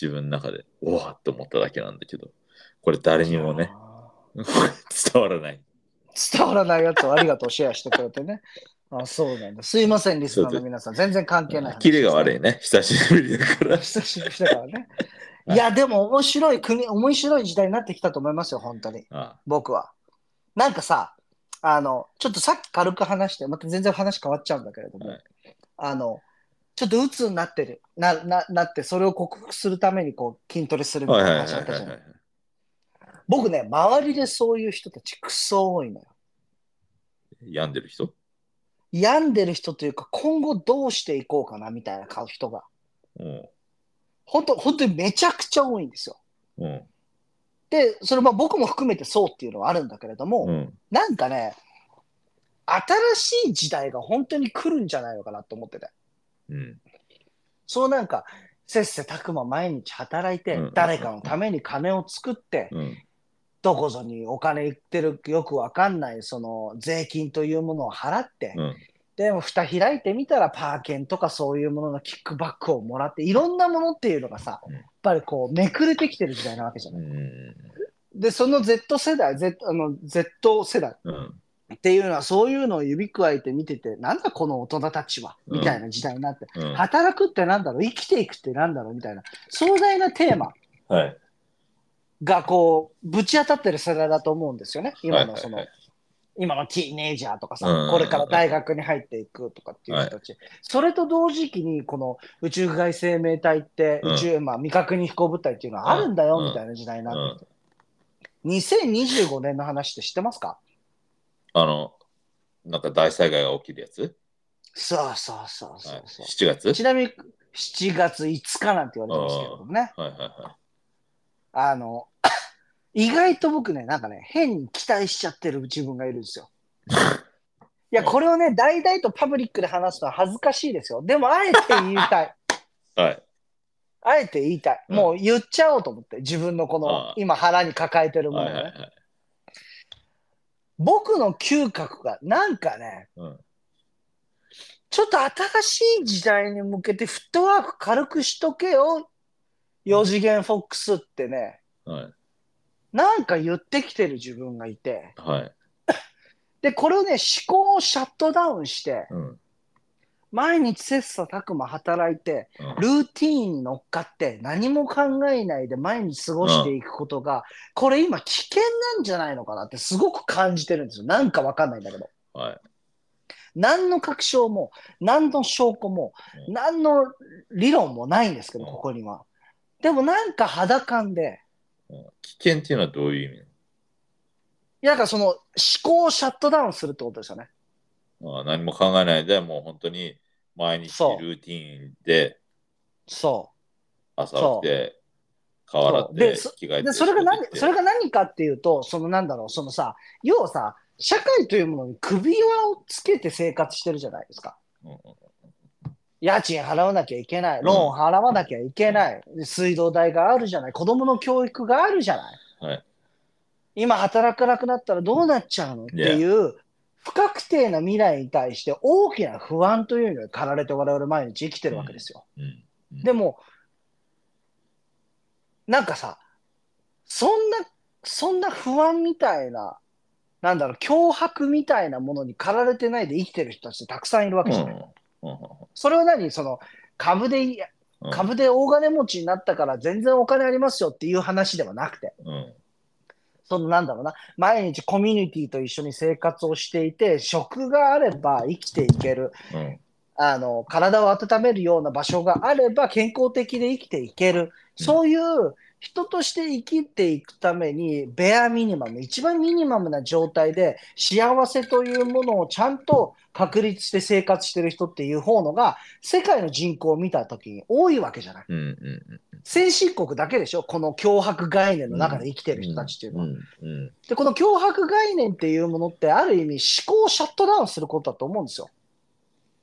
Speaker 2: 自分の中で、うわーって思っただけなんだけど、これ誰にもね、
Speaker 1: あ
Speaker 2: 伝わらない。
Speaker 1: ー。伝わらないやつをありがとう、シェアしてくれてね。 あそうなんだ。すいません、リスナーの皆さん。全然関係ない話
Speaker 2: キレが 悪いね、久しぶりだから。
Speaker 1: 久しぶりだからね。
Speaker 2: はい
Speaker 1: いや、でも面白い国、面白い時代になってきたと思いますよ、本当に。
Speaker 2: あ
Speaker 1: 僕は。なんかさ、あの、ちょっとさっき軽く話して、また全然話変わっちゃうんだけれども、
Speaker 2: はい
Speaker 1: あの、ちょっと鬱になってる、な、な、なって、それを克服するためにこう筋トレするみた
Speaker 2: はいい
Speaker 1: な
Speaker 2: はいは
Speaker 1: 話
Speaker 2: いは
Speaker 1: だっ
Speaker 2: い
Speaker 1: たじゃ
Speaker 2: は
Speaker 1: ない。
Speaker 2: い。
Speaker 1: 僕ね、周りでそういう人たちクソ多いのよ。
Speaker 2: 病んでる人
Speaker 1: 病んでる人というか、今後どうしていこうかなみたいな顔人が、
Speaker 2: うん。
Speaker 1: 本当本当にめちゃくちゃ多いんですよ。
Speaker 2: うん。
Speaker 1: で、それまあ僕も含めてそうっていうのはあるんだけれども、
Speaker 2: うん。
Speaker 1: なんかね、新しい時代が本当に来るんじゃないのかなと思ってて。
Speaker 4: うん。
Speaker 1: そうなんか、せっせたくま毎日働いて、
Speaker 4: うん
Speaker 1: 誰かのために金を作って、
Speaker 4: うん。
Speaker 1: どこぞにお金いってるよくわかんない、その税金というものを払って、
Speaker 4: うん
Speaker 1: でも蓋開いてみたらパーケンとかそういうもののキックバックをもらって、いろんなものっていうのがさ、
Speaker 4: うん
Speaker 1: やっぱりこうめくれてきてる時代なわけじゃない。
Speaker 4: うん。
Speaker 1: で、その Z 世代、Z, あの Z 世代
Speaker 4: うん。
Speaker 1: っていうのはそういうのを指くわえて見てて、なんだこの大人たちは、みたいな時代になって、
Speaker 4: うん。
Speaker 1: 働くってなんだろう生きていくってなんだろうみたいな壮大なテーマ
Speaker 4: はい。
Speaker 1: がこうぶち当たってる世代だと思うんですよね今のその、
Speaker 4: はい
Speaker 1: 今のティーネイジャーとかさ、
Speaker 4: うんうんうん
Speaker 1: これから大学に入っていくとかっていう人たち、それと同時期にこの宇宙外生命体って
Speaker 4: うん
Speaker 1: 宇宙、まあ、未確認飛行物体っていうのはあるんだよみたいな時代になってて、2025年の話って知ってますか
Speaker 4: あの、なんか大災害が起きるやつ、
Speaker 1: そうそうそうそ、
Speaker 4: はいう
Speaker 1: そう、
Speaker 4: ?7 月
Speaker 1: ちなみに7月5日なんて言われてますけれどもね、
Speaker 4: はいはいは
Speaker 1: あの、 意外と僕ね、なんかね、変に期待しちゃってる自分がいるんですよ。いや、これをね、大々とパブリックで話すのは恥ずかしいですよ。でも、あえて言い たい。
Speaker 4: い。はい。
Speaker 1: あえて言いたい。
Speaker 4: うん
Speaker 1: もう言っちゃおうと思って、自分のこ
Speaker 4: あ
Speaker 1: の
Speaker 4: あ、
Speaker 1: 今腹に抱えてるもの
Speaker 4: は
Speaker 1: を
Speaker 4: い
Speaker 1: ね。
Speaker 4: はいはい。
Speaker 1: 僕の嗅覚が、なんかね、
Speaker 4: うん
Speaker 1: ちょっと新しい時代に向けてフットワーク軽くしとけよ。4次元フォックスってね、
Speaker 4: はい。
Speaker 1: なんか言ってきてる自分がいて。
Speaker 4: はい。
Speaker 1: で、これをね、思考をシャットダウンして、
Speaker 4: うん。
Speaker 1: 毎日切磋琢磨働いて、
Speaker 4: うん
Speaker 1: ルーティーンに乗っかって、何も考えないで毎日過ごしていくことが、これ今危険なんじゃないのかなってすごく感じてるんですよ。なんかわかんないんだけど。
Speaker 4: はい。
Speaker 1: 何の確証も、何の証拠も、
Speaker 4: うん
Speaker 1: 何の理論もないんですけど、
Speaker 4: うん
Speaker 1: ここには。でもなんか肌感で、
Speaker 4: うん危険っていうのはどういう意味なの
Speaker 1: なんかその思考をシャットダウンするってことですよね。
Speaker 4: まあ、何も考えないで、もう本当に毎日
Speaker 1: そう
Speaker 4: ルーティーンで
Speaker 1: そう。
Speaker 4: 朝起きて、顔洗っ
Speaker 1: そうで
Speaker 4: て
Speaker 1: そ、
Speaker 4: 着替えて。
Speaker 1: でそれが何
Speaker 4: 仕事行って
Speaker 1: それが何かっていうと、そのなんだろう、そのさ、要はさ、社会というものに首輪をつけて生活してるじゃないですか。
Speaker 4: うんうん
Speaker 1: 家賃払わなきゃいけない、ローン払わなきゃいけない、水道代があるじゃない、子供の教育があるじゃない。
Speaker 4: はい
Speaker 1: 今働かなくなったらどうなっちゃうのっていう、不確定な未来に対して大きな不安というのに駆られて我々毎日生きてるわけですよ。
Speaker 4: うん
Speaker 1: でも、なんかさ、そんな、そんな不安みたいな、なんだろう、脅迫みたいなものに駆られてないで生きてる人たちってたくさんいるわ
Speaker 4: う
Speaker 1: け
Speaker 4: ん
Speaker 1: じゃない。それは何その、株でいい、
Speaker 4: うん
Speaker 1: 株で大金持ちになったから全然お金ありますよっていう話ではなくて、
Speaker 4: うんうん
Speaker 1: そのなんだろうな、毎日コミュニティと一緒に生活をしていて、食があれば生きていける、
Speaker 4: うん
Speaker 1: あの、体を温めるような場所があれば健康的で生きていける。そういう人として生きていくために、ベアミニマム、一番ミニマムな状態で幸せというものをちゃんと確立して生活してる人っていう方のが、世界の人口を見た時に多いわけじゃない。
Speaker 4: うんうん
Speaker 1: 先進国だけでしょこの脅迫概念の中で生きて
Speaker 4: う
Speaker 1: る
Speaker 4: ん
Speaker 1: 人たちっていうのは。
Speaker 4: うんうん
Speaker 1: で、この脅迫概念っていうものって、ある意味思考をシャットダウンすることだと思うんですよ。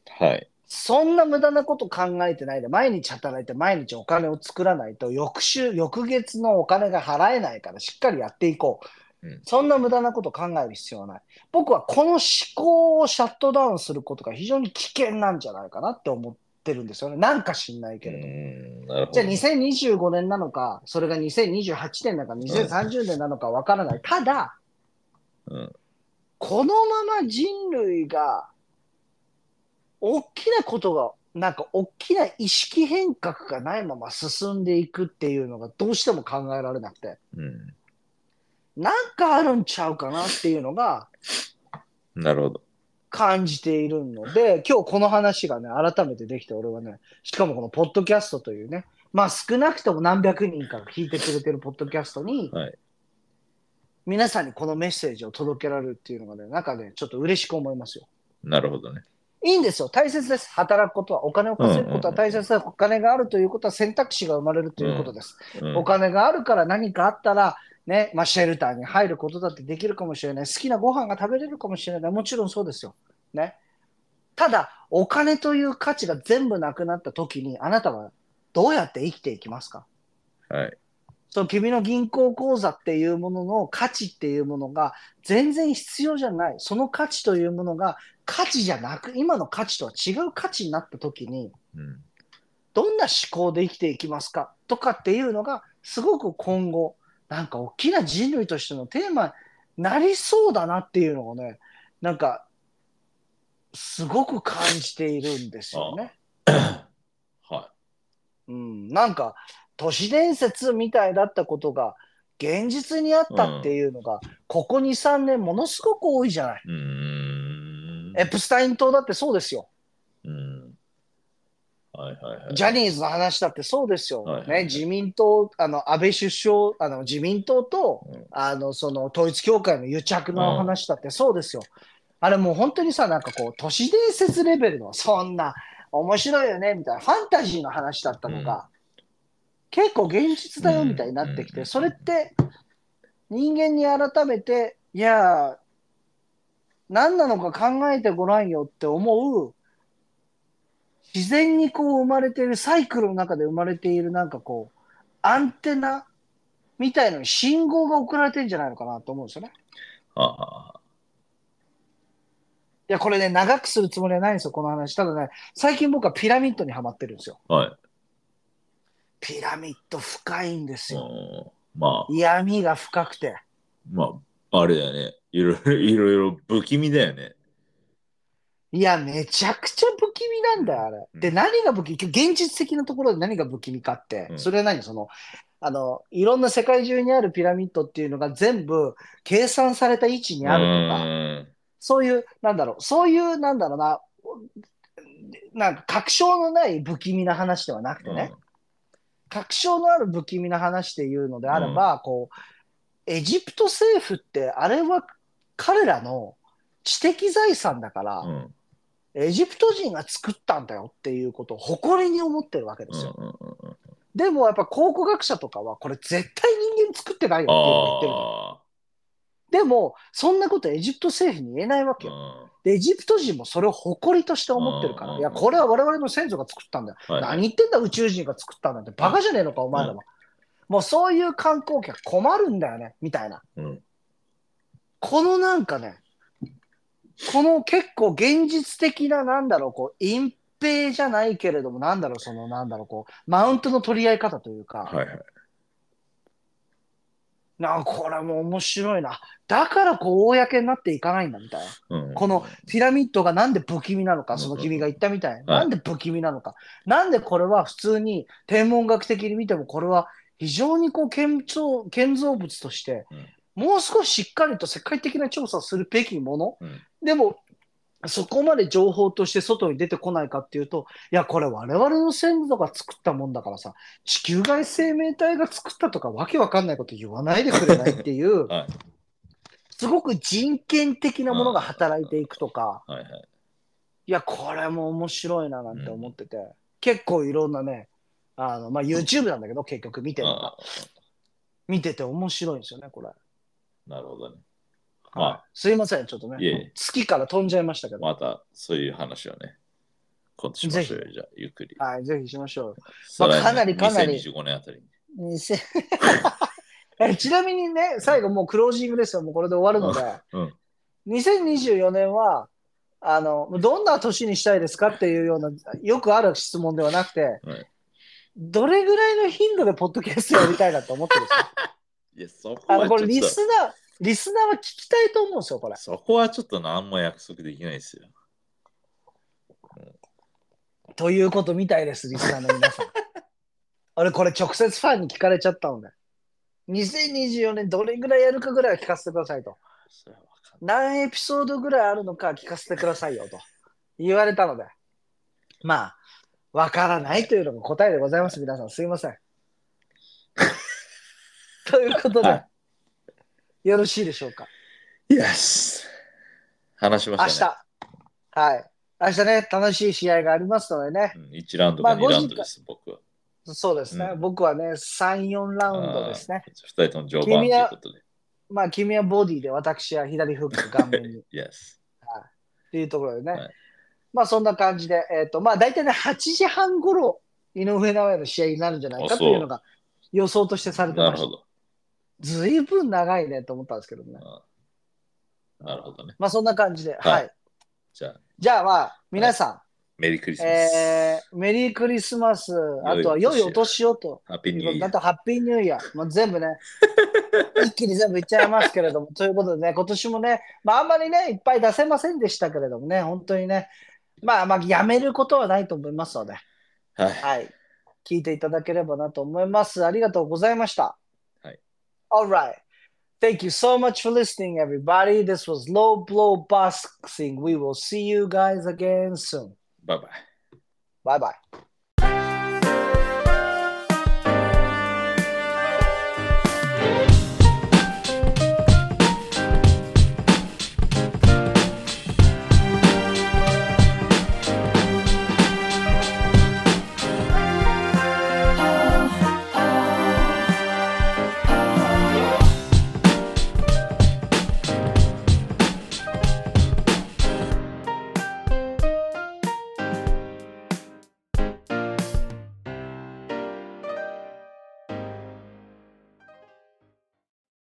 Speaker 4: はい。
Speaker 1: そんな無駄なこと考えてないで、毎日働いて、毎日お金を作らないと、翌週、翌月のお金が払えないから、しっかりやっていこう。
Speaker 4: うん
Speaker 1: そんな無駄なこと考える必要はない。僕はこの思考をシャットダウンすることが非常に危険なんじゃないかなって思ってるんですよね。なんか知んないけれど。
Speaker 4: うんなるほど
Speaker 1: じゃあ2025年なのか、それが2028年なのか、2030年なのかわからない。ただ、
Speaker 4: うん
Speaker 1: このまま人類が、大きなことが、なんか大きな意識変革がないまま進んでいくっていうのがどうしても考えられなくて、
Speaker 4: うん
Speaker 1: なんかあるんちゃうかなっていうのが
Speaker 4: なるほど。
Speaker 1: 感じているので、今日この話がね、改めてできて、俺はね、しかもこのポッドキャストというね、まあ少なくとも何百人かが聞いてくれてるポッドキャストに、
Speaker 4: はい
Speaker 1: 皆さんにこのメッセージを届けられるっていうのがね、なんかね、ちょっと嬉しく思いますよ。
Speaker 4: なるほどね。
Speaker 1: いいんですよ。大切です。働くことは、お金を稼ぐことは大切です。お金があるということは選択肢が生まれるということです。
Speaker 4: うん
Speaker 1: お金があるから何かあったら、ね、まあ、シェルターに入ることだってできるかもしれない。好きなご飯が食べれるかもしれない。もちろんそうですよ。ね。ただ、お金という価値が全部なくなった時に、あなたはどうやって生きていきますか
Speaker 2: はい。
Speaker 1: その君の銀行口座っていうものの価値っていうものが全然必要じゃない。その価値というものが価値じゃなく、今の価値とは違う価値になった時に、
Speaker 2: うん。
Speaker 1: どんな思考で生きていきますかとかっていうのが、すごく今後、なんか大きな人類としてのテーマになりそうだなっていうのをね、なんか、すごく感じているんですよね。
Speaker 2: は
Speaker 1: うん、なんか都市伝説みたいだったことが現実にあったっていうのが、ここ23年ものすごく多いじゃない。
Speaker 2: い。うーん。
Speaker 1: エプスタイン島だってそうですよ。
Speaker 2: うん。はいはいはい。
Speaker 1: ジャニーズの話だってそうですよ。
Speaker 2: はいはいはい
Speaker 1: ね、自民党、あの安倍首相、あの自民党と、
Speaker 2: うん
Speaker 1: あのその統一教会の癒着の話だってそうですよ。あれもう本当にさ、なんかこう、都市伝説レベルの、そんな面白いよねみたいな、ファンタジーの話だったのが、結構現実だよみたいになってきて、
Speaker 2: うん
Speaker 1: それって人間に改めて、いやー、何なのか考えてごらんよって思う自然にこう生まれているサイクルの中で生まれているなんかこうアンテナみたいのに信号が送られてんじゃないのかなと思うんですよね。
Speaker 2: はあはあはあ
Speaker 1: いやこれね長くするつもりはないんですよこの話ただね最近僕はピラミッドにはまってるんですよ。
Speaker 2: はい
Speaker 1: ピラミッド深いんですよ。
Speaker 2: うんまあ、
Speaker 1: 闇が深くて。
Speaker 2: まあ、あれだよね。いろい ろ、いろいろ不気味だよね。
Speaker 1: いやめちゃくちゃ不気味なんだよあれ。
Speaker 2: うん
Speaker 1: で何が不気味現実的なところで何が不気味かって、
Speaker 2: うん
Speaker 1: それは何そのあのいろんな世界中にあるピラミッドっていうのが全部計算された位置にあるとか。そういう、なんだろう、そういう、なんだろうな、なんか確証のない不気味な話ではなくて
Speaker 2: うーん
Speaker 1: ね、確証のある不気味な話っていうのであれば、こう、エジプト政府って、あれは彼らの知的財産だから、
Speaker 2: うん。うん。
Speaker 1: エジプト人が作ったんだよっていうことを誇りに思ってるわけで
Speaker 2: うん
Speaker 1: すよ。
Speaker 2: うんうんうん。
Speaker 1: でもやっぱ考古学者とかは、これ絶対人間作ってないよっていうのを言ってるの
Speaker 2: あ
Speaker 1: でも、そんなことエジプト政府に言えないわけよ。
Speaker 2: あ。
Speaker 1: で、エジプト人もそれを誇りとして思ってるか
Speaker 2: う
Speaker 1: ら、
Speaker 2: ん
Speaker 1: いや、これは我々の先祖が作ったんだよ。
Speaker 2: うん。はい。
Speaker 1: 何言ってんだ、宇宙人が作ったんだって、バカじゃねえのか、お前らは。もうそういう観光客困るんだよね、みたいな。
Speaker 2: うん
Speaker 1: このなんかね、この結構現実的な、なんだろう、こう、隠蔽じゃないけれども、なんだろう、その、なんだろう、こう、マウントの取り合い方というか、
Speaker 2: はいはい。
Speaker 1: なんかこれも面白いな。だから、こう、公になっていかないんだ、みたいな。
Speaker 2: うん。
Speaker 1: このピラミッドがなんで不気味なのか、
Speaker 2: うん
Speaker 1: その君が言ったみたいに、
Speaker 2: はい
Speaker 1: なんで不気味なのか、なんでこれは普通に天文学的に見ても、これは非常にこう建造建造物として、もう少ししっかりと世界的な調査をするべきもの、
Speaker 2: うん
Speaker 1: でも、そこまで情報として外に出てこないかっていうと、いや、これ我々の先祖が作ったもんだからさ、地球外生命体が作ったとかわけわかんないこと言わないでくれないっていう、
Speaker 2: はい
Speaker 1: すごく人権的なものが働いていくとか、
Speaker 2: はいはい。
Speaker 1: いや、これも面白いななんて思ってて、結構いろんなね、あのまあ、YouTube なんだけど、結局見てるのが
Speaker 2: あ
Speaker 1: 見てて面白いんですよね、これ。
Speaker 2: あなるほどね。
Speaker 1: は、
Speaker 2: はい
Speaker 1: すいません、ちょっとね、
Speaker 2: いえいえ
Speaker 1: 月から飛んじゃいましたけど、
Speaker 2: また、そういう話をね、今年もしょう
Speaker 1: ぜ
Speaker 2: よじゃあ、ゆっくり。
Speaker 1: はい、ぜひしましょ
Speaker 2: 再来年
Speaker 1: かなりかなり
Speaker 2: 2025年あたりに。
Speaker 1: う。2000 えちなみにね、最後もうクロージングですよ、もうこれで終わるので、
Speaker 2: うん
Speaker 1: 2024年は、あのどんな年にしたいですかっていうような、よくある質問ではなくて、どれぐらいの頻度でポッドキャストやりたいなと思ってるん ですか
Speaker 2: いや、そこ
Speaker 1: あの
Speaker 2: はち
Speaker 1: こ
Speaker 2: ょ
Speaker 1: れリ
Speaker 2: っ
Speaker 1: スナー、リスナーは聞きたいと思うんですよ、これ
Speaker 2: と、。そこはちょっと何も約束できないですよ。
Speaker 1: ということみたいです、リスナーの皆さん。 俺、これ直接ファンに聞かれちゃったので。2024年どれぐらいやるかぐらいは聞かせてくださいと。
Speaker 2: それはわかん
Speaker 1: 何エピソードぐらいあるのか聞かせてくださいよと言われたので。まあ、わからないというのが答えでございます、皆さん。すいません。 ということで、
Speaker 2: は
Speaker 1: よろしいでしょうか。
Speaker 2: ない。よし話しま
Speaker 1: 明
Speaker 2: したね。
Speaker 1: 日。はい。明日ね、楽しい試合がありますのでね。
Speaker 2: 明日。うん、1ラウンド
Speaker 1: ま
Speaker 2: か
Speaker 1: あ
Speaker 2: 2ラウンドです、僕は。
Speaker 1: そうですね、
Speaker 4: うん
Speaker 1: 僕はね、3、4ラウンドですね。
Speaker 4: 二人とも序盤ということで。
Speaker 1: まあ、君はボディで、私は左フック顔面に。っ
Speaker 4: Yes。
Speaker 1: ていうところでね。
Speaker 4: はい
Speaker 1: まあ、そんな感じで、えっ、と、まあ、大体ね、8時半頃、井上尚弥の試合になるんじゃないか
Speaker 4: あ
Speaker 1: と
Speaker 4: そう
Speaker 1: いうのが予想としてされて
Speaker 4: な
Speaker 1: ま
Speaker 4: る
Speaker 1: し
Speaker 4: ほ
Speaker 1: た。
Speaker 4: ど。
Speaker 1: ずいぶん長いねと思ったんですけどね。
Speaker 4: なるほどね。
Speaker 1: まあ、そんな感じで、はい。
Speaker 4: はいじゃあ、
Speaker 1: じゃあ、まあ、皆さん、
Speaker 4: メリークリスマス。
Speaker 1: えーメリークリスマス、あとは良いお年をと。
Speaker 4: ハッピーニューイヤ
Speaker 1: あ
Speaker 4: ー。
Speaker 1: と、ハッピーニューイヤー。も う全部ね、一気に全部いっちゃいますけれども、ということでね、今年もね、まあ、あんまりね、いっぱい出せませんでしたけれどもね、本当にね、まあ、まあ、やめることはないと思いますので、
Speaker 4: はい。
Speaker 1: はい。聞いていただければなと思います。ありがとうございました。
Speaker 4: はい。
Speaker 1: Alright. Thank you so much for listening, everybody. This was Low Blow Boxing. We will see you guys again soon.
Speaker 4: バイバイ。
Speaker 1: Bye bye.